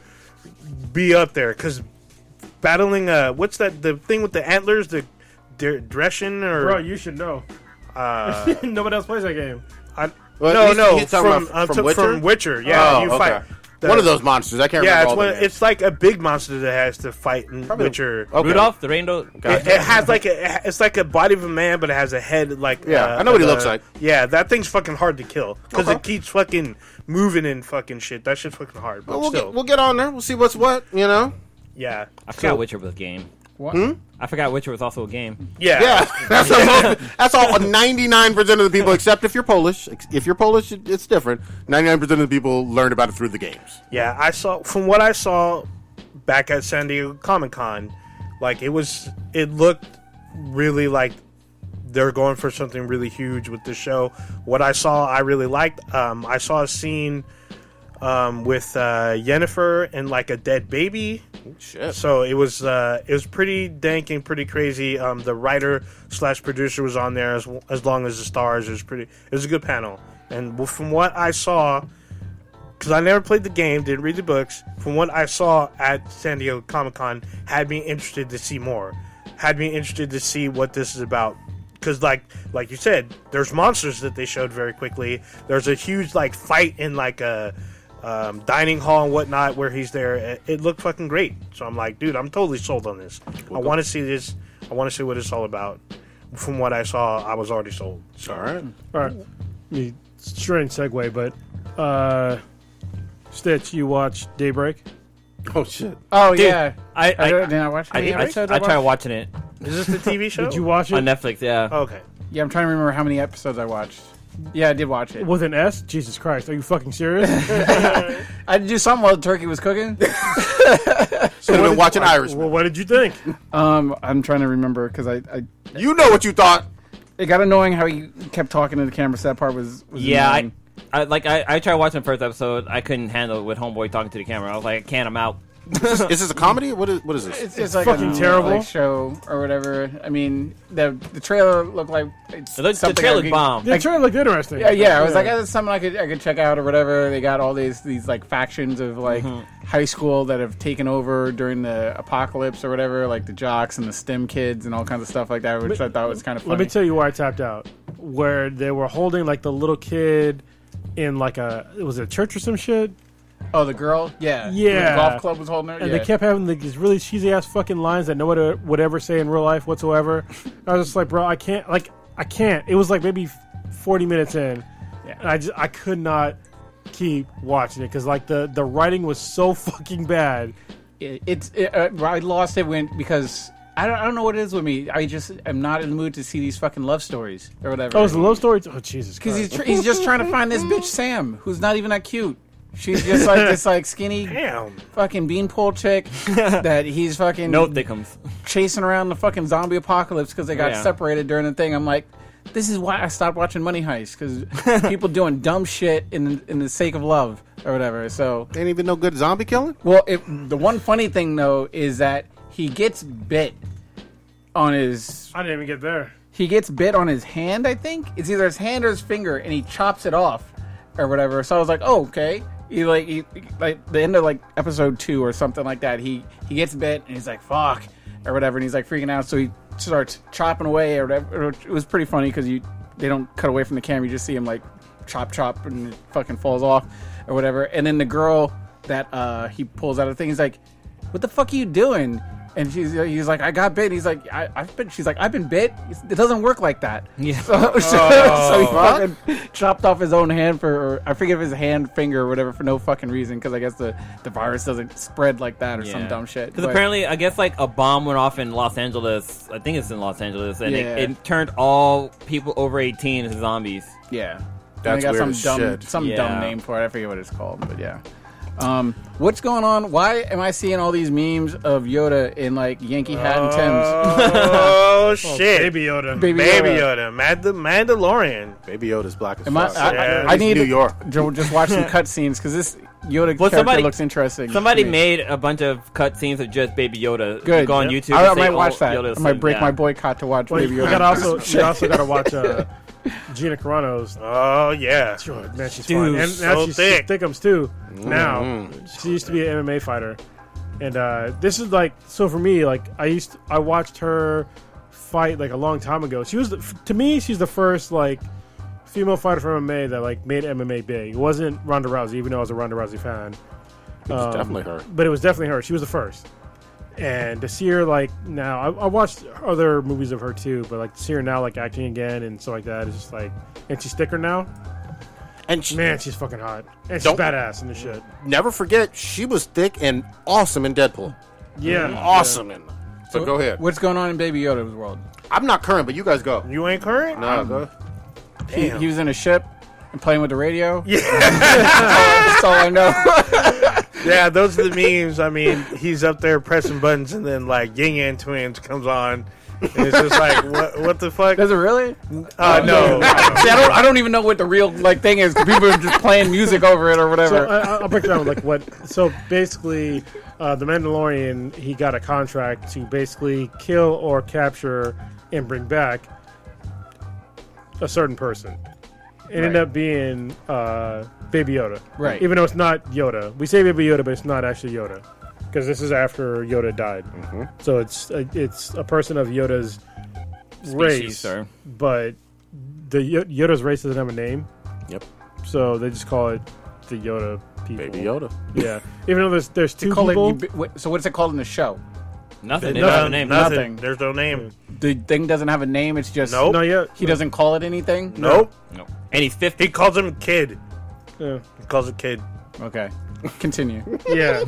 S9: be up there because battling uh, what's that the thing with the antlers, the D- Dreshen or
S8: Bro, you should know. Uh, (laughs) Nobody else plays that game.
S9: I,
S4: Well,
S9: no
S4: he's-
S9: no
S4: he's talking
S9: from,
S4: about
S9: uh,
S4: from
S9: to-
S4: Witcher?
S9: from Witcher. Yeah,
S4: Oh,
S9: you
S4: okay.
S9: fight the-
S4: one of those monsters. I can't remember
S9: Yeah, it's
S4: all the
S9: one,
S4: names.
S9: it's like a big monster that has to fight in Witcher.
S4: Okay.
S3: Rudolph the Rainbow.
S9: It, it has like a, it's like a body of a man, but it has a head like uh,
S4: Yeah, I know what he looks like.
S9: Yeah, that thing's fucking hard to kill because
S4: Okay.
S9: it keeps fucking moving and fucking shit. That shit's fucking hard. But
S4: Well, we'll
S9: still,
S4: get we'll get on there. We'll see what's what. You know.
S9: yeah,
S3: I forgot Witcher was a game.
S5: What?
S3: I forgot Witcher was also a game.
S9: yeah,
S4: Yeah, (laughs) that's the most, that's all. (laughs) Ninety nine percent of the people, except if you're Polish. Ex- If you're Polish, it- it's different. Ninety nine percent of the people learned about it through the games.
S9: Yeah, I saw from what I saw back at San Diego Comic Con, like it was it looked really like they're going for something really huge with the show. What I saw, I really liked. Um, I saw a scene um, with uh, Yennefer and like a dead baby.
S4: Shit.
S9: So it was uh, it was pretty dank and pretty crazy. Um, the writer slash producer was on there as as long as the stars. It was pretty. It was a good panel. And w- from what I saw, because I never played the game, didn't read the books. From what I saw at San Diego Comic Con, had me interested to see more. Had me interested to see what this is about. Because like like you said, there's monsters that they showed very quickly. There's a huge like fight in like a um, dining hall and whatnot where he's there. It, it looked fucking great. So I'm like, dude, I'm totally sold on this. I want to see this. I want to see what it's all about. From what I saw, I was already sold. So.
S4: All right.
S8: All right, me strange segue, but uh, Stitch, you watch Daybreak?
S4: Oh shit.
S5: Oh
S3: Dude,
S5: yeah.
S3: I
S5: I,
S3: I,
S5: did not watch.
S3: I,
S5: how many
S3: I,
S5: episodes
S3: I tried
S5: watched?
S3: watching it
S9: Is this the TV
S8: (laughs)
S9: show?
S8: Did you watch it
S3: on Netflix. Yeah.
S9: Okay.
S5: Yeah, I'm trying to remember how many episodes I watched. Yeah, I did watch it.
S8: with an S? Jesus Christ, are you
S5: (laughs)
S8: fucking serious?
S5: I did do something while the turkey was cooking. (laughs)
S4: Should have been watching Irish.
S8: well, what did you think?
S5: um, I'm trying to remember because I, I
S4: You know what you thought.
S5: it got annoying how he kept talking to the camera. So that part was, was
S3: Yeah, I,
S5: annoying.
S3: I like I, I tried watching the first episode. I couldn't handle it with homeboy talking to the camera. I was like, I can't. I'm out.
S4: Is this a comedy? What is what is this?
S5: It's, it's like
S8: fucking
S5: a
S8: terrible.
S5: Netflix show or whatever. I mean, the the trailer looked like it's
S3: It looks, the
S5: something I
S3: trailer
S5: could-
S3: bomb.
S8: The trailer looked interesting.
S5: Yeah, yeah, I was like, "Eh, that's something I could I could check out or whatever. They got all these these like factions of like
S3: Mm-hmm.
S5: high school that have taken over during the apocalypse or whatever, like the jocks and the STEM kids and all kinds of stuff like that, which I thought was kind of funny.
S8: Let me tell you why I tapped out. Where they were holding like the little kid in like a it was it a church or some shit,
S5: oh, the girl, yeah,
S8: Yeah.
S5: the golf club was holding her,
S8: and
S5: yeah.
S8: they kept having like, these really cheesy ass fucking lines that nobody would ever say in real life whatsoever. I was just like, bro, I can't, like, I can't. It was like maybe forty minutes in,
S5: Yeah.
S8: and I just I could not keep watching it because like the the writing was so fucking bad.
S5: it, it's it, uh, I lost it when because. I don't, I don't know what it is with me. I just am not in the mood to see these fucking love stories or whatever.
S8: Oh, it was the love story. Oh Jesus
S5: Because he's,
S8: Christ!
S5: tr- he's just trying to find this bitch Sam, who's not even that cute. She's just like this like skinny
S9: Damn.
S5: fucking beanpole
S8: (laughs)
S5: chick that he's fucking
S3: No thickums.
S5: chasing around the fucking zombie apocalypse because they got
S3: Yeah.
S5: separated during the thing. I'm like, this is why I stopped watching Money Heist
S8: (laughs)
S5: because people doing dumb shit in in the sake of love or whatever. So
S4: Ain't even no good zombie killing.
S5: well, it, the one funny thing though is that he gets bit on his
S8: I didn't even get there.
S5: he gets bit on his hand, I think. It's either his hand or his finger, and he chops it off or whatever. So I was like, oh, okay. He like he like the end of like episode two or something like that. He he gets bit and he's like fuck or whatever, and he's like freaking out. So he starts chopping away or whatever. It was pretty funny because you they don't cut away from the camera. You just see him like chop chop and it fucking falls off or whatever. And then the girl that uh he pulls out of the thing, he's like, "What the fuck are you doing?" And she's he's like, "I got bit." He's like, I, "I've been." She's like, "I've been bit." It doesn't work like that. Yeah. (laughs) So,
S3: Oh,
S5: so- so he fucking chopped off his own hand for, or I forget if his hand, finger, or whatever, for no fucking reason, because I guess the, the virus doesn't spread like that or some dumb shit.
S3: Because
S5: But-
S3: apparently, I guess like a bomb went off in Los Angeles. I think it's in Los Angeles, and
S5: Yeah.
S3: it, it turned all people over eighteen into zombies.
S5: Yeah. And
S4: That's
S5: they got
S4: weird
S5: some
S4: as
S5: dumb
S4: shit.
S5: some
S3: Yeah.
S5: dumb name for it. I forget what it's called, but yeah. Um, what's going on? Why am I seeing all these memes of Yoda in like Yankee hat and Tim's?
S9: Oh shit!
S8: Baby Yoda.
S5: Baby
S9: Baby,
S5: Yoda.
S9: Yoda, Mad- the Mandalorian.
S4: Baby Yoda's black as
S5: Am I,
S4: fuck.
S5: I,
S9: Yeah.
S5: I, I
S4: He's
S5: need
S4: New York.
S5: to just watch some cutscenes because this Yoda character
S3: somebody-
S5: looks interesting.
S3: Somebody
S5: to me.
S3: made a bunch of cutscenes of just Baby Yoda.
S5: good.
S3: Go on YouTube.
S5: I,
S3: and
S5: I
S3: say,
S5: might
S3: oh,
S5: watch that.
S3: Yoda's
S5: I might
S3: son.
S5: break
S3: Yeah.
S5: my boycott to watch
S8: Well,
S5: Baby
S8: you
S5: Yoda.
S8: gotta (laughs) also you also gotta watch uh, Gina Carano's.
S9: Oh yeah.
S8: God, man, she's
S3: Dude,
S8: fine. And now
S9: so
S8: she's
S9: thick. Mm-hmm.
S8: thickums too. Now she used to be an MMA fighter, and uh, this is like so for me. Like I used, I watched her fight like a long time ago. She was the, f- to me, she's the first like female fighter from MMA that like made MMA big. It wasn't Ronda Rousey, even though I was a Ronda Rousey fan
S5: um,
S4: It's definitely her.
S8: but it was definitely her. She was the first. And to see her like now, I, I watched other movies of her too, but like to see her now like acting again and stuff like that is just like, and she's thicker now.
S4: And she,
S8: Man, she's fucking hot and she's
S4: Don't- Mm.
S8: badass in the shit.
S4: never forget, she was thick and awesome in Deadpool.
S8: Yeah,
S4: Awesome in. So go ahead.
S5: What's going on in Baby Yoda's world?
S4: I'm not current, but you guys go. Um,
S9: You ain't current?
S4: No, go.
S5: He, he was in a ship and playing with the radio. Yeah, that's all I know. (laughs)
S9: Yeah, those are the memes. I mean, he's up there pressing buttons, and then like Ying Yang Twins comes on, and it's just like, what, what the fuck?
S5: Does it really?
S9: Uh, no,
S5: See, I don't, I don't even know what the real like thing is. 'cause People are just playing music over it or
S8: So
S5: whatever.
S8: I, I'll break down like what. So basically, uh, the Mandalorian he got a contract to basically kill or capture and bring back a certain person. It ended up being uh, Baby Yoda,
S5: Right.
S8: Even though it's not Yoda, we say Baby Yoda, but it's not actually Yoda because this is after Yoda died.
S4: Mm-hmm.
S8: So it's a, it's a person of Yoda's race,
S3: or-
S8: but the Yo- Yoda's race doesn't have a name,
S4: Yep.
S8: so they just call it the Yoda people.
S4: Baby Yoda.
S8: Yeah, even though there's there's two
S5: call it
S8: people.
S5: ubi- wait, so what's it called in the show?
S3: Nothing. They
S9: no,
S3: don't have a name.
S9: nothing.
S5: Nothing.
S9: There's no name.
S5: The thing doesn't have a name. It's just
S9: Nope.
S8: no, yeah,
S5: He doesn't call it anything.
S9: Nope.
S3: No. And he's
S9: He
S3: fifty.
S9: calls him kid.
S8: yeah,
S9: He calls it kid.
S5: Okay, continue.
S8: yeah.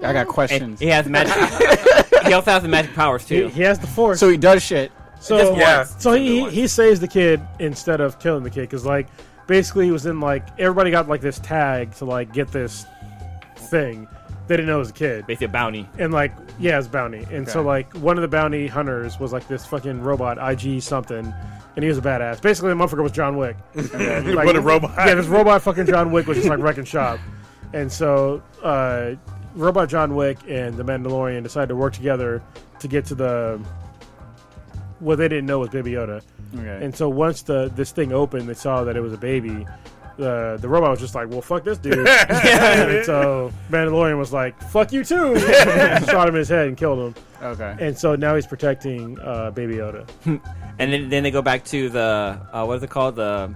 S5: I got questions.
S3: He has (laughs) magic. he also has the magic powers
S8: he,
S3: too.
S8: he has the force.
S5: So he does shit.
S8: so
S9: Yeah.
S8: so he he saves the kid instead of killing the kid because like basically he was in like everybody got like this tag to like get this thing. They didn't know it was a kid.
S3: Basically a bounty.
S8: and like yeah, it's bounty. And so
S5: Okay.
S8: like one of the bounty hunters was like this fucking robot IG something, and he was a badass. Basically, the motherfucker was John Wick. like,
S9: What a robot.
S8: Yeah, this robot fucking John Wick was just like wrecking shop. And so uh, robot John Wick and the Mandalorian decided to work together to get to the what they didn't know was Baby Yoda.
S5: Okay.
S8: And so once the this thing opened, they saw that it was a baby. uh, The the robot was just like, "Well, fuck this
S9: (laughs)
S8: dude." and so Mandalorian was like, "Fuck you
S9: (laughs)
S8: too!" (laughs) Shot him in his head and killed him.
S5: Okay.
S8: And so now he's protecting uh, Baby Yoda.
S3: And then, then they go back to the uh, what is it called the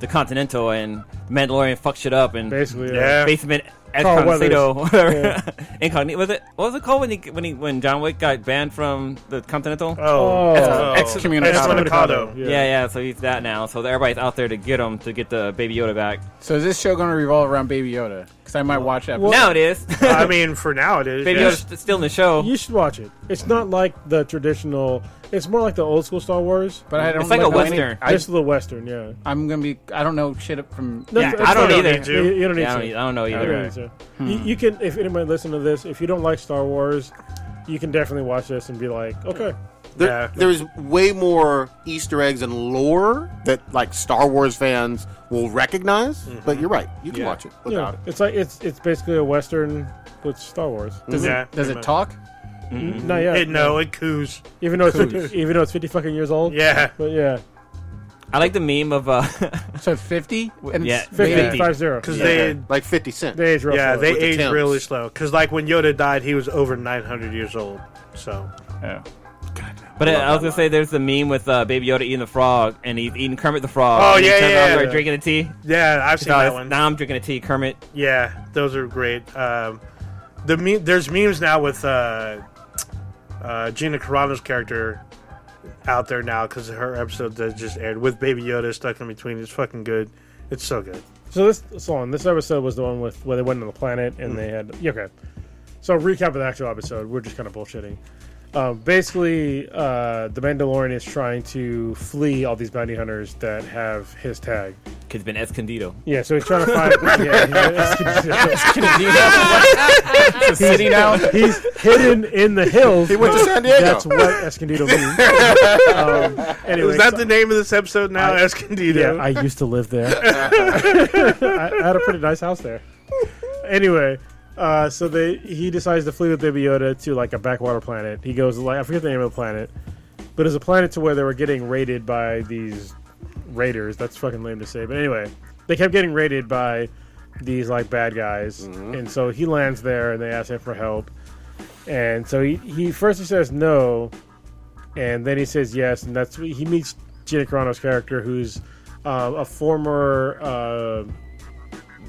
S3: the Continental and Mandalorian fucks shit up and
S8: Basically, uh,
S3: (laughs)
S9: Yeah.
S3: basement
S8: Carl Weathers.
S3: incognito whatever (laughs) incognito was it what was it called when he when he when John Wick got banned from the Continental
S8: Uh.
S9: Oh,
S5: Uh, Ex- excommunicado.
S9: Excommunicado.
S3: yeah. yeah so he's that now so everybody's out there to get him to get the baby Yoda back
S5: So is this show going to revolve around Baby Yoda? Because I might watch that.
S8: Well-
S3: now it is
S9: (laughs) I mean, for now it is.
S3: baby
S9: yes.
S3: Yoda's st- still in the show
S8: You should watch it. It's not like the traditional. It's more like the old school Star Wars.
S5: but I don't.
S3: it's like a
S5: know any-
S3: western
S5: I,
S8: Just a little western, yeah.
S5: I'm gonna be. I don't know shit from.
S8: No,
S3: Yeah,
S8: it's-
S3: I
S8: it's
S3: don't
S8: not-
S3: either.
S8: You, you don't need
S3: yeah, I,
S8: to.
S3: don't, e- I don't know
S8: You don't
S3: either Hmm.
S8: need to. You, you can, if anybody listen to this, if you don't like Star Wars, you can definitely watch this and be like, okay,
S4: There,
S9: Yeah.
S4: there is way more Easter eggs and lore that like Star Wars fans will recognize. But you're right, you can watch it
S8: you know,
S4: without
S8: it's like it's it's basically a western with Star Wars.
S5: Does
S9: Yeah,
S5: it, does
S9: pretty
S5: it
S9: much.
S5: talk?
S8: Not yet.
S9: Mm-hmm. It, no, it coos.
S8: Even though it's 50, even though it's fifty fucking years old.
S9: Yeah.
S8: But yeah,
S3: I like the meme of uh,
S5: So 50? And
S3: Yeah,
S5: it's
S8: 50,
S5: made-
S3: 50.
S8: five zero.
S9: because
S4: Yeah,
S9: they
S4: like 50 Cent.
S8: They age real
S9: yeah
S8: slow.
S9: they
S4: With the
S9: age
S4: temps.
S9: really slow. Because like when Yoda died, he was over 900 years old. So
S5: Yeah.
S3: But I, I was gonna say, there's the meme with uh, Baby Yoda eating the frog, and he's eating Kermit the frog.
S9: Oh,
S3: and he
S9: yeah,
S3: turns
S9: yeah,
S3: around and
S9: yeah.
S3: starts drinking the tea.
S9: yeah, I've seen
S3: No,
S9: that
S3: it's-
S9: one.
S3: now I'm drinking a tea, Kermit.
S9: Yeah, those are great. Um, the me- there's memes now with uh, uh, Gina Carano's character out there now because her episode that just aired with Baby Yoda stuck in between. It's fucking good. It's so good.
S8: So this so on this episode was the one with where they went on the planet and they had yeah, okay. So recap of the actual episode. We're just kind of bullshitting. Um, basically, uh, the Mandalorian is trying to flee all these bounty hunters that have his tag.
S3: Kid's been Escondido.
S8: Yeah, so he's trying to find. yeah,
S5: It's a city now?
S8: he's, he's hidden in the hills. He
S4: went to San Diego.
S8: That's what Escondido means. um, anyway,
S9: Is that
S8: so-
S9: the name of this episode now?
S8: I-
S9: Escondido.
S8: Yeah, I used to live there. I, I had a pretty nice house there. Anyway, uh, so they he decides to flee with Baby Yoda to like a backwater planet. He goes to like I forget the name of the planet, but it's a planet to where they were getting raided by these raiders. That's fucking lame to say, but anyway, they kept getting raided by these like bad guys,
S9: Mm-hmm.
S8: and so he lands there and they ask him for help. And so he, he first he says no, and then he says yes, and that's he meets Gina Carano's character, who's uh, a former uh,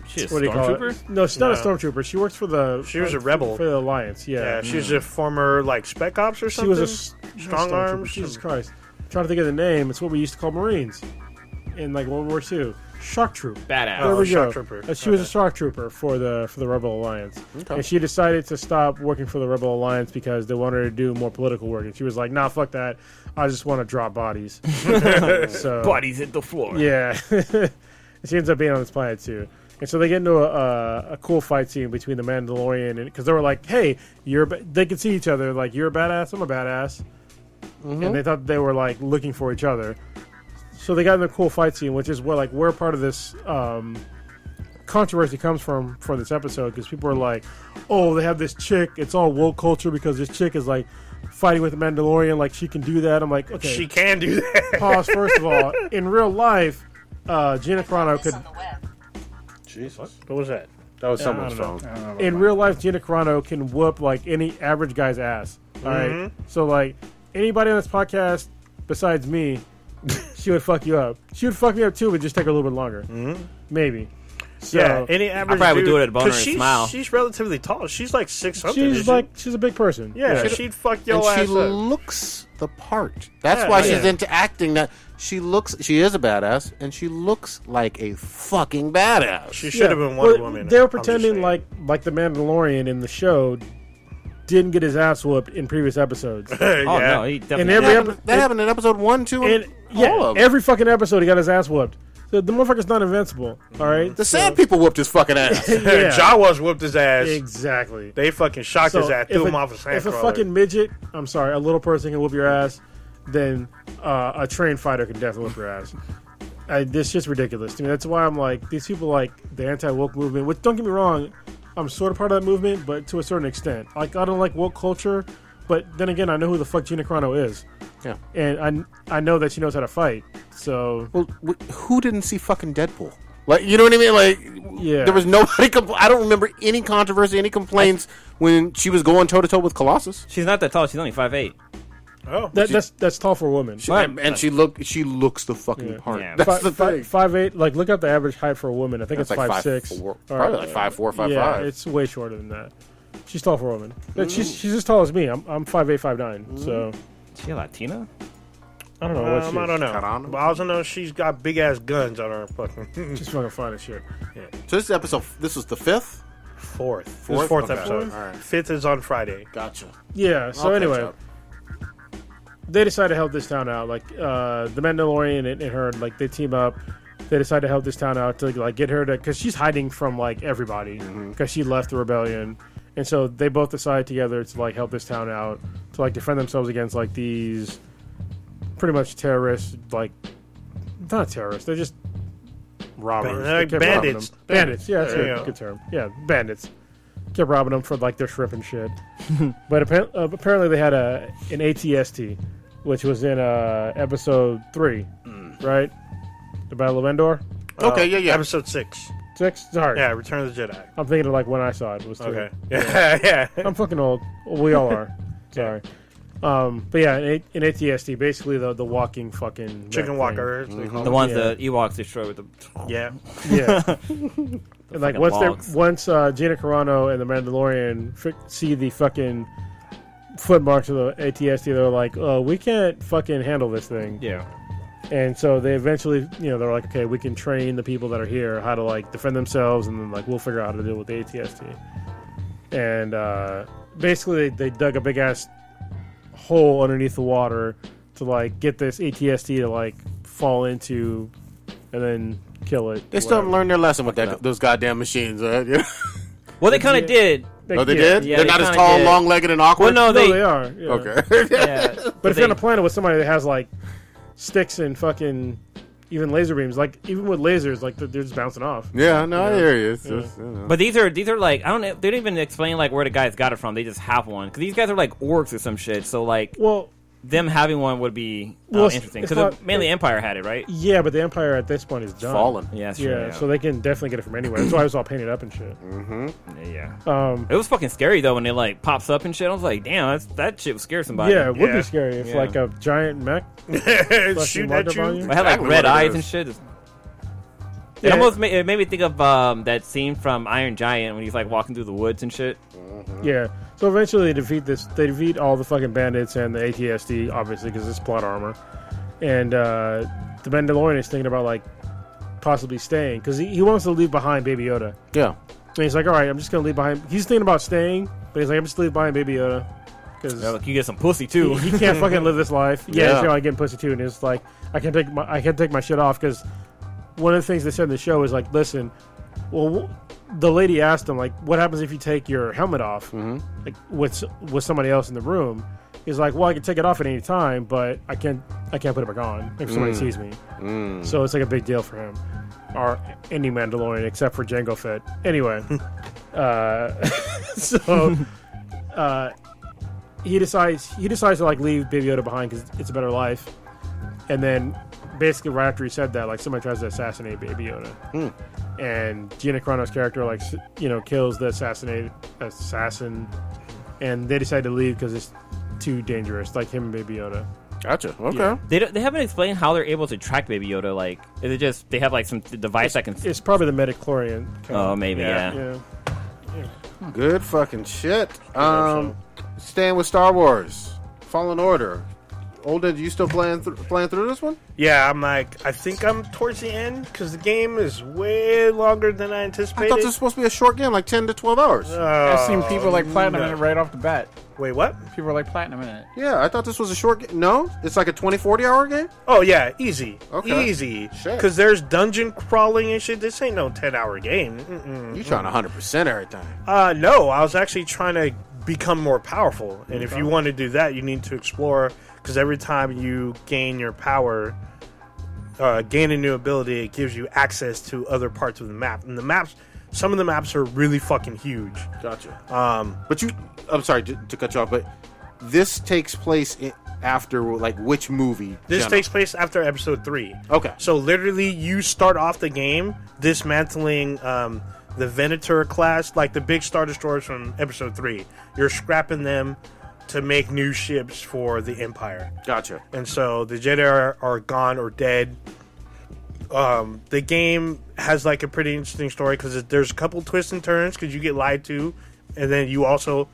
S3: She's
S8: what do you call it? No, she's not a
S9: No.
S8: stormtrooper. She works for the
S9: She was
S8: like,
S9: a rebel.
S8: for the Alliance. Yeah,
S9: yeah, she's a former like Spec Ops or
S8: mm. she
S9: something.
S8: was a s-
S9: Strong
S8: not a stormtrooper,
S9: arm,
S8: Jesus
S9: some-
S8: Christ! trying to think of the name. It's what we used to call Marines in like World War II. Shock troop.
S3: Badass.
S8: There
S9: Oh,
S8: we
S9: shock
S8: go.
S9: trooper.
S8: Uh, she was a shock trooper for the for the Rebel Alliance,
S4: Okay.
S8: and she decided to stop working for the Rebel Alliance because they wanted her to do more political work. And she was like, "Nah, fuck that. I just want to drop
S9: (laughs)
S8: bodies." so
S3: Bodies hit the floor.
S8: yeah, (laughs) she ends up being on this planet too. And so they get into a, a, a cool fight scene between the Mandalorian and because they were like, "Hey, you're," a ba-" they could see each other like, "You're a badass, I'm a badass," and they thought they were like looking for each other. So they got in a cool fight scene, which is what like where part of this um, controversy comes from for this episode because people are like, "Oh, they have this chick. It's all woke culture because this chick is like fighting with the Mandalorian. Like she can do that." I'm like, "Okay,
S9: She can do
S8: (laughs)
S9: that.
S8: pause first of all in real life uh, gina carano could
S9: what was that?
S4: That was someone's
S8: I don't know.
S4: phone.
S8: uh, in real life gina carano can whoop like any average guy's ass All right,
S9: Mm-hmm.
S8: so like anybody on this podcast besides me she would fuck you up she would fuck me up too but just take a little bit longer mm-hmm. maybe so
S9: yeah, any average.
S3: probably would
S9: dude-
S3: do it at a boner
S9: 'cause
S3: and
S9: she's,
S3: smile.
S9: She's relatively tall. She's like six something.
S8: she's
S9: isn't she?
S8: like she's a big person
S9: yeah, she'd fuck your
S4: And
S9: ass
S4: she
S9: up.
S4: looks the part. Oh, That's
S9: Yeah,
S4: why
S9: yeah.
S4: she's into acting. That she looks, she is a badass, and she looks like a fucking badass.
S9: She should
S8: Yeah.
S9: have been Wonder
S8: Well,
S9: Woman.
S8: They were
S9: I'm just
S8: pretending
S9: saying.
S8: like like the Mandalorian in the show didn't get his ass whooped in previous
S9: (laughs)
S8: episodes.
S3: Oh
S9: yeah.
S3: no, he definitely.
S8: In
S4: that,
S8: every
S4: happened,
S8: episode,
S4: that happened in episode one, two, and,
S8: And yeah,
S4: all of them.
S8: every fucking episode he got his ass whooped. The, the motherfucker's not invincible. All right,
S4: the sand people whooped his fucking ass.
S8: (laughs) yeah,
S9: Jawas whooped his ass.
S8: exactly.
S9: They fucking shocked his ass, threw
S8: if,
S9: him off a
S8: a, if a
S9: sandcrawler.
S8: fucking midget, I'm sorry, a little person can whoop your ass, then uh, a trained fighter can definitely whoop your ass. I, this shit's ridiculous to me. That's why I'm like these people like the anti woke movement. Which don't get me wrong, I'm sort of part of that movement, but to a certain extent. Like I don't like woke culture, but then again, I know who the fuck Gina Carano is,
S4: yeah.
S8: and I I know that she knows how to fight. So
S4: Well, wh- who didn't see fucking Deadpool? Like, you know what I mean? Like,
S8: Yeah.
S4: there was nobody. (laughs) Compl- I don't remember any controversy, any complaints when she was going toe to toe with Colossus.
S3: She's not that tall. She's only 5'8".
S9: oh,
S8: that, that's that's tall for a woman.
S4: She- and, and she look, she looks the fucking part.
S3: Yeah.
S4: That's
S8: Fi-
S4: the
S8: fi-
S4: thing.
S8: five eight. Like look up the average height for a woman. I think
S4: That's
S8: it's
S4: like five,
S8: five, six.
S4: four-
S8: Or-
S4: probably like five, four, five,
S8: yeah,
S4: five. Mm.
S8: it's way shorter than that. She's tall for a woman. But She's she's as tall as me. I'm I'm five eight, five nine. So
S3: Is she a Latina?
S8: I don't know what
S9: um, I don't know.
S4: Carano?
S9: But I also know she's got big ass guns on her fucking
S8: She's fucking fine as shit.
S4: So this episode, this was the fifth.
S9: fourth. This is
S4: Fourth?
S9: fourth
S4: Okay.
S9: episode.
S4: Fourth? Alright.
S9: Fifth is on Friday.
S4: Gotcha.
S8: Yeah. So
S4: I'll catch
S8: anyway,
S4: up.
S8: they decide to help this town out. Like uh, the Mandalorian and, and her, like they team up. They decide to help this town out to like get her to because she's hiding from like everybody because
S4: Mm-hmm.
S8: she left the rebellion, and so they both decide together to like help this town out to like defend themselves against like these pretty much terrorists like not terrorists they're just robbers
S9: Ban-
S8: They kept robbing
S9: bandits.
S8: them. Uh, bandits yeah that's
S9: There you
S8: a
S9: go.
S8: good term yeah bandits kept robbing them for like their shrimp and
S9: (laughs)
S8: shit but appa- uh, apparently they had
S9: Mm.
S8: a an ATST, which was in uh, episode three, right? The Battle of Endor.
S3: Uh,
S4: Okay, yeah, yeah.
S9: Episode six.
S8: Six. Sorry,
S9: Yeah, Return of the Jedi.
S8: I'm thinking of like when I saw it was two.
S9: Okay. Yeah, (laughs) yeah.
S8: Oh, I'm fucking old. We all
S9: (laughs)
S8: are. Sorry. Um, but yeah, in, in ATSD, basically the the walking fucking
S9: Chicken
S8: thing.
S9: Walker. they call
S3: The
S9: it.
S3: ones
S8: Yeah.
S3: the Ewoks destroy with the.
S9: Yeah.
S8: Yeah. and like
S3: fucking
S8: once
S3: logs.
S8: they once uh, Gina Carano and the Mandalorian fr- see the fucking footmarks of the ATSD, they're like, "Oh, we can't fucking handle this thing."
S3: Yeah.
S8: And so they eventually, you know, they're like, "Okay, we can train the people that are here how to like defend themselves, and then like we'll figure out how to deal with the ATSD." And uh, basically, they, they dug a big ass hole underneath the water to like get this ATSD to like fall into, and then kill it.
S4: They still haven't
S8: whatever.
S4: learned their lesson with that, those goddamn machines. Uh,
S3: (laughs)
S4: yeah.
S3: Well, they kind of did.
S4: oh, they
S8: yeah.
S4: did?
S3: Yeah,
S4: They're
S3: they
S4: not as
S3: kinda
S4: tall,
S3: did.
S4: long legged, and awkward?
S3: Well, no,
S8: No,
S3: Oh, they.
S8: they, are. yeah.
S4: Okay.
S3: (laughs) Yeah,
S8: But if
S3: they-
S8: you're on a planet with somebody that has like sticks and fucking even laser beams, like even with lasers, like they're, they're just bouncing off.
S4: (laughs) yeah, no, I hear you. It's just, you know.
S3: But these are these are like I don't know- they don't even explain like where the guys got it from. They just have one because these guys are like orcs or some shit. So like
S8: Well,
S3: them having one would be uh,
S8: Well, it's-
S3: Oh, interesting
S8: it's
S3: because
S8: not-
S3: mainly Empire had it, right?
S8: yeah, but the Empire at this point is done.
S4: fallen.
S3: Yeah, that's
S8: Yeah,
S3: true, yeah.
S8: so they can definitely get it from anywhere. That's why it was all painted up and shit.
S4: Mm-hmm.
S3: yeah.
S8: Um,
S3: It was fucking scary though when it like pops up and shit. I was like, damn, that's, that shit would scare somebody.
S8: yeah, it would
S9: Yeah.
S8: be scary if
S3: Yeah.
S8: like a giant mech.
S9: Shoot
S8: Wonder
S9: at you.
S8: Volume?
S3: I had like red
S4: Exactly what it
S3: eyes
S4: is.
S3: and shit. It
S8: Yeah.
S3: almost made, it made me think of um, that scene from Iron Giant when he's like walking through the woods and shit.
S4: Mm-hmm.
S8: Yeah. So eventually they defeat this. They defeat all the fucking bandits and the ATSD, obviously, because it's plot armor. And uh, the Mandalorian is thinking about like possibly staying because he, he wants to leave behind Baby Yoda.
S4: Yeah.
S8: And he's like, all right, I'm just gonna leave behind. He's thinking about staying, but he's like, I'm just leaving behind Baby Yoda because
S3: Like, you get some pussy too.
S8: he can't fucking live this life. Yeah,
S4: Yeah.
S8: he's gonna like getting pussy too, and it's like, I can't take my I can't take my shit off because one of the things they said in the show is like, listen, well, wh- the lady asked him like, what happens if you take your helmet off,
S3: Mm-hmm.
S8: like with s- with somebody else in the room? He's like, well, I can take it off at any time, but I can't I can't put it back on if
S3: Mm.
S8: somebody sees me. So it's like a big deal for him. Or any Mandalorian except for Jango Fett. Anyway, uh, (laughs) so uh, he decides he decides to like leave Baby Yoda behind because it's a better life. And then basically right after he said that, like somebody tries to assassinate Baby Yoda, and Gina Carano's character like s- you know kills the assassinated assassin, and they decide to leave because it's too dangerous. Like him and Baby Yoda.
S4: Gotcha. Okay.
S8: Yeah.
S3: They, don't, they haven't explained how they're able to track Baby Yoda. Like, is it just they have like some th- device that can?
S8: It's probably the Metachlorian. kind
S3: Oh,
S8: of-
S3: maybe yeah.
S9: Yeah,
S8: Yeah.
S4: Good fucking shit. Um, staying with Star Wars, Fallen Order. Olden, you still playing th- playing through this one?
S9: Yeah, I'm like, I think I'm towards the end because the game is way longer than I
S4: I
S9: anticipated.
S4: thought this was supposed to be a short game, like ten to twelve hours.
S3: Uh,
S5: I've seen people like platinum
S9: no.
S5: in it right off the bat.
S9: Wait, what?
S5: People are like platinum in it.
S4: yeah, I thought this was a short game. No, it's like a 20, 40 hour game.
S9: Oh yeah, easy,
S4: Okay.
S9: easy.
S4: Shit.
S9: Because there's dungeon crawling and shit. This ain't no ten hour game. Mm-mm.
S4: You trying hundred percent everything?
S9: Uh, no, I was actually trying to become more powerful, and if you want to do that, you need to explore. Because every time you gain your power, uh, gain a new ability, it gives you access to other parts of the map. And the maps, some of the maps are really fucking huge.
S4: Gotcha. Um, but you, I'm sorry to, to cut you off, but this takes place i after like which movie?
S9: This
S4: genre?
S9: takes place after episode three.
S4: Okay.
S9: So literally, you start off the game dismantling um, the Venator class, like the big Star Destroyers from episode three. You're scrapping them to make new ships for the Empire,
S4: Gotcha.
S9: and so the Jedi are, are gone or dead. Um, the game has like a pretty interesting story because there's a couple twists and turns because you get lied to, and then you also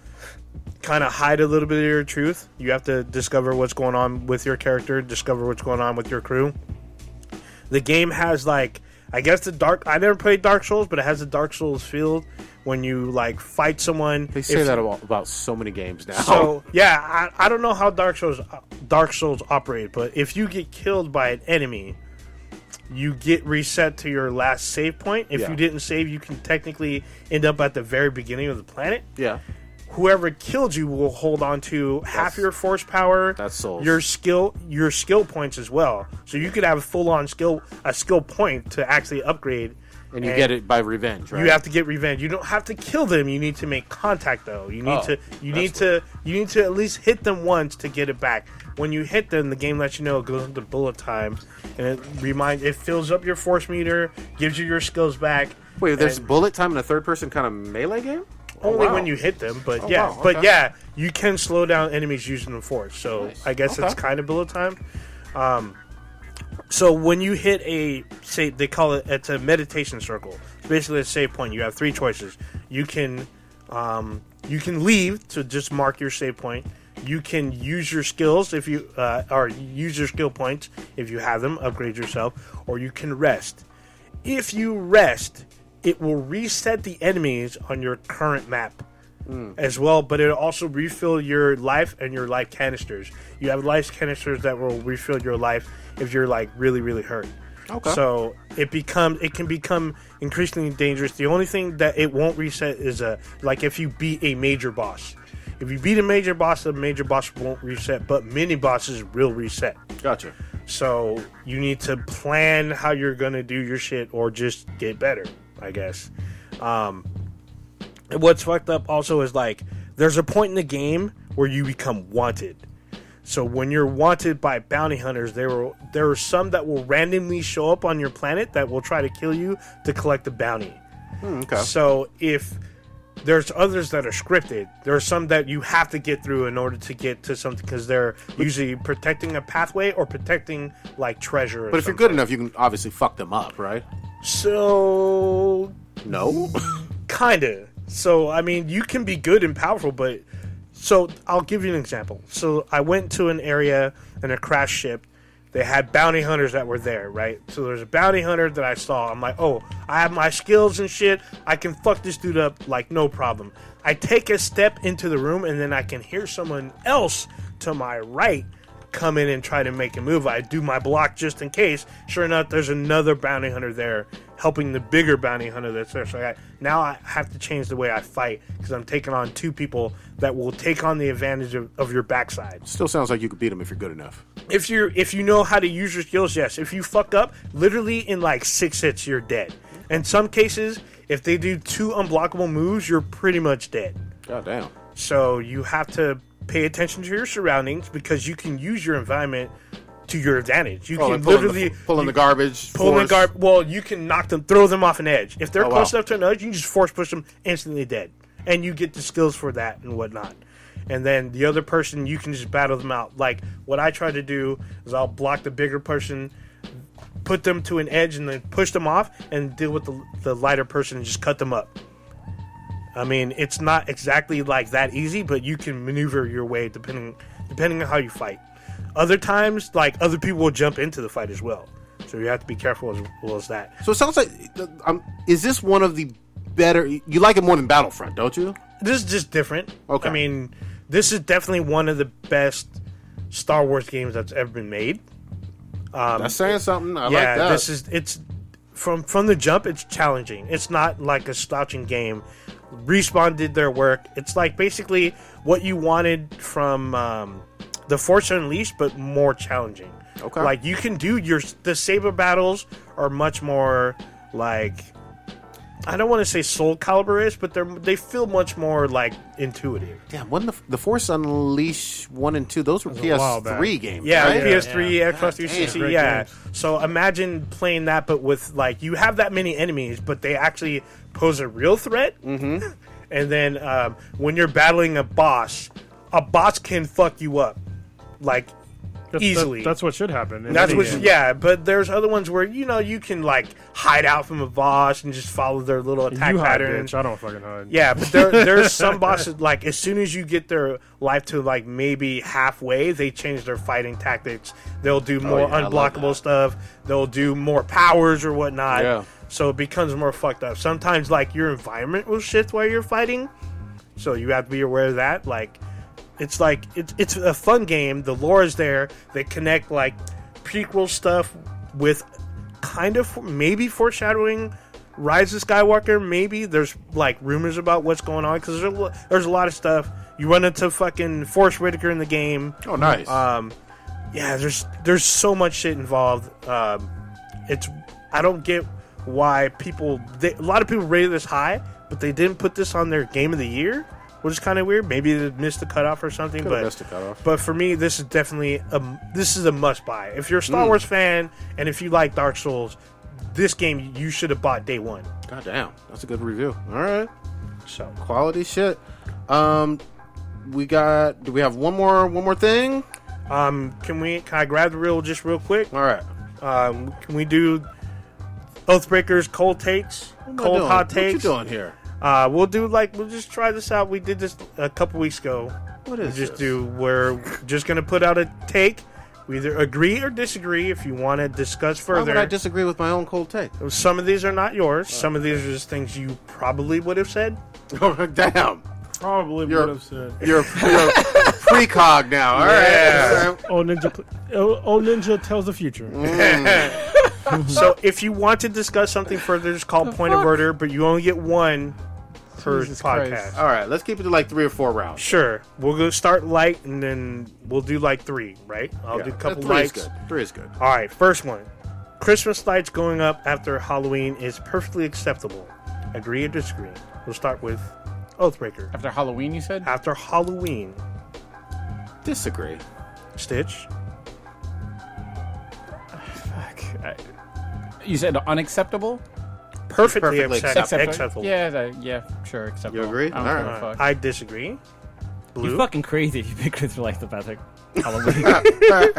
S9: kind of hide a little bit of your truth. You have to discover what's going on with your character, discover what's going on with your crew. The game has like I guess the dark I never played Dark Souls, but it has a Dark Souls feel when you like fight someone.
S4: They say
S9: If-
S4: that about, about so many games now.
S9: so yeah, I, I don't know how Dark Souls uh, Dark Souls operate, but if you get killed by an enemy, you get reset to your last save point. If
S4: Yeah.
S9: you didn't save, you can technically end up at the very beginning of the planet
S4: (laughs) yeah,
S9: whoever killed you will hold on to half your force power.
S4: that's souls.
S9: Your skill, your skill points as well. So you could have full on skill a skill point to actually upgrade
S4: And you get it by revenge, right?
S9: You have to get revenge. You don't have to kill them. You need to make contact though. You need
S4: Oh,
S9: to you
S4: that's
S9: need to you need to at least hit them once to get it back. When you hit them, the game lets you know it goes into bullet time, and it remind it fills up your force meter, gives you your skills back.
S4: Wait, there's
S9: and
S4: bullet time in a third person kind of melee game? Oh,
S9: only
S4: wow. Oh,
S9: when you hit them, but yeah,
S4: wow,
S9: but
S4: okay.
S9: yeah, you can slow down enemies using the force. So I guess
S4: Okay.
S9: it's kind of bullet time. Um, so when you hit a say, they call it it's a meditation circle. It's basically a save point. You have three choices. You can um, you can leave to just mark your save point. You can use your skills if you uh, or use your skill points if you have them, upgrade yourself, or you can rest. If you rest, it will reset the enemies on your current map as well, but it'll also refill your life and your life canisters. You have life canisters that will refill your life if you're like really, really hurt.
S4: Okay.
S9: So it becomes it can become increasingly dangerous. The only thing that it won't reset is a like if you beat a major boss. If you beat a major boss, the major boss won't reset, but mini bosses will reset.
S4: Gotcha.
S9: So you need to plan how you're gonna do your shit, or just get better, I guess. Um, and what's fucked up also is like there's a point in the game where you become wanted. So when you're wanted by bounty hunters, there will there are some that will randomly show up on your planet that will try to kill you to collect the bounty.
S4: Hmm, Okay.
S9: So if there's others that are scripted, there are some that you have to get through in order to get to something because they're usually protecting a pathway or protecting like treasure. Or
S4: But if you're
S9: something.
S4: good enough, you can obviously fuck them up, right?
S9: so
S4: No.
S9: kinda. So I mean, you can be good and powerful, but so I'll give you an example. So I went to an area in a crash ship. They had bounty hunters that were there, right? So there's a bounty hunter that I saw. I'm like, oh, I have my skills and shit. I can fuck this dude up like no problem. I take a step into the room and then I can hear someone else to my right come in and try to make a move. I do my block just in case. Sure enough, there's another bounty hunter there helping the bigger bounty hunter that's there. So I, now I have to change the way I fight because I'm taking on two people that will take on the advantage of, of your backside.
S4: (laughs) Still sounds like you could beat them if you're good enough.
S9: If you if you know how to use your skills, yes. If you fuck up, literally in like six hits, you're dead. In some cases, if they do two unblockable moves, you're pretty much dead.
S4: God damn.
S9: So you have to pay attention to your surroundings because you can use your environment to your advantage. You
S4: Oh,
S9: can
S4: and pulling
S9: literally
S4: the, pulling the garbage.
S9: pull in
S4: force.
S9: guard. Well, you can knock them, throw them off an edge. If they're
S4: Oh,
S9: close
S4: wow.
S9: enough to an edge, you can just force push them instantly dead, and you get the skills for that and whatnot. And then the other person, you can just battle them out. Like what I try to do is I'll block the bigger person, put them to an edge, and then push them off, and deal with the, the lighter person and just cut them up. I mean, it's not exactly like that easy, but you can maneuver your way depending depending on how you fight. Other times, like other people will jump into the fight as well, so you have to be careful as well as that.
S4: So it sounds like. Um, is this one of the better. You like it more than Battlefront, don't you?
S9: This is just different.
S4: Okay.
S9: I mean, this is definitely one of the best Star Wars games that's ever been made.
S4: That's saying something. I
S9: Um, yeah,
S4: like that.
S9: this is it's from from the jump. It's challenging. It's not like a slouching game. Respawn did their work. It's like basically what you wanted from um, the Force Unleashed, but more challenging.
S4: Okay.
S9: like you can do your the saber battles are much more like I don't want to say Soul Calibur is, but they're they feel much more like intuitive.
S4: Damn, wasn't the, the Force Unleash 1 and 2, those were
S8: while back.
S4: PS3 games.
S9: Yeah,
S4: right?
S9: PS3, Xbox 360.
S8: Great
S9: yeah.
S8: games.
S9: So imagine playing that, but with like you have that many enemies, but they actually pose a real threat. Mm-hmm. (laughs) And then um, when you're battling a boss, a boss can fuck you up, like
S8: That's,
S9: easily.
S8: that- that's what should happen. in
S9: That's
S8: any
S9: what,
S8: game.
S9: yeah. But there's other ones where you know you can like hide out from a boss and just follow their little attack
S8: You hide,
S9: pattern.
S8: bitch. I don't fucking hide.
S9: Yeah, but there,
S4: (laughs)
S9: there's some bosses like as soon as you get their life to like maybe halfway, they change their fighting tactics. They'll do more
S4: Oh, yeah, I love
S9: unblockable
S4: that.
S9: stuff. They'll do more powers or whatnot.
S4: Yeah.
S9: So it becomes more fucked up. Sometimes like your environment will shift while you're fighting, so you have to be aware of that. Like it's like it's it's a fun game. The lore is there. They connect like prequel stuff with kind of maybe foreshadowing Rise of Skywalker. Maybe there's like rumors about what's going on because there's a, lo- there's a lot of stuff. You run into fucking Forrest Whitaker in the game.
S4: Oh, nice.
S9: Yeah, there's there's so much shit involved. Um, it's I don't get why people they, a lot of people rated this high, but they didn't put this on their game of the year, which is kind of weird. Maybe they missed the cutoff or something.
S4: Could've
S9: but
S4: missed the cutoff.
S9: but for me, this is definitely a this is a must buy. If you're a
S4: Mm.
S9: Star Wars fan and if you like Dark Souls, this game you should have bought day one.
S4: God damn, that's a good review. All right,
S9: So
S4: quality shit. Um, we got. Do we have one more? One more thing?
S9: um, can we can I grab the reel just real quick?
S4: All right.
S9: Um, can we do Oathbreakers cold takes,
S4: What am I
S9: cold
S4: doing?
S9: hot
S4: What
S9: takes?
S4: you doing here?
S9: Uh, we'll do like we'll just try this out. We did this a couple weeks ago.
S4: What is
S9: We'll just
S4: this?
S9: do we're just gonna put out a take. We either agree or disagree. If you want to discuss
S4: Why would
S9: further,
S4: Oh, I disagree with my own cold take? (laughs)
S9: some of these are not yours. Some of these are just things you probably would
S4: (laughs)
S9: have said.
S4: damn,
S8: Probably
S4: You're-
S8: would have said.
S9: (laughs)
S4: you're, you're precog now. All right. All right.
S8: Old ninja, pl- old old ninja tells the future.
S4: Mm-hmm. Mm.
S9: so if you want to discuss something further, just call point of
S5: fuck?
S9: order. But you only get one per
S5: Jesus
S9: podcast.
S5: Christ.
S4: All right. Let's keep it to like three or four rounds.
S9: Sure, we'll go start light, and then we'll do like three. Right? I'll
S4: Yeah.
S9: do a couple
S4: three
S9: lights.
S4: is good. Three is good.
S9: All right, first one. Christmas lights going up after Halloween is perfectly acceptable. Agree or disagree? We'll start with Oathbreaker.
S5: After Halloween, you said?
S9: After Halloween,
S4: Disagree.
S9: Stitch.
S5: You said unacceptable?
S9: Perfectly,
S4: Perfectly
S9: accept- acceptable.
S5: Acceptable. Yeah, that- yeah, sure, acceptable.
S4: agree?
S5: I don't
S4: All
S5: give
S4: right.
S5: a fuck.
S9: I disagree.
S3: You're
S9: Blue.
S3: fucking crazy if you pick Christmas lights up after
S4: (laughs)
S3: Halloween.
S9: So that's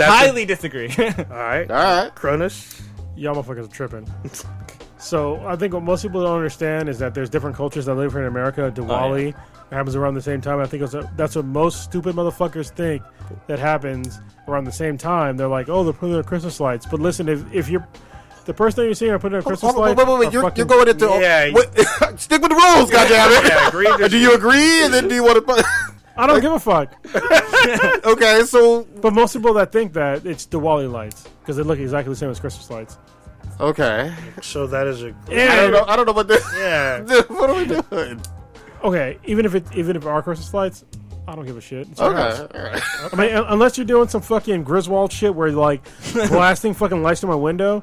S9: a-
S3: Highly disagree.
S9: all right.
S4: All right.
S9: Cronus.
S8: Y'all motherfuckers are tripping. So I think what most people don't understand is that there's different cultures that live here in
S4: Oh,
S8: America. Diwali happens around the same time. I think it's a, that's what most stupid motherfuckers think that happens around the same time. They're like, oh, they're putting their Christmas lights. But listen, if, if you're the person that you're seeing are putting their Christmas
S4: Hold on,
S8: lights,
S4: wait, wait,
S8: are
S4: wait. You're,
S8: fucking-
S4: you're going into
S9: Yeah,
S4: wait, (laughs) stick with the rules, goddammit. (laughs)
S9: Yeah, agree or
S4: Do you agree? And then do you want to?
S8: I don't give a fuck.
S4: (laughs) okay, so
S8: But most people that think that it's Diwali lights because they look exactly the same as Christmas lights.
S4: okay.
S9: So that is a.
S4: I don't know. I don't know what this.
S9: Yeah.
S4: (laughs) what are we doing?
S8: Okay, even if it even if it are Christmas lights, I don't give a shit.
S5: Oh.
S8: It's your house.
S4: Okay, all right.
S8: I mean, un- unless you're doing some fucking Griswold shit where
S5: (laughs)
S8: you're like blasting fucking lights through my window,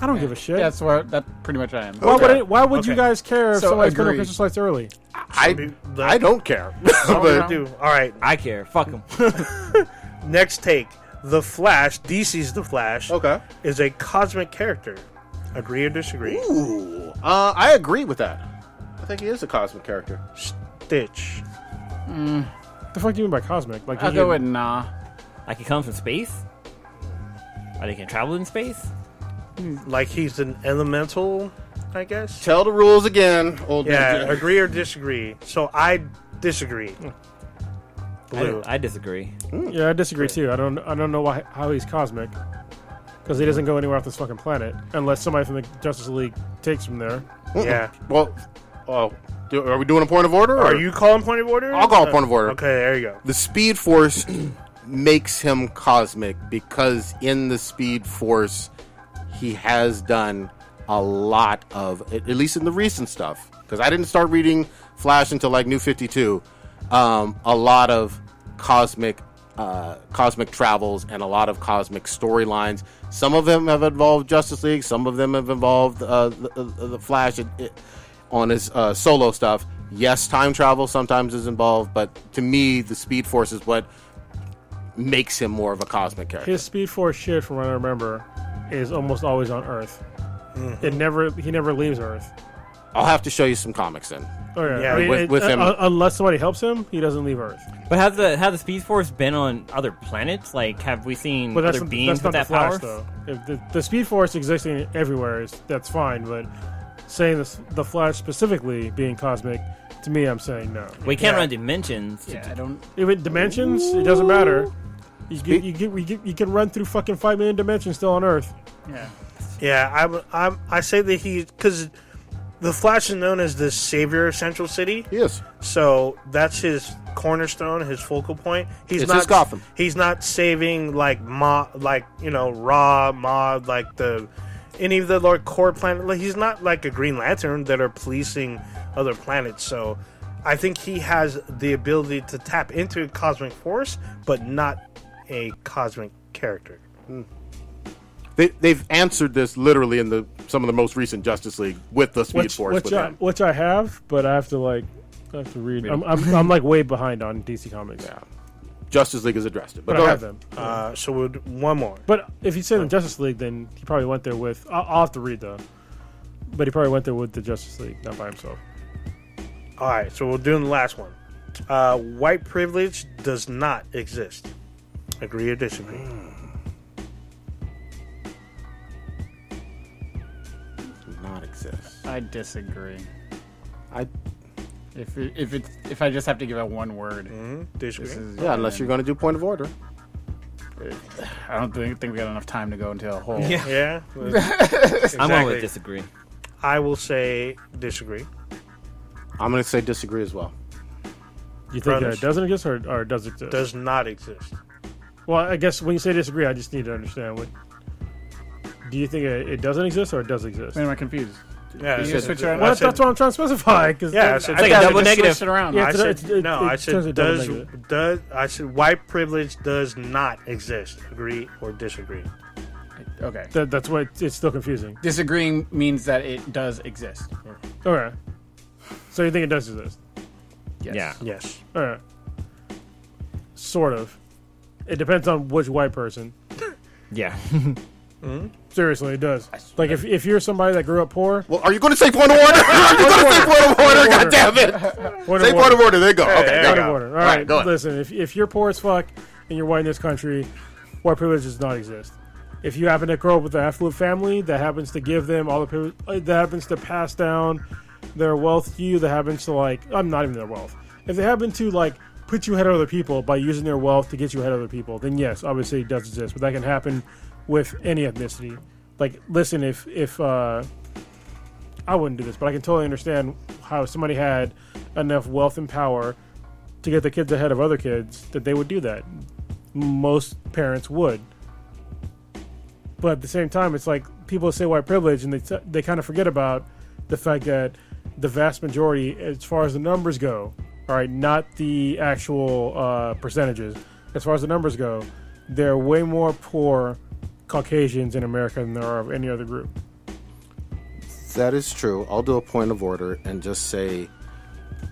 S8: I don't give a shit.
S5: That's where, that pretty much I am.
S8: why would
S4: Okay.
S8: it, why would you
S9: Okay.
S8: guys care if
S5: So,
S8: somebody's putting
S5: agree.
S8: Christmas lights early?
S4: I I don't care. (laughs)
S9: What
S4: but
S9: do we do? All right.
S3: I care. Fuck him.
S9: Next take. The Flash. DC's The Flash.
S4: okay.
S9: Is a cosmic character. Agree or disagree?
S4: Ooh, uh, I agree with that. I think he is a cosmic character.
S9: Stitch.
S8: The fuck do you mean by cosmic?
S5: (laughs)
S8: Like
S5: I'll
S8: you
S5: go with
S8: can-
S5: nah.
S3: Like he comes from space? Are they can travel in space?
S9: like he's an elemental, I guess.
S4: Tell the rules again, old
S9: Yeah,
S4: ninja.
S9: agree or disagree. So I disagree. Blue.
S3: I, I disagree.
S8: yeah, I disagree too. I don't I don't know why how he's cosmic because he doesn't go anywhere off this fucking planet unless somebody from the Justice League takes him there.
S9: yeah.
S4: Well, oh, do, are we doing a point of order? or-
S9: Are you calling point of order?
S4: I'll call a point of order.
S9: Okay, there you go.
S4: The Speed Force (clears throat) makes him cosmic because in the Speed Force, he has done a lot of, at at least in the recent stuff, because I didn't start reading Flash until like New Fifty Two. Um, a lot of cosmic, uh, cosmic travels and a lot of cosmic storylines. Some of them have involved Justice League. Some of them have involved uh, the, the, the Flash. It, it, on his uh, solo stuff. Yes, time travel sometimes is involved, but to me, the Speed Force is what makes him more of a cosmic character.
S8: His Speed Force shit, from what I remember, is almost always on Earth.
S5: Mm-hmm.
S8: It never he never leaves Earth.
S4: I'll have to show you some comics then.
S8: Oh yeah,
S9: Yeah,
S8: I mean,
S4: with-
S8: it-
S4: with him.
S8: un- unless somebody helps him, he doesn't leave Earth.
S3: But has the has the Speed Force been on other planets? Like, have we seen
S4: Mm.
S8: But that's,
S3: other
S8: not-
S3: beings
S8: that's not
S3: with that
S8: the Flash,
S3: power?
S8: though. If the, the Speed Force existing everywhere is that's fine, but saying this, the Flash specifically being cosmic, to me, I'm saying no.
S3: We can't run dimensions.
S5: I don't.
S8: Even dimensions, it doesn't matter. You get, you get, you get, you can run through fucking five million dimensions still on Earth.
S5: Yeah.
S9: Yeah, I w- I'm, I say that he because the Flash is known as the savior of Central City.
S4: Yes.
S9: So that's his cornerstone, his focal point. He's
S4: It's
S9: not
S4: his Gotham.
S9: He's not saving like Ma, like you know Ra, Ma, like the any of the Lord core planet. Like, he's not like a Green Lantern that are policing other planets. So I think he has the ability to tap into a cosmic force, but not a cosmic character.
S4: They, they've answered this literally in the some of the most recent Justice League with the Speed
S8: which,
S4: Force.
S8: which
S4: with
S8: I,
S4: them.
S8: which I have, but I have to like I have to read. I'm, I'm, I'm like way behind on DC Comics,
S4: Justice League has addressed it, but,
S8: but
S4: go
S8: I
S4: ahead.
S8: have them.
S9: Uh, so we'll do one more.
S8: But if you said in Justice League, then he probably went there with. I'll, I'll have to read though. But he probably went there with the Justice League, not by himself.
S9: All right, so we'll do the last one. Uh, white privilege does not exist. Agree or disagree?
S4: Does not exist.
S5: I disagree.
S4: I
S5: If it, if it's if I just have to give out one word,
S9: Disagree.
S5: this is
S4: yeah, unless you're going to do point of order.
S5: I don't think, think we got enough time to go into a whole.
S3: Yeah.
S9: yeah,
S3: I'm
S9: Exactly.
S3: always disagree.
S9: I will say disagree.
S4: I'm going to say disagree as well.
S8: You think that
S9: Brothers.
S8: it doesn't exist or, or does exist?
S9: Does not exist.
S8: well, I guess when you say disagree, I just need to understand what. Do you think it, it doesn't exist or it does exist?
S5: I mean, am I confused?
S9: Yeah,
S5: You
S9: I
S5: just
S9: said-
S5: switch around.
S9: I
S8: Well,
S9: said-
S8: that's what I'm trying to specify. Cause
S9: Yeah, I
S8: I-
S9: said-
S3: It's like a double
S5: Just
S3: negative.
S5: switch it around.
S8: Yeah.
S9: I
S8: it's-
S9: said,
S8: it's- it-
S9: no,
S8: it
S9: I
S8: turns
S9: said
S8: it double
S9: does
S8: negative.
S9: does I said white privilege does not exist. Agree or disagree?
S5: Okay.
S8: that, that's why it's, it's still confusing.
S5: Disagreeing means that it does exist.
S8: Okay. So you think it does exist?
S5: Yes.
S3: Yeah.
S9: Yes.
S8: All right. Sort of. It depends on which white person.
S3: Yeah.
S4: Mm-hmm.
S8: Seriously, it does. Like if, if you're somebody that grew up poor,
S4: Well, are you going to say point of order? (laughs) are you going to say point of order? God damn it!
S8: point
S4: Say
S8: of
S4: point
S8: order.
S4: of order. There you go. Okay,
S9: there
S4: there
S9: you
S4: you
S9: go.
S4: go.
S8: order. All
S4: All right,
S8: right,
S4: go ahead.
S8: listen. If, if you're poor as fuck and you're white in this country, white privilege does not exist. If you happen to grow up with an affluent family that happens to give them all the privilege, that happens to pass down their wealth to you, that happens to like I'm not even their wealth. If they happen to like put you ahead of other people by using their wealth to get you ahead of other people, then yes, obviously it does exist. But that can happen with any ethnicity. Like, listen, if if uh, I wouldn't do this, but I can totally understand how somebody had enough wealth and power to get the kids ahead of other kids that they would do that. Most parents would. But at the same time, it's like people say white privilege and they, t- they kind of forget about the fact that the vast majority, as far as the numbers go, all right, not the actual uh, percentages, as far as the numbers go, there are way more poor Caucasians in America than there are of any other group.
S4: That is true. I'll do a point of order and just say,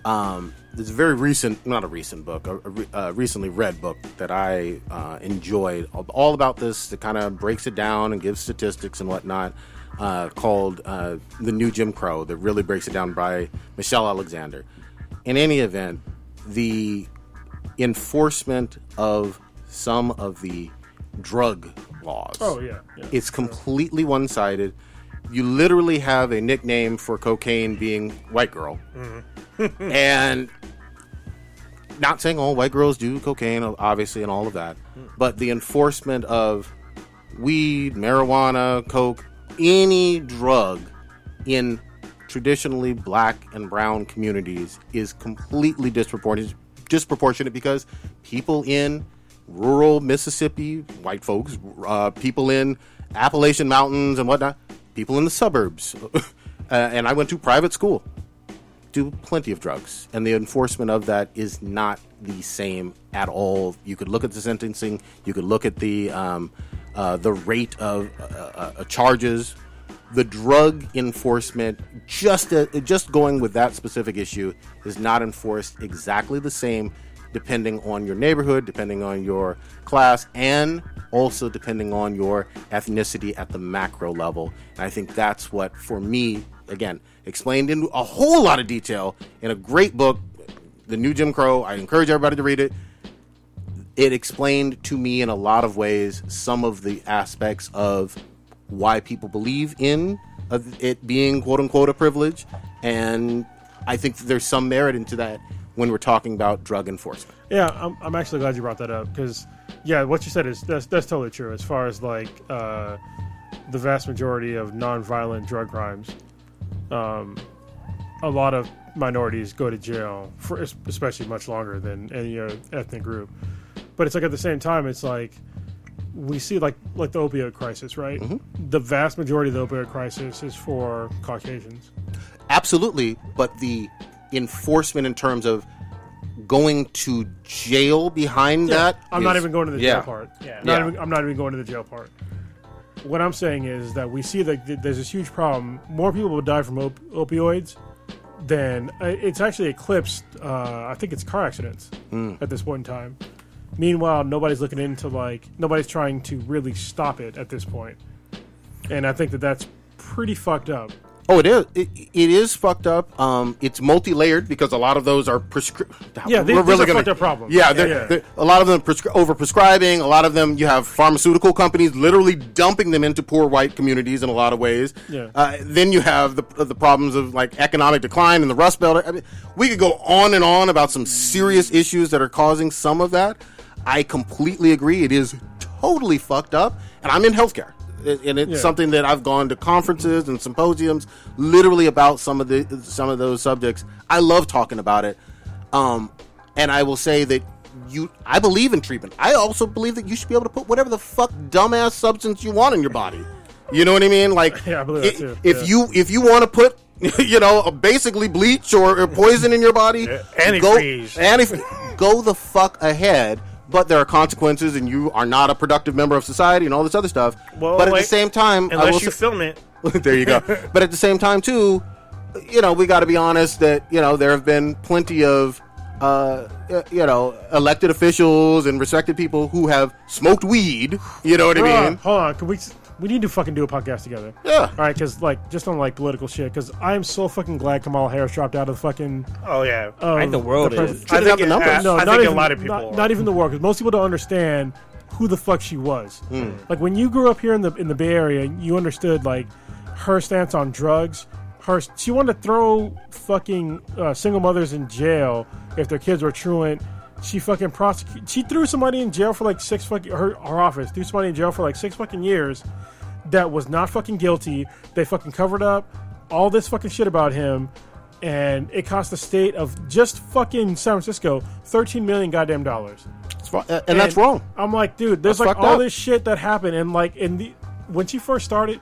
S4: um, there's a very recent, not a recent book, a, a re- a recently read book that I uh, enjoyed, all about this. That kind of breaks it down and gives statistics and whatnot. Uh, called uh, the New Jim Crow. That really breaks it down by Michelle Alexander. In any event, the enforcement of some of the drug laws.
S8: Oh, yeah. yeah.
S4: It's completely one sided. You literally have a nickname for cocaine being white girl. and not saying all white girls do cocaine, obviously, and all of that, but the enforcement of weed, marijuana, coke, any drug in traditionally black and brown communities is completely disproportionate disproportionate because people in rural Mississippi, white folks, uh, people in Appalachian mountains and whatnot, people in the suburbs, (laughs) uh, and I went to private school, do plenty of drugs, and the enforcement of that is not the same at all. You could look at the sentencing, you could look at the um, uh, the rate of uh, uh, uh, charges. The drug enforcement, just uh, just going with that specific issue, is not enforced exactly the same, depending on your neighborhood, depending on your class, and also depending on your ethnicity at the macro level. And I think that's what, for me, again, explained in a whole lot of detail in a great book, The New Jim Crow. I encourage everybody to read it. It explained to me in a lot of ways some of the aspects of why people believe in of it being quote unquote a privilege. And I think there's some merit into that when we're talking about drug enforcement.
S8: Yeah, I'm, I'm actually glad you brought that up because, yeah, what you said is that's, that's totally true as far as like uh, the vast majority of nonviolent drug crimes. Um, a lot of minorities go to jail for es- especially much longer than any other ethnic group. But it's like at the same time, it's like we see like like the opioid crisis, right? The vast majority of the opioid crisis is for Caucasians.
S4: Absolutely, but the enforcement in terms of going to jail behind that.
S8: I'm not
S4: is-
S8: even going to the
S4: yeah.
S8: jail part.
S9: Yeah.
S8: Not
S4: Yeah.
S8: even, I'm not even going to the jail part. What I'm saying is that we see that th- there's this huge problem. More people will die from op- opioids than uh, it's actually eclipsed. Uh, I think it's car accidents
S4: Hmm.
S8: at this point in time. Meanwhile, nobody's looking into like nobody's trying to really stop it at this point, and I think that that's pretty fucked up.
S4: Oh, it is. It, it is fucked up. Um, it's multi-layered because a lot of those are prescription.
S8: Yeah, these- these are fucked up problems.
S4: Yeah,
S8: Yeah,
S4: they're-
S8: yeah.
S4: they're- a lot of them prescri- overprescribing. A lot of them you have pharmaceutical companies literally dumping them into poor white communities in a lot of ways.
S8: Yeah.
S4: Uh, then you have the the problems of like economic decline and the Rust Belt. I mean, we could go on and on about some serious issues that are causing some of that. I completely agree. It is totally fucked up, and I'm in healthcare. It- And it's
S8: Yeah.
S4: something something that I've gone to conferences and symposiums literally about some of the some of those subjects. I love talking about it. Um, and I will say that you I believe in treatment. I also believe that you should be able to put whatever the fuck dumbass substance you want in your body. You know what I mean? Like
S8: Yeah, I believe
S4: i-
S8: that too.
S4: if
S8: Yeah.
S4: you if you want to put (laughs) you know, basically bleach or, or poison in your body, go,
S9: antifreeze.
S4: antif- go the fuck ahead. But there are consequences, and you are not a productive member of society, and all this other stuff.
S9: Well,
S4: but at
S9: like-
S4: the same time, I will
S9: Unless you
S4: say-
S9: film it,
S4: (laughs) there you go. but at the same time, too, you know, we got to be honest that you know there have been plenty of uh, y- you know elected officials and respected people who have smoked weed. You know what
S8: Hold
S4: I
S8: on,
S4: mean?
S8: hold on, can we? s- We need to fucking do a podcast together.
S4: Yeah.
S8: All right, because like just on like political shit. Because I am so fucking glad Kamala Harris dropped out of the fucking.
S9: oh yeah,
S8: of
S3: think the world
S8: pres-
S3: is.
S4: Shouldn't have the numbers.
S9: uh,
S8: No,
S9: I
S8: not
S9: think
S8: even,
S9: a lot of people.
S8: Not,
S9: are.
S8: not even the war, because most people don't understand who the fuck she was.
S3: Hmm.
S8: Like when you grew up here in the in the Bay Area, you understood like her stance on drugs. Her she wanted to throw fucking uh, single mothers in jail if their kids were truant. She fucking prosecute. She threw somebody in jail for like six fucking her, her office threw somebody in jail for like six fucking years that was not fucking guilty. They fucking covered up all this fucking shit about him, and it cost the state of just fucking San Francisco thirteen million goddamn dollars.
S4: It's fu- and, that's wrong.
S8: I'm like, dude, there's
S4: That's
S8: like
S4: fucked
S8: all
S4: up.
S8: this shit that happened, and like in the when she first started,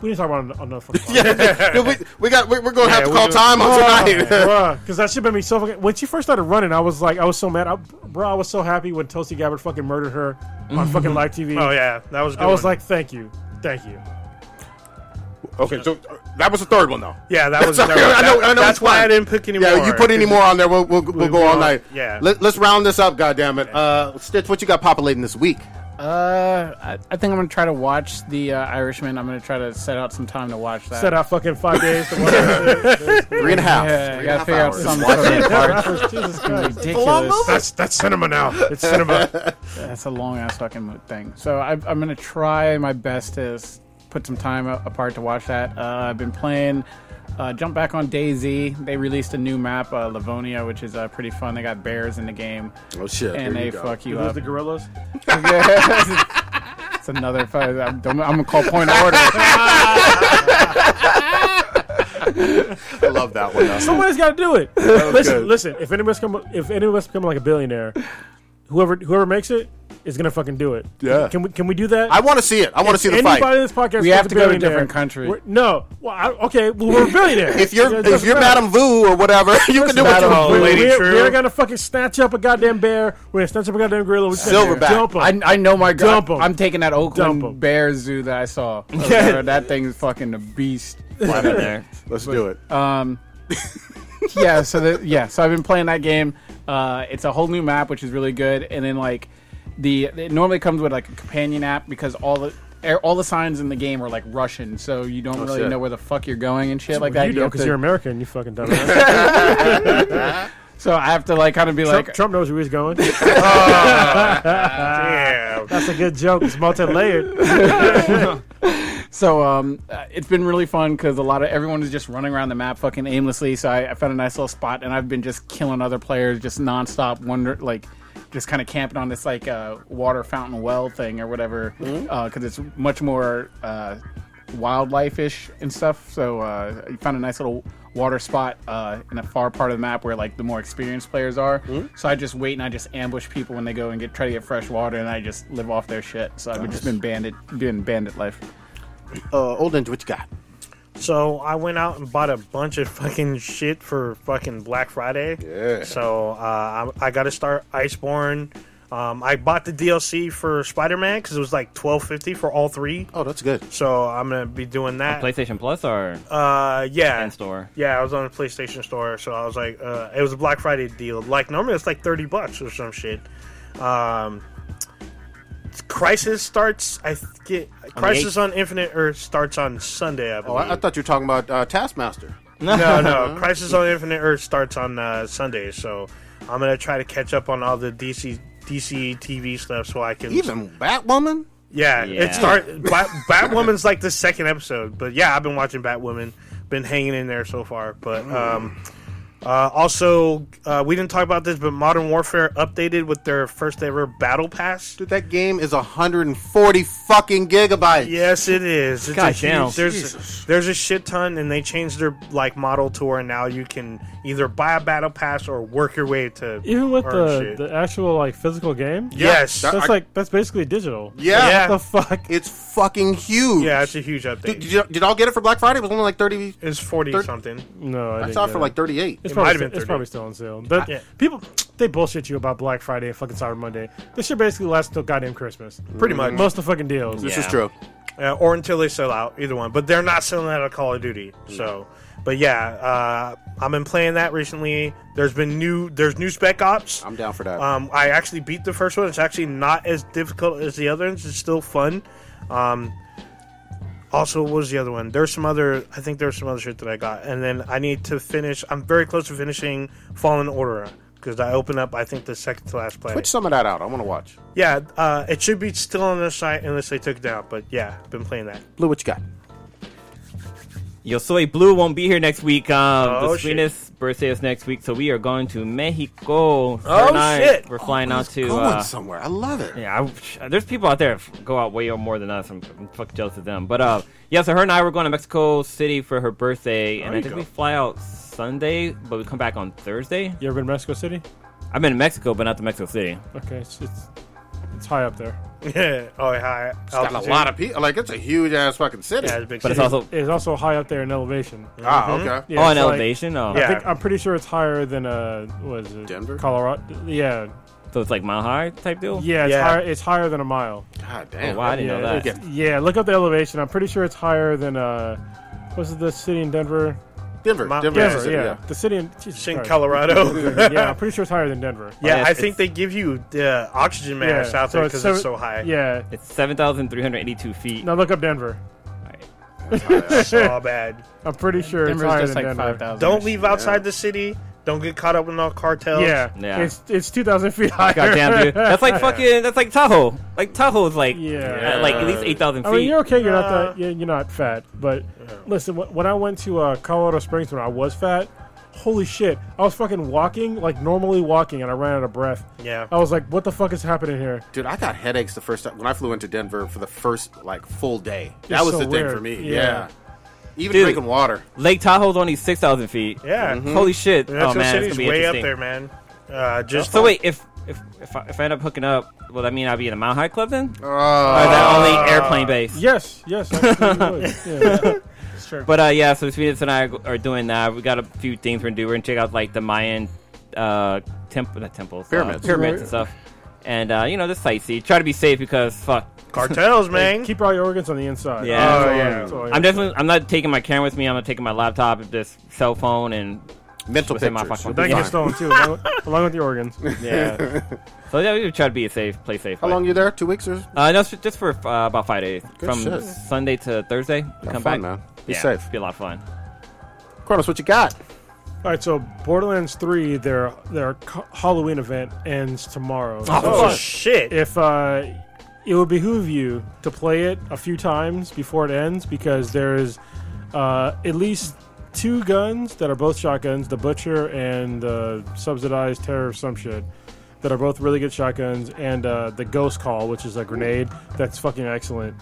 S8: we didn't talk about it on
S4: (laughs)
S8: another fucking. yeah,
S4: Dude, we, we got we, we're gonna have to
S9: we
S4: call
S9: do-
S4: time on tonight. (laughs)
S8: because that shit made me so fucking. When she first started running, I was like, I was so mad, I, bro. I was so happy when Tulsi Gabbard fucking murdered her on
S4: Mm-hmm.
S8: fucking live TV.
S9: Oh yeah, that was. a Good
S8: I was
S9: one.
S8: like, thank you, thank you.
S4: okay, so uh, that was the third one though.
S9: yeah, that was.
S4: Sorry,
S9: that was-
S4: I know- I know
S9: that's
S4: it's
S9: why I
S4: fine.
S9: didn't pick any
S4: Yeah,
S9: more.
S4: you put any more on there, we'll we'll, we'll, go
S9: go
S4: all
S9: on.
S4: night.
S9: Yeah.
S4: Let, let's round this up. Goddamn it, uh, Stitch, what you got populating this week?
S5: Uh, I, I think I'm gonna try to watch the uh, Irishman. I'm gonna try to set out some time to watch that.
S8: Set out fucking five days. To watch that shit.
S4: Three and a half.
S5: Yeah,
S4: Three
S5: I gotta
S4: and a half
S5: figure out
S4: hours.
S5: some
S4: Watch
S5: sort
S4: it.
S5: of part.
S8: Jesus Christ.
S5: Ridiculous.
S2: That's that's cinema now.
S4: (laughs)
S2: It's cinema.
S5: That's a long ass fucking mo- thing. So I, I'm gonna try my best to s- put some time a- apart to watch that. Uh, I've been playing. Uh, jump back on DayZ. They released a new map, uh, Livonia, which is uh, pretty fun. They got bears in the game,
S4: Oh shit!
S5: and
S4: here
S5: they
S4: you go.
S5: fuck you
S8: Who's
S5: up.
S8: the gorillas?
S5: (laughs) it's another. fu- I'm, I'm gonna call point of order.
S4: I love that one. though.
S8: Somebody's got to do
S4: (laughs)
S8: it. (laughs) listen,
S4: good.
S8: listen. If any of us come, if any of us become like a billionaire, whoever whoever makes it is gonna fucking do it.
S4: Yeah.
S8: Can we can we do that?
S4: I want to see it. I want to see the
S8: Anybody
S4: fight.
S8: in this podcast?
S5: We
S8: becomes
S5: have
S8: a
S5: to go to
S8: billionaire,
S5: different country.
S8: we're- No. Well, I, okay. Well, we're billionaires.
S4: (laughs) If you're
S8: It
S4: if
S8: doesn't
S4: you're
S8: matter.
S4: Madame Vu or whatever, (laughs) you can do what you
S9: Madame
S4: want.
S9: Vu.
S8: we're,
S9: Lady
S8: we're,
S9: True.
S8: we're gonna fucking snatch up a goddamn bear. We're gonna snatch up a goddamn gorilla. We're just gonna
S4: (laughs) Silverback.
S8: Jump 'em.
S5: I, I know my
S8: Dump
S5: God.
S8: 'em.
S5: I'm taking that
S8: Dump 'em.
S5: Oakland Bear Zoo that I
S8: (laughs)
S5: saw. Yeah. That thing is fucking a beast.
S3: I've been there.
S4: Let's do it.
S5: yeah, so the, yeah, so I've been playing that game. Uh, it's a whole new map, which is really good. And then like the it normally comes with like a companion app because all the er, all the signs in the game are like Russian, so you don't really
S4: shit.
S5: know where the fuck you're going and shit like
S8: Well,
S5: that.
S8: you
S5: You
S8: know,
S5: have
S8: because
S5: to-
S8: you're American, you fucking
S5: (laughs)
S8: dumbass.
S5: so I have to like kind of be
S8: Trump,
S5: like,
S8: Trump knows where he's
S4: (laughs)
S8: going.
S4: Oh,
S8: (laughs)
S9: Yeah,
S8: That's a good joke. It's multi-layered.
S5: so um, uh, it's been really fun because a lot of everyone is just running around the map fucking aimlessly. So I, I found a nice little spot, and I've been just killing other players just nonstop, wonder like just kind of camping on this like uh, water fountain well thing or whatever, because it's much more uh, wildlife ish and stuff. So uh, I found a nice little water spot uh, in a far part of the map where like the more experienced players are. So I just wait and I just ambush people when they go and get try to get fresh water, and I just live off their shit. So I've just been bandit, doing bandit life.
S4: Uh, old Ninja, what you got?
S9: So I went out and bought a bunch of fucking shit for fucking Black Friday. Yeah. So uh, I, I got to start Iceborne. Um, I bought the DLC for Spider Man because it was like twelve fifty for all three.
S4: Oh, that's good.
S9: So I'm gonna be doing that.
S3: PlayStation Plus or
S9: Uh, yeah.
S3: in store?
S9: Yeah, I was on the PlayStation Store, so I was like, uh, it was a Black Friday deal. Like normally it's like thirty bucks or some shit. Um, Crisis starts. I th- get Crisis on Infinite Earth starts on Sunday. I
S4: Oh,
S9: believe.
S4: I, I thought you were talking about uh, Taskmaster.
S9: no, no. Crisis on Infinite Earth starts on uh, Sunday, so I'm gonna try to catch up on all the DC DC TV stuff so I can
S4: Even Batwoman.
S9: Yeah,
S3: Yeah.
S9: it start Bat, Batwoman's like the second episode, but yeah, I've been watching Batwoman, been hanging in there so far. But um, uh, also, uh, we didn't talk about this, but Modern Warfare updated with their first ever battle pass.
S4: Dude, that game is 140 fucking gigabytes.
S9: Yes, it is. It's a
S3: God
S9: huge-
S3: damn.
S9: there's there's a shit ton, and they changed their like model to where now you can either buy a battle pass or work your way to
S8: Even with
S9: earn
S8: the,
S9: shit.
S8: the actual like physical game,
S9: yes,
S4: that-
S8: that's
S4: I-
S8: like that's basically digital.
S4: Yeah.
S9: Yeah.
S8: What the fuck?
S4: It's fucking huge.
S9: yeah, it's a huge
S4: Dude, did,
S9: update.
S4: y'all, did y'all get it for Black Friday? It was only like 30.
S9: It's forty
S4: Thir-
S9: something.
S8: No, I,
S4: I
S8: didn't
S4: saw it
S8: get
S4: for like 38.
S8: It's
S9: It
S8: probably,
S9: might have been
S8: it's probably
S9: 30.
S8: still on sale. But
S9: Yeah.
S8: people, they bullshit you about Black Friday and fucking Cyber Monday. This shit basically lasts till goddamn Christmas.
S9: Pretty much.
S8: Most of the fucking deals.
S4: This is true.
S9: uh, or until they sell out, either one. But they're not selling out of Call of Duty,
S4: Mm.
S9: so. But yeah, uh, I've been playing that recently. There's been new, there's new Spec Ops.
S4: I'm down for that.
S9: Um, I actually beat the first one. It's actually not as difficult as the other ones. It's still fun. Um, also, what was the other one? There's some other. I think there's some other shit that I got, and then I need to finish. I'm very close to finishing Fallen Order because I open up. I think the second to last planet.
S4: Switch some of that out. I want to watch.
S9: Yeah, uh, it should be still on their site unless they took it down. But yeah, been playing that.
S4: Blue, what you got?
S3: Yo Soy Blue won't be here next week. Um,
S9: Oh,
S3: the
S9: shit.
S3: sweetest birthday is next week, so we are going to Mexico. Her
S9: Oh,
S3: and I,
S9: shit.
S3: We're flying out to.
S4: Going
S3: uh,
S4: somewhere. I love it.
S3: Yeah, I, there's people out there that go out way more than us. I'm, I'm fucking jealous of them. But uh, yeah, so her and I were going to Mexico City for her birthday, and I think we fly out Sunday, but we come back on Thursday.
S8: You ever been to Mexico City?
S3: I've been to Mexico, but not to Mexico City.
S8: Okay, it's it's, it's high up there.
S9: Yeah. Oh, hi.
S4: Got a lot of people. Like, it's a huge ass fucking city.
S9: Yeah, it's a big
S3: But it's
S9: city.
S3: also
S8: It's also high up there in elevation.
S4: ah, okay.
S8: Yeah,
S3: oh, an
S8: it's like-
S3: elevation. Oh,
S8: I
S9: Yeah.
S8: think, I'm pretty sure it's higher than uh, what is it?
S4: Denver?
S8: Colorado. Yeah,
S3: so it's like mile high type deal.
S8: yeah, it's
S9: Yeah.
S8: higher. It's higher than a mile.
S4: God
S3: Oh,
S4: damn.
S3: wow, I didn't know
S8: Yeah,
S3: that.
S8: it's- yeah. Look up the elevation. I'm pretty sure it's higher than uh, what's the city in Denver?
S4: Denver.
S9: Mount-
S4: Denver.
S9: Denver,
S4: is a city,
S8: yeah.
S4: yeah.
S8: the city in Jesus
S9: It's in
S8: Christ.
S9: Colorado. (laughs)
S8: yeah, I'm pretty sure it's higher than Denver.
S9: yeah, I
S3: it's-
S9: think they give you the oxygen mask out there because it's so high.
S8: Yeah.
S3: It's seven thousand three hundred eighty-two feet.
S8: Now look up Denver.
S9: so bad.
S8: I'm pretty sure it's higher
S5: Denver's just
S8: than
S5: like
S8: Denver.
S5: five thousand.
S9: Don't leave outside the city. Don't get caught up in all cartels.
S8: Yeah.
S3: Yeah.
S8: It's it's 2,000 feet higher.
S3: Goddamn, dude. That's like fucking. That's like Tahoe. Like Tahoe's like
S8: (laughs) Yeah.
S3: at, like at least eight thousand
S8: I mean,
S3: feet.
S8: you're okay. You're not that. You're, you're not fat. But listen, wh- when I went to uh, Colorado Springs when I was fat, holy shit, I was fucking walking like normally walking, and I ran out of breath.
S9: Yeah.
S8: I was like, what the fuck is happening here?
S4: Dude, I got headaches the first time when I flew into Denver for the first like full day. that
S8: It's
S4: was
S8: so
S4: the
S8: weird.
S4: thing for me.
S8: Yeah.
S4: Yeah. Even
S3: Dude.
S4: drinking water.
S3: Lake Tahoe's only six thousand feet.
S9: Yeah.
S3: Holy shit!
S9: Metro
S3: oh man, it's
S9: City's
S3: gonna be
S9: way up
S3: interesting.
S9: there, man. Uh, just
S3: So wait, if if if I, if I end up hooking up, will that mean I'll be in a Mile High Club then?
S4: Oh,
S3: or is that only airplane base?
S8: Yes, yes, absolutely would.
S3: (laughs)
S8: Yeah.
S3: But uh, yeah, so Sweetest and I are doing that. We got a few things we're gonna do. We're gonna check out like the Mayan uh, temple, not temples, uh,
S4: Pyramids.
S3: pyramids and stuff, and uh, you know just sightsee. Try to be safe because fuck. (laughs)
S9: cartels, man.
S8: Keep all your organs on the inside.
S3: Yeah. Oh,
S8: That's all-
S9: yeah.
S8: that's all I-
S3: I'm definitely. I'm not taking my camera with me. I'm not taking my laptop, just cell phone, and
S4: mental
S3: Within my
S4: pictures.
S3: fucking-
S8: That
S3: Yeah.
S8: gets stolen too,
S3: (laughs)
S8: along with, along with the organs.
S3: yeah. so yeah, we try to be safe, play safe.
S4: How long you there? Two weeks or
S3: Uh, no, it's just for uh, about five days, from
S4: shit.
S3: Sunday to Thursday. We
S4: Have
S3: come back,
S4: fun, man. Be
S3: yeah,
S4: safe.
S3: Be a lot of fun.
S4: Kronos, what you got?
S8: All right, so Borderlands Three, their their co- Halloween event ends tomorrow.
S9: Oh, shit.
S8: if uh, it would behoove you to play it a few times before it ends because there's uh, at least two guns that are both shotguns the butcher and the subsidized terror or some shit that are both really good shotguns and uh, the ghost call which is a grenade that's fucking excellent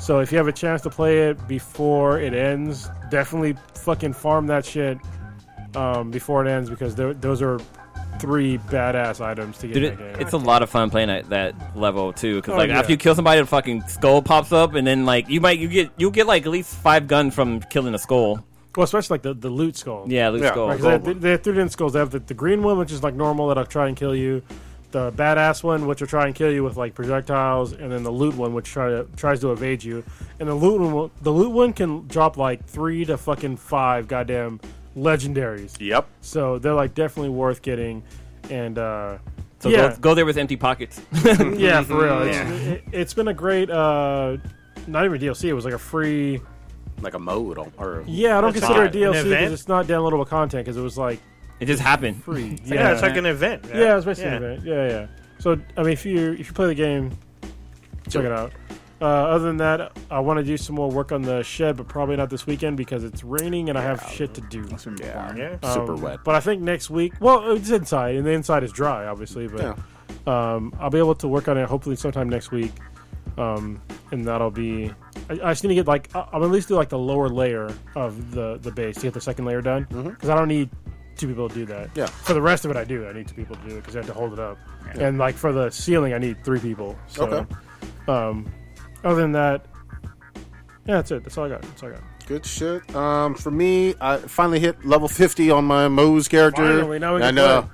S8: so if you have a chance to play it before it ends definitely fucking farm that shit um, before it ends because tho- those are three badass items to get
S3: Dude,
S8: in
S3: it,
S8: that game.
S3: it's a lot of fun playing at that level too. Because
S8: Oh,
S3: like
S8: yeah.
S3: after you kill somebody, the fucking skull pops up, and then like you might you get you get like at least five guns from killing a skull.
S8: Well, especially like the, the loot skull.
S3: Yeah, loot
S4: Yeah,
S3: skull.
S8: Right, 'cause they, they, they have three different skulls. They have the, the green one, which is like normal that'll try and kill you. the badass one, which will try and kill you with like projectiles, and then the loot one, which try to, tries to evade you. And the loot one, will- the loot one can drop like three to fucking five goddamn legendaries.
S4: Yep.
S8: So they're like definitely worth getting. And uh,
S3: So
S8: yeah,
S3: go, go there with empty pockets.
S8: yeah,
S4: Mm-hmm.
S8: for real. It's, it, it's been a great, uh, not even DLC. It was like a free.
S4: Like a mode on or
S8: Yeah, I don't
S9: It's
S8: consider it
S9: not an
S8: DLC because
S9: event?
S8: it's not downloadable content because it was like
S3: It just happened.
S8: free.
S9: Yeah, it's like an event. right?
S8: Yeah, it's basically
S9: Yeah.
S8: an event. Yeah, yeah. So I mean, if you if you play the game, check it out. Uh, other than that, I want to do some more work on the shed, but probably not this weekend because it's raining and I have shit to do.
S5: Yeah.
S9: Yeah.
S4: super
S8: Um,
S4: wet.
S8: But I think next week, well, it's inside and the inside is dry, obviously. But um, I'll be able to work on it hopefully sometime next week, um, and that'll be. I, I just need to get like I- I'll at least do like the lower layer of the the base to get the second layer done because I don't need two people to do that.
S4: Mm-hmm. Yeah.
S8: For the rest of it, I do. I need two people to do it because I have to hold it up, and like for the ceiling, I need three people. So,
S4: Okay.
S8: Um, other than that, yeah, that's it. That's all I got. That's all I got.
S4: Good shit. Um, for me, I finally hit level 50 on my Moe's character.
S8: Finally, now we can
S4: I know.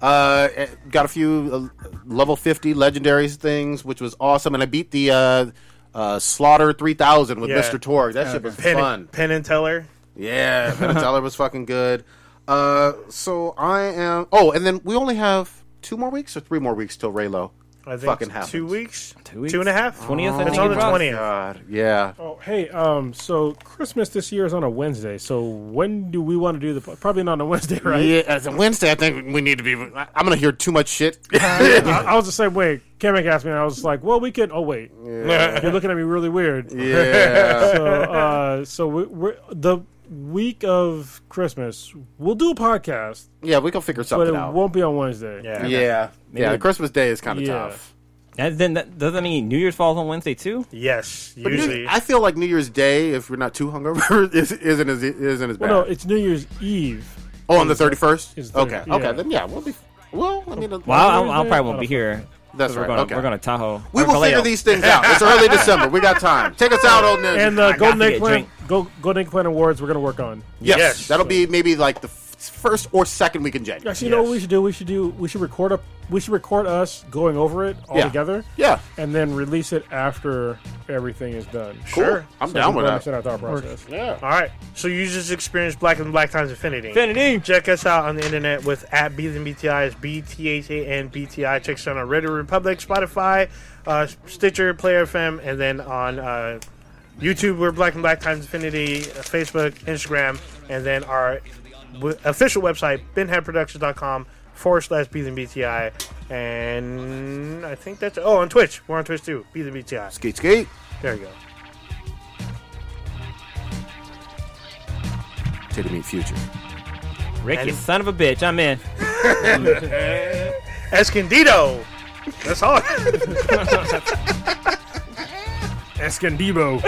S4: Uh, eh, got a few uh, level 50 legendary things, which was awesome. And I beat the uh, uh, Slaughter 3000 with
S9: Yeah.
S4: Mr. Torg. That shit was
S9: Penn,
S4: fun.
S9: Penn and Teller.
S4: Yeah, Penateller was fucking good. Uh, so I am. Oh, and then we only have two more weeks or three more weeks till Raylo.
S9: I think
S4: fucking
S9: two
S4: happens. Oh,
S9: weeks,
S3: Two weeks?
S9: two and a half,
S3: 20th, I
S9: It's
S3: think
S9: on
S3: it
S9: the
S3: was.
S9: twentieth.
S4: God, yeah.
S8: Oh, hey, um, so Christmas this year is on a Wednesday. So when do we want to do the po- probably not on a Wednesday, (laughs) right?
S4: Yeah, as a Wednesday, I think we need to be. I- I'm gonna hear too much
S8: (laughs)
S4: shit.
S8: I, I was the same way. Kamek asked me, and I was like, "Well, we could." Oh wait, (laughs) you're looking at me really weird.
S4: yeah,
S8: So, uh, so we, we're the week of Christmas. We'll do a podcast,
S4: yeah, we can figure
S8: but it
S4: something out.
S8: won't be on Wednesday.
S9: Yeah.
S4: Yeah, yeah. Christmas Day is kind of
S8: Yeah.
S4: tough.
S3: And then that, does that mean New Year's falls on Wednesday too?
S9: Yes,
S4: But New-
S9: usually.
S4: I feel like New Year's Day, if you're not too hungover, (laughs) is, isn't as isn't as bad.
S8: Well, no, it's New Year's Eve.
S4: oh, on the 31st.
S8: It's the-
S4: okay,
S8: yeah.
S4: okay, then yeah, we'll be. Well, I mean,
S3: Well, I'll,
S8: New
S3: I'll
S8: Year's
S3: probably
S8: Day?
S3: won't be here.
S4: that's
S3: We're
S4: right.
S3: going.
S4: okay,
S3: We're going to Tahoe.
S4: we
S3: Or
S4: will
S3: Vallejo.
S4: figure these things out. It's early December. We got time. Take us out on this.
S8: And the
S3: got
S8: Golden
S3: to
S8: Egg
S3: get
S8: Plan,
S3: drink.
S8: Go, Golden Egg Plan Awards, we're gonna work on.
S4: yes,
S9: Yes.
S4: that'll be maybe like the f- first or second week in January.
S8: Actually, you know what
S9: Yes.
S8: we should do? We should do. We should record up. We should record us going over it all
S4: Yeah.
S8: together.
S4: Yeah,
S8: and then release it after everything is done.
S4: cool. I'm down with that.
S8: Understand our thought process.
S9: All right. So you just experienced Black and Black Times Infinity.
S3: Infinity.
S9: Check us out on the internet with at Beat and BTI is B T H A N B T I. Check us out on Radio Republic, Spotify, uh, Stitcher, Player FM, and then on uh, YouTube we're Black and Black Times Infinity, uh, Facebook, Instagram, and then our w- official website binheadproductions.com forward slash Beat and BTI. And I think that's oh on Twitch we're on Twitch too. Beat and BTI.
S4: Skate, skate.
S9: There you go.
S4: Titty meet future.
S3: Rick, you
S9: And-
S3: son of a bitch. I'm in.
S9: Escondido. That's all. (laughs)
S8: Escondido.